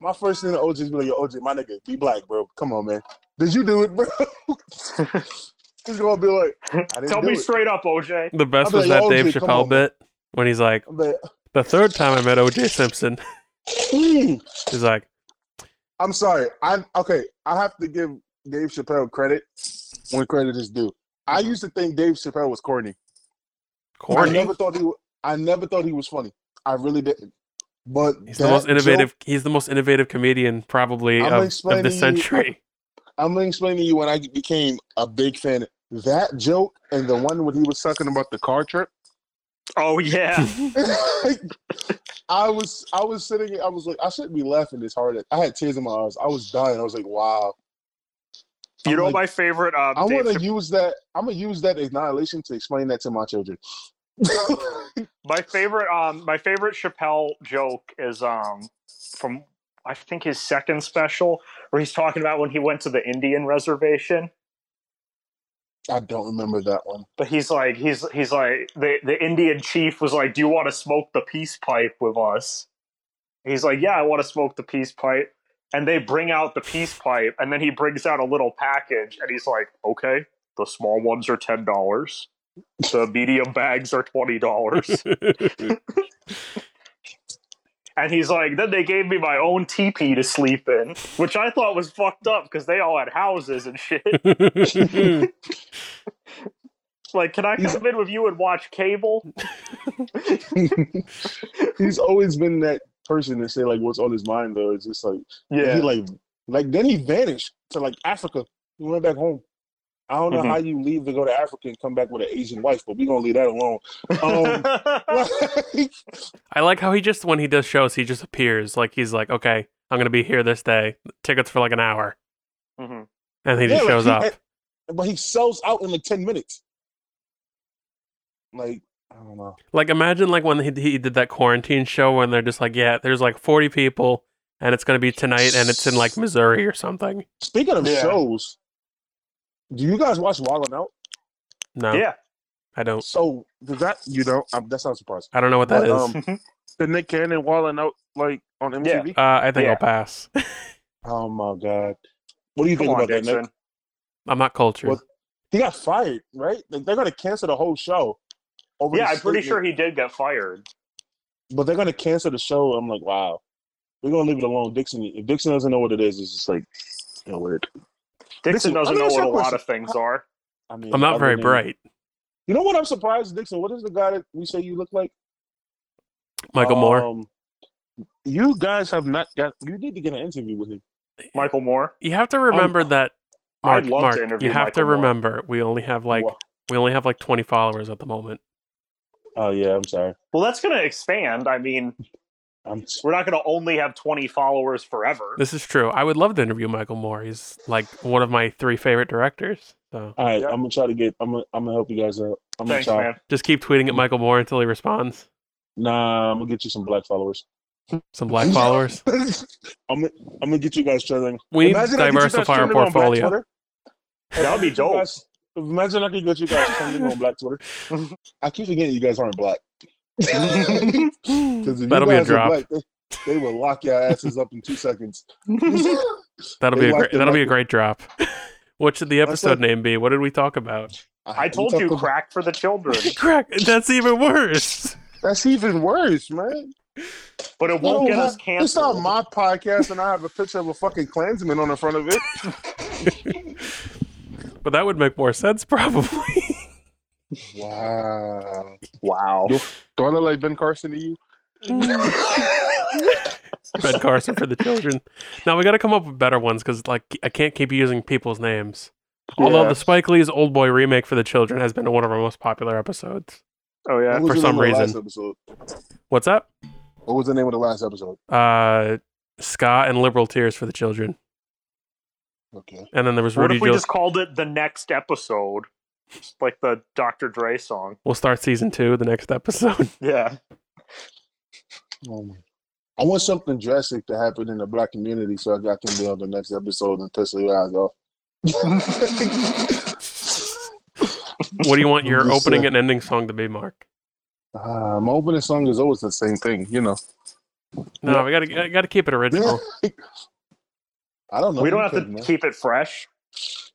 [SPEAKER 3] My first thing to OJ's be like, Yo, OJ, my nigga, be black, bro. Come on, man. Did you do it, bro? He's gonna be like, I didn't
[SPEAKER 5] Tell
[SPEAKER 3] do
[SPEAKER 5] me
[SPEAKER 3] it.
[SPEAKER 5] straight up, OJ.
[SPEAKER 6] The best
[SPEAKER 3] I'll
[SPEAKER 6] was
[SPEAKER 3] be like,
[SPEAKER 6] that
[SPEAKER 3] "Yo,
[SPEAKER 6] Dave
[SPEAKER 3] OJ, come
[SPEAKER 6] Chappelle
[SPEAKER 3] on, man."
[SPEAKER 6] bit when he's like,
[SPEAKER 3] I'm like,
[SPEAKER 6] the third time I met O.J. Simpson,
[SPEAKER 3] "Mm."
[SPEAKER 6] he's like,
[SPEAKER 3] I'm sorry. I okay. I have to give Dave Chappelle credit when credit is due. I used to think Dave Chappelle was corny. I
[SPEAKER 6] corny.
[SPEAKER 3] never thought he. wa- I never thought he was funny. I really didn't. But
[SPEAKER 6] He's the
[SPEAKER 3] that
[SPEAKER 6] most innovative.
[SPEAKER 3] joke-
[SPEAKER 6] He's the most innovative comedian probably
[SPEAKER 3] I'm
[SPEAKER 6] of, of
[SPEAKER 3] explaining
[SPEAKER 6] this
[SPEAKER 3] you-
[SPEAKER 6] century.
[SPEAKER 3] I'm gonna explain to you when I became a big fan. That joke and the one when he was talking about the car trip.
[SPEAKER 5] Oh yeah.
[SPEAKER 3] I was I was sitting I was like I shouldn't be laughing this hard. I had tears in my eyes. I was dying. I was like, wow.
[SPEAKER 5] You
[SPEAKER 3] I'm
[SPEAKER 5] know
[SPEAKER 3] like,
[SPEAKER 5] my favorite uh,
[SPEAKER 3] I
[SPEAKER 5] Dave
[SPEAKER 3] want to
[SPEAKER 5] Chapp-
[SPEAKER 3] use that. I'm gonna use that annihilation to explain that to my children.
[SPEAKER 5] my favorite um my favorite Chappelle joke is um from I think his second special where he's talking about when he went to the Indian reservation.
[SPEAKER 3] I don't remember that one.
[SPEAKER 5] But he's like he's he's like the the Indian chief was like, "Do you want to smoke the peace pipe with us?" He's like, "Yeah, I want to smoke the peace pipe." And they bring out the peace pipe, and then he brings out a little package, and he's like, "Okay, the small ones are ten dollars, the medium bags are twenty dollars." and he's like, "Then they gave me my own teepee to sleep in, which I thought was fucked up because they all had houses and shit." Like, can I come in with you and watch cable?
[SPEAKER 3] He's always been that person to say like what's on his mind though. It's just like
[SPEAKER 5] Yeah.
[SPEAKER 3] he like like then he vanished to like Africa. He went back home. I don't know
[SPEAKER 5] Mhm.
[SPEAKER 3] how you leave to go to Africa and come back with an Asian wife, but we're gonna leave that alone. Um, like,
[SPEAKER 6] I like how he just when he does shows, he just appears. Like he's like, okay, I'm gonna be here this day. Tickets for like an hour,
[SPEAKER 5] Mhm.
[SPEAKER 6] and he
[SPEAKER 3] Yeah,
[SPEAKER 6] just
[SPEAKER 3] like,
[SPEAKER 6] shows
[SPEAKER 3] he-
[SPEAKER 6] up.
[SPEAKER 3] but he sells out in like ten minutes. Like I don't know.
[SPEAKER 6] Like imagine like when he, he did that quarantine show when they're just like, yeah, there's like 40 people and it's gonna be tonight and it's in like Missouri or something.
[SPEAKER 3] Speaking of
[SPEAKER 5] Yeah.
[SPEAKER 3] shows, do you guys watch Wild 'N Out?
[SPEAKER 6] No,
[SPEAKER 5] Yeah.
[SPEAKER 6] I
[SPEAKER 5] Oh.
[SPEAKER 6] don't.
[SPEAKER 3] So does that you know um, that's not surprising.
[SPEAKER 6] I don't know what that
[SPEAKER 3] But,
[SPEAKER 6] is.
[SPEAKER 3] um, the Nick Cannon Wild 'N Out like on MTV.
[SPEAKER 6] uh, I think
[SPEAKER 5] yeah.
[SPEAKER 6] I'll pass.
[SPEAKER 3] Oh my god, what do you think
[SPEAKER 5] Come on,
[SPEAKER 3] about that?
[SPEAKER 5] Dixon.
[SPEAKER 3] Nick?
[SPEAKER 6] I'm not cultured.
[SPEAKER 3] What- He got fired, right? Like they're gonna cancel the whole show. Over
[SPEAKER 5] Yeah,
[SPEAKER 3] this
[SPEAKER 5] I'm pretty
[SPEAKER 3] statement.
[SPEAKER 5] sure he did get fired.
[SPEAKER 3] but they're gonna cancel the show. I'm like, wow, we're gonna leave it alone. Dixon, if Dixon doesn't know what it is, it's just like, you know, weird.
[SPEAKER 5] Dixon
[SPEAKER 3] Listen,
[SPEAKER 5] doesn't
[SPEAKER 3] let me
[SPEAKER 5] know
[SPEAKER 3] ask
[SPEAKER 5] what
[SPEAKER 3] you
[SPEAKER 5] a
[SPEAKER 3] a
[SPEAKER 5] lot
[SPEAKER 3] question.
[SPEAKER 5] of things are.
[SPEAKER 3] I mean,
[SPEAKER 6] I'm not
[SPEAKER 3] other
[SPEAKER 6] very
[SPEAKER 3] than-
[SPEAKER 6] bright.
[SPEAKER 3] You know what? I'm surprised, Dixon. What is the guy that we say you look like?
[SPEAKER 6] Michael Moore.
[SPEAKER 3] Um, you guys have not got. You need to get an interview with him.
[SPEAKER 5] Michael Moore.
[SPEAKER 6] You have to remember that.
[SPEAKER 5] I'd
[SPEAKER 6] Mark,
[SPEAKER 5] love
[SPEAKER 6] Mark,
[SPEAKER 5] to interview
[SPEAKER 6] you have to
[SPEAKER 5] Michael Moore.
[SPEAKER 6] remember we only have like
[SPEAKER 3] Wha-
[SPEAKER 6] we only have like 20 followers at the moment.
[SPEAKER 3] oh yeah, I'm sorry.
[SPEAKER 5] Well, that's going to expand. I mean,
[SPEAKER 3] I'm
[SPEAKER 5] we're not going to only have 20 followers forever.
[SPEAKER 6] This is true. I would love to interview Michael Moore. He's like one of my three favorite directors. So
[SPEAKER 3] all right. I'm gonna try to get. I'm gonna. I'm gonna help you guys out. I'm
[SPEAKER 5] Thanks,
[SPEAKER 3] gonna try.
[SPEAKER 5] man.
[SPEAKER 6] just keep tweeting at Michael Moore until he responds.
[SPEAKER 3] Nah, I'm gonna get you some black followers.
[SPEAKER 6] Some black followers.
[SPEAKER 3] I'm gonna, I'm gonna get you guys trending.
[SPEAKER 6] We need to
[SPEAKER 3] Imagine I get you guys
[SPEAKER 6] diversify our
[SPEAKER 3] trending on Black
[SPEAKER 6] portfolio.
[SPEAKER 3] Twitter.
[SPEAKER 5] That would be
[SPEAKER 3] You
[SPEAKER 5] dope.
[SPEAKER 3] guys- Imagine I could get you guys trending on Black Twitter. I keep forgetting you guys aren't black. 'Cause if you
[SPEAKER 6] That'll be a
[SPEAKER 3] guys were
[SPEAKER 6] drop.
[SPEAKER 3] black, they, they will lock your asses up in two seconds.
[SPEAKER 6] That'll
[SPEAKER 3] They
[SPEAKER 6] be a
[SPEAKER 3] like
[SPEAKER 6] great,
[SPEAKER 3] it,
[SPEAKER 6] that'll be a
[SPEAKER 3] like it.
[SPEAKER 6] great drop. what should the
[SPEAKER 3] That's
[SPEAKER 6] episode name be? What did we talk about?
[SPEAKER 5] I told you, crack for the children,
[SPEAKER 6] Crack. That's even worse.
[SPEAKER 3] That's even worse, man.
[SPEAKER 5] but it won't
[SPEAKER 3] No,
[SPEAKER 5] get
[SPEAKER 3] man,
[SPEAKER 5] us
[SPEAKER 3] It's not
[SPEAKER 5] canceled.
[SPEAKER 3] my podcast, and I have a picture of a fucking Klansman on the front of it.
[SPEAKER 6] But that would make more sense probably.
[SPEAKER 3] Wow.
[SPEAKER 5] Wow.
[SPEAKER 3] Do I look like Ben Carson to you?
[SPEAKER 6] Ben Carson for the children. Now we got to come up with better ones because like I can't keep using people's names. Although
[SPEAKER 3] Yeah.
[SPEAKER 6] the Spike Lee's Old Boy remake for the children has been one of our most popular episodes.
[SPEAKER 5] Oh yeah.
[SPEAKER 3] What was
[SPEAKER 6] for
[SPEAKER 3] the
[SPEAKER 6] some
[SPEAKER 3] name of the
[SPEAKER 6] reason.
[SPEAKER 3] last episode?
[SPEAKER 6] What's up?
[SPEAKER 3] What was the name of the last episode?
[SPEAKER 6] Uh, Ska and Liberal Tears for the children,
[SPEAKER 3] Okay.
[SPEAKER 6] and then there was
[SPEAKER 5] What
[SPEAKER 6] Rudy
[SPEAKER 5] if we
[SPEAKER 6] Jules.
[SPEAKER 5] just called it the next episode, Just like the Dr. Dre song?
[SPEAKER 6] We'll start season two the next episode.
[SPEAKER 5] Yeah.
[SPEAKER 3] Oh my. I want something drastic to happen in the black community so I got can be on the next episode and piss you guys off.
[SPEAKER 6] What do you want your
[SPEAKER 3] Just, uh,
[SPEAKER 6] opening and ending song to be, Mark?
[SPEAKER 3] Ah, my opening song is always the same thing, you know.
[SPEAKER 6] No, we gotta gotta keep it original.
[SPEAKER 3] I don't know.
[SPEAKER 5] We don't
[SPEAKER 3] You
[SPEAKER 5] have to
[SPEAKER 3] couldn't, man.
[SPEAKER 5] keep it fresh.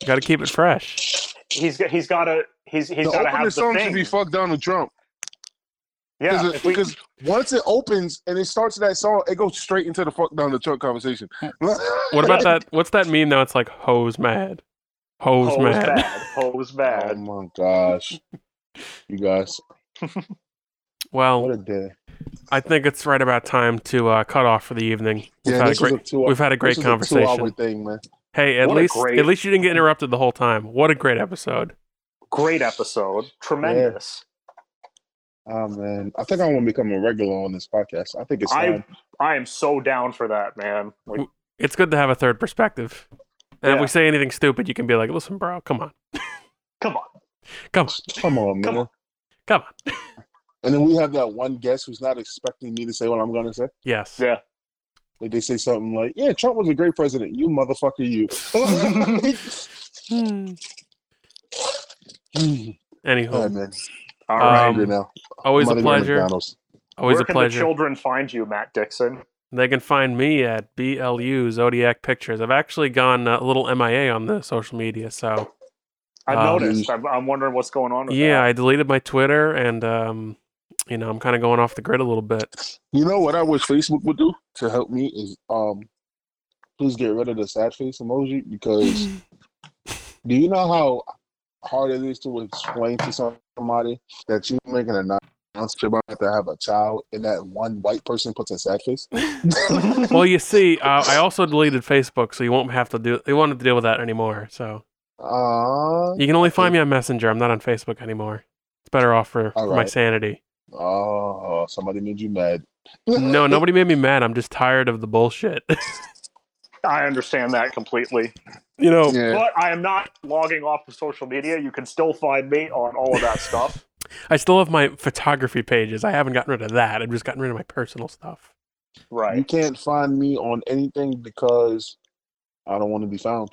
[SPEAKER 6] gotta keep it fresh.
[SPEAKER 5] He's got he's gotta he's he's
[SPEAKER 7] The
[SPEAKER 5] gotta
[SPEAKER 7] opening
[SPEAKER 5] have the
[SPEAKER 7] song
[SPEAKER 5] thing.
[SPEAKER 7] should be "Fuck Donald Trump."
[SPEAKER 5] yeah, if we,
[SPEAKER 3] Because once it opens and it starts that song, it goes straight into the fuck down the truck conversation.
[SPEAKER 6] What about that? What's that meme now? It's like hoes mad, hoes
[SPEAKER 5] Ho's
[SPEAKER 6] mad.
[SPEAKER 5] bad. Ho's
[SPEAKER 3] Oh
[SPEAKER 5] bad.
[SPEAKER 3] my gosh. You guys,
[SPEAKER 6] Well,
[SPEAKER 3] what a day.
[SPEAKER 6] I think it's right about time to uh, cut off for the evening. We've had a
[SPEAKER 3] this was
[SPEAKER 6] great,
[SPEAKER 3] a two-
[SPEAKER 6] we've had a great
[SPEAKER 3] this was a two-hour
[SPEAKER 6] conversation.
[SPEAKER 3] thing, man.
[SPEAKER 6] Hey, at
[SPEAKER 5] What a
[SPEAKER 6] least
[SPEAKER 5] great-
[SPEAKER 6] at least you didn't get interrupted the whole time. What a great episode!
[SPEAKER 5] Great episode. Tremendous.
[SPEAKER 3] Oh man, I think I want to become a regular on this podcast. I think it's
[SPEAKER 5] I
[SPEAKER 3] time.
[SPEAKER 5] I am so down for that, man. Like,
[SPEAKER 6] It's good to have a third perspective. And if
[SPEAKER 5] Yeah.
[SPEAKER 6] we say anything stupid, you can be like, "Listen, bro, come on,
[SPEAKER 5] come on.
[SPEAKER 3] Come
[SPEAKER 6] come on,
[SPEAKER 3] on,
[SPEAKER 5] Come
[SPEAKER 3] man.
[SPEAKER 5] on.
[SPEAKER 6] come on."
[SPEAKER 3] And then we have that one guest who's not expecting me to say what I'm going to say.
[SPEAKER 6] Yes,
[SPEAKER 5] Yeah.
[SPEAKER 3] Like they say something like, "Yeah, Trump was a great president." You motherfucker, you.
[SPEAKER 6] Hmm.
[SPEAKER 3] All right,
[SPEAKER 6] Anywho,
[SPEAKER 3] man.
[SPEAKER 5] All
[SPEAKER 6] Um,
[SPEAKER 5] right.
[SPEAKER 3] I'm hungry now.
[SPEAKER 6] always a
[SPEAKER 3] I'm about to go to
[SPEAKER 6] pleasure.
[SPEAKER 3] McDonald's.
[SPEAKER 6] Always
[SPEAKER 5] Where
[SPEAKER 6] a
[SPEAKER 5] can the
[SPEAKER 6] pleasure.
[SPEAKER 5] children find you, Matt Dixon?
[SPEAKER 6] They can find me at BLU Zodiac Pictures. I've actually gone a little MIA on the social media, so
[SPEAKER 5] I've
[SPEAKER 6] Um,
[SPEAKER 5] noticed. I'm, I'm wondering what's going on with
[SPEAKER 6] yeah,
[SPEAKER 5] that.
[SPEAKER 6] I deleted my Twitter, and um, you know, I'm kind of going off the grid a little bit.
[SPEAKER 3] You know what I wish Facebook would do to help me is um, please get rid of the sad face emoji because do you know how hard it is to explain to somebody that you're making an announcement about to have a child and that one white person puts a sad face?
[SPEAKER 6] well, you see, uh, I also deleted Facebook, so you won't have to do. You won't have to deal with that anymore. So
[SPEAKER 3] Uh,
[SPEAKER 6] you can only find me on Messenger. I'm not on Facebook anymore. It's better off for,
[SPEAKER 3] All
[SPEAKER 6] for my
[SPEAKER 3] right.
[SPEAKER 6] sanity.
[SPEAKER 3] oh, somebody made you mad.
[SPEAKER 6] No, nobody made me mad. I'm just tired of the bullshit.
[SPEAKER 5] I understand that completely.
[SPEAKER 6] you know,
[SPEAKER 3] Yeah.
[SPEAKER 5] But I am not logging off of social media. You can still find me on all of that stuff.
[SPEAKER 6] I still have my photography pages. I haven't gotten rid of that. I've just gotten rid of my personal stuff.
[SPEAKER 3] You
[SPEAKER 5] Right.
[SPEAKER 3] can't find me on anything because I don't want to be found.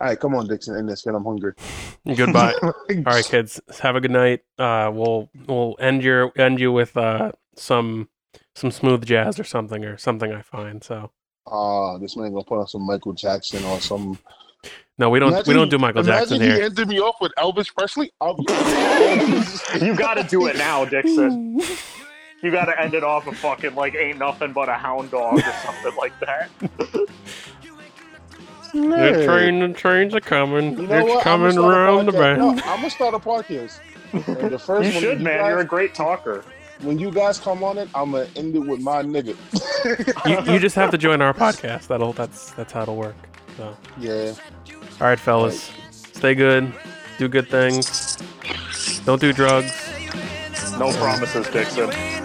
[SPEAKER 3] All right, come on, Dixon, end this, man. I'm hungry.
[SPEAKER 6] Goodbye. All right, kids. Have a good night. Uh, we'll we'll end your end you with uh, some some smooth jazz or something or something I find. So
[SPEAKER 3] Ah, this man gonna put on some Michael Jackson or some.
[SPEAKER 6] no, we don't we
[SPEAKER 3] Imagine-
[SPEAKER 6] don't do Michael Jackson
[SPEAKER 7] Imagine he
[SPEAKER 6] here.
[SPEAKER 7] ended me off with Elvis Presley.
[SPEAKER 3] Oh.
[SPEAKER 7] I'll
[SPEAKER 5] You got to do it now, Dixon. You got to end it off with fucking like ain't nothing but a hound dog or something like that.
[SPEAKER 6] The train, the trains are coming.
[SPEAKER 3] You know
[SPEAKER 6] it's
[SPEAKER 3] what? I'ma
[SPEAKER 6] coming
[SPEAKER 3] start a
[SPEAKER 6] around the
[SPEAKER 3] podcast.
[SPEAKER 6] bend.
[SPEAKER 3] No, I'm gonna start a podcast. And the first
[SPEAKER 5] You
[SPEAKER 3] one,
[SPEAKER 5] should,
[SPEAKER 3] you
[SPEAKER 5] man.
[SPEAKER 3] Guys,
[SPEAKER 5] You're a great talker.
[SPEAKER 3] When you guys come on it, I'm gonna end it with my nigga.
[SPEAKER 6] You, you just have to join our podcast. That'll that's that's how it'll work. So, all
[SPEAKER 3] yeah.
[SPEAKER 6] right, fellas, stay good, do good things, don't do drugs.
[SPEAKER 5] No promises, Dixon.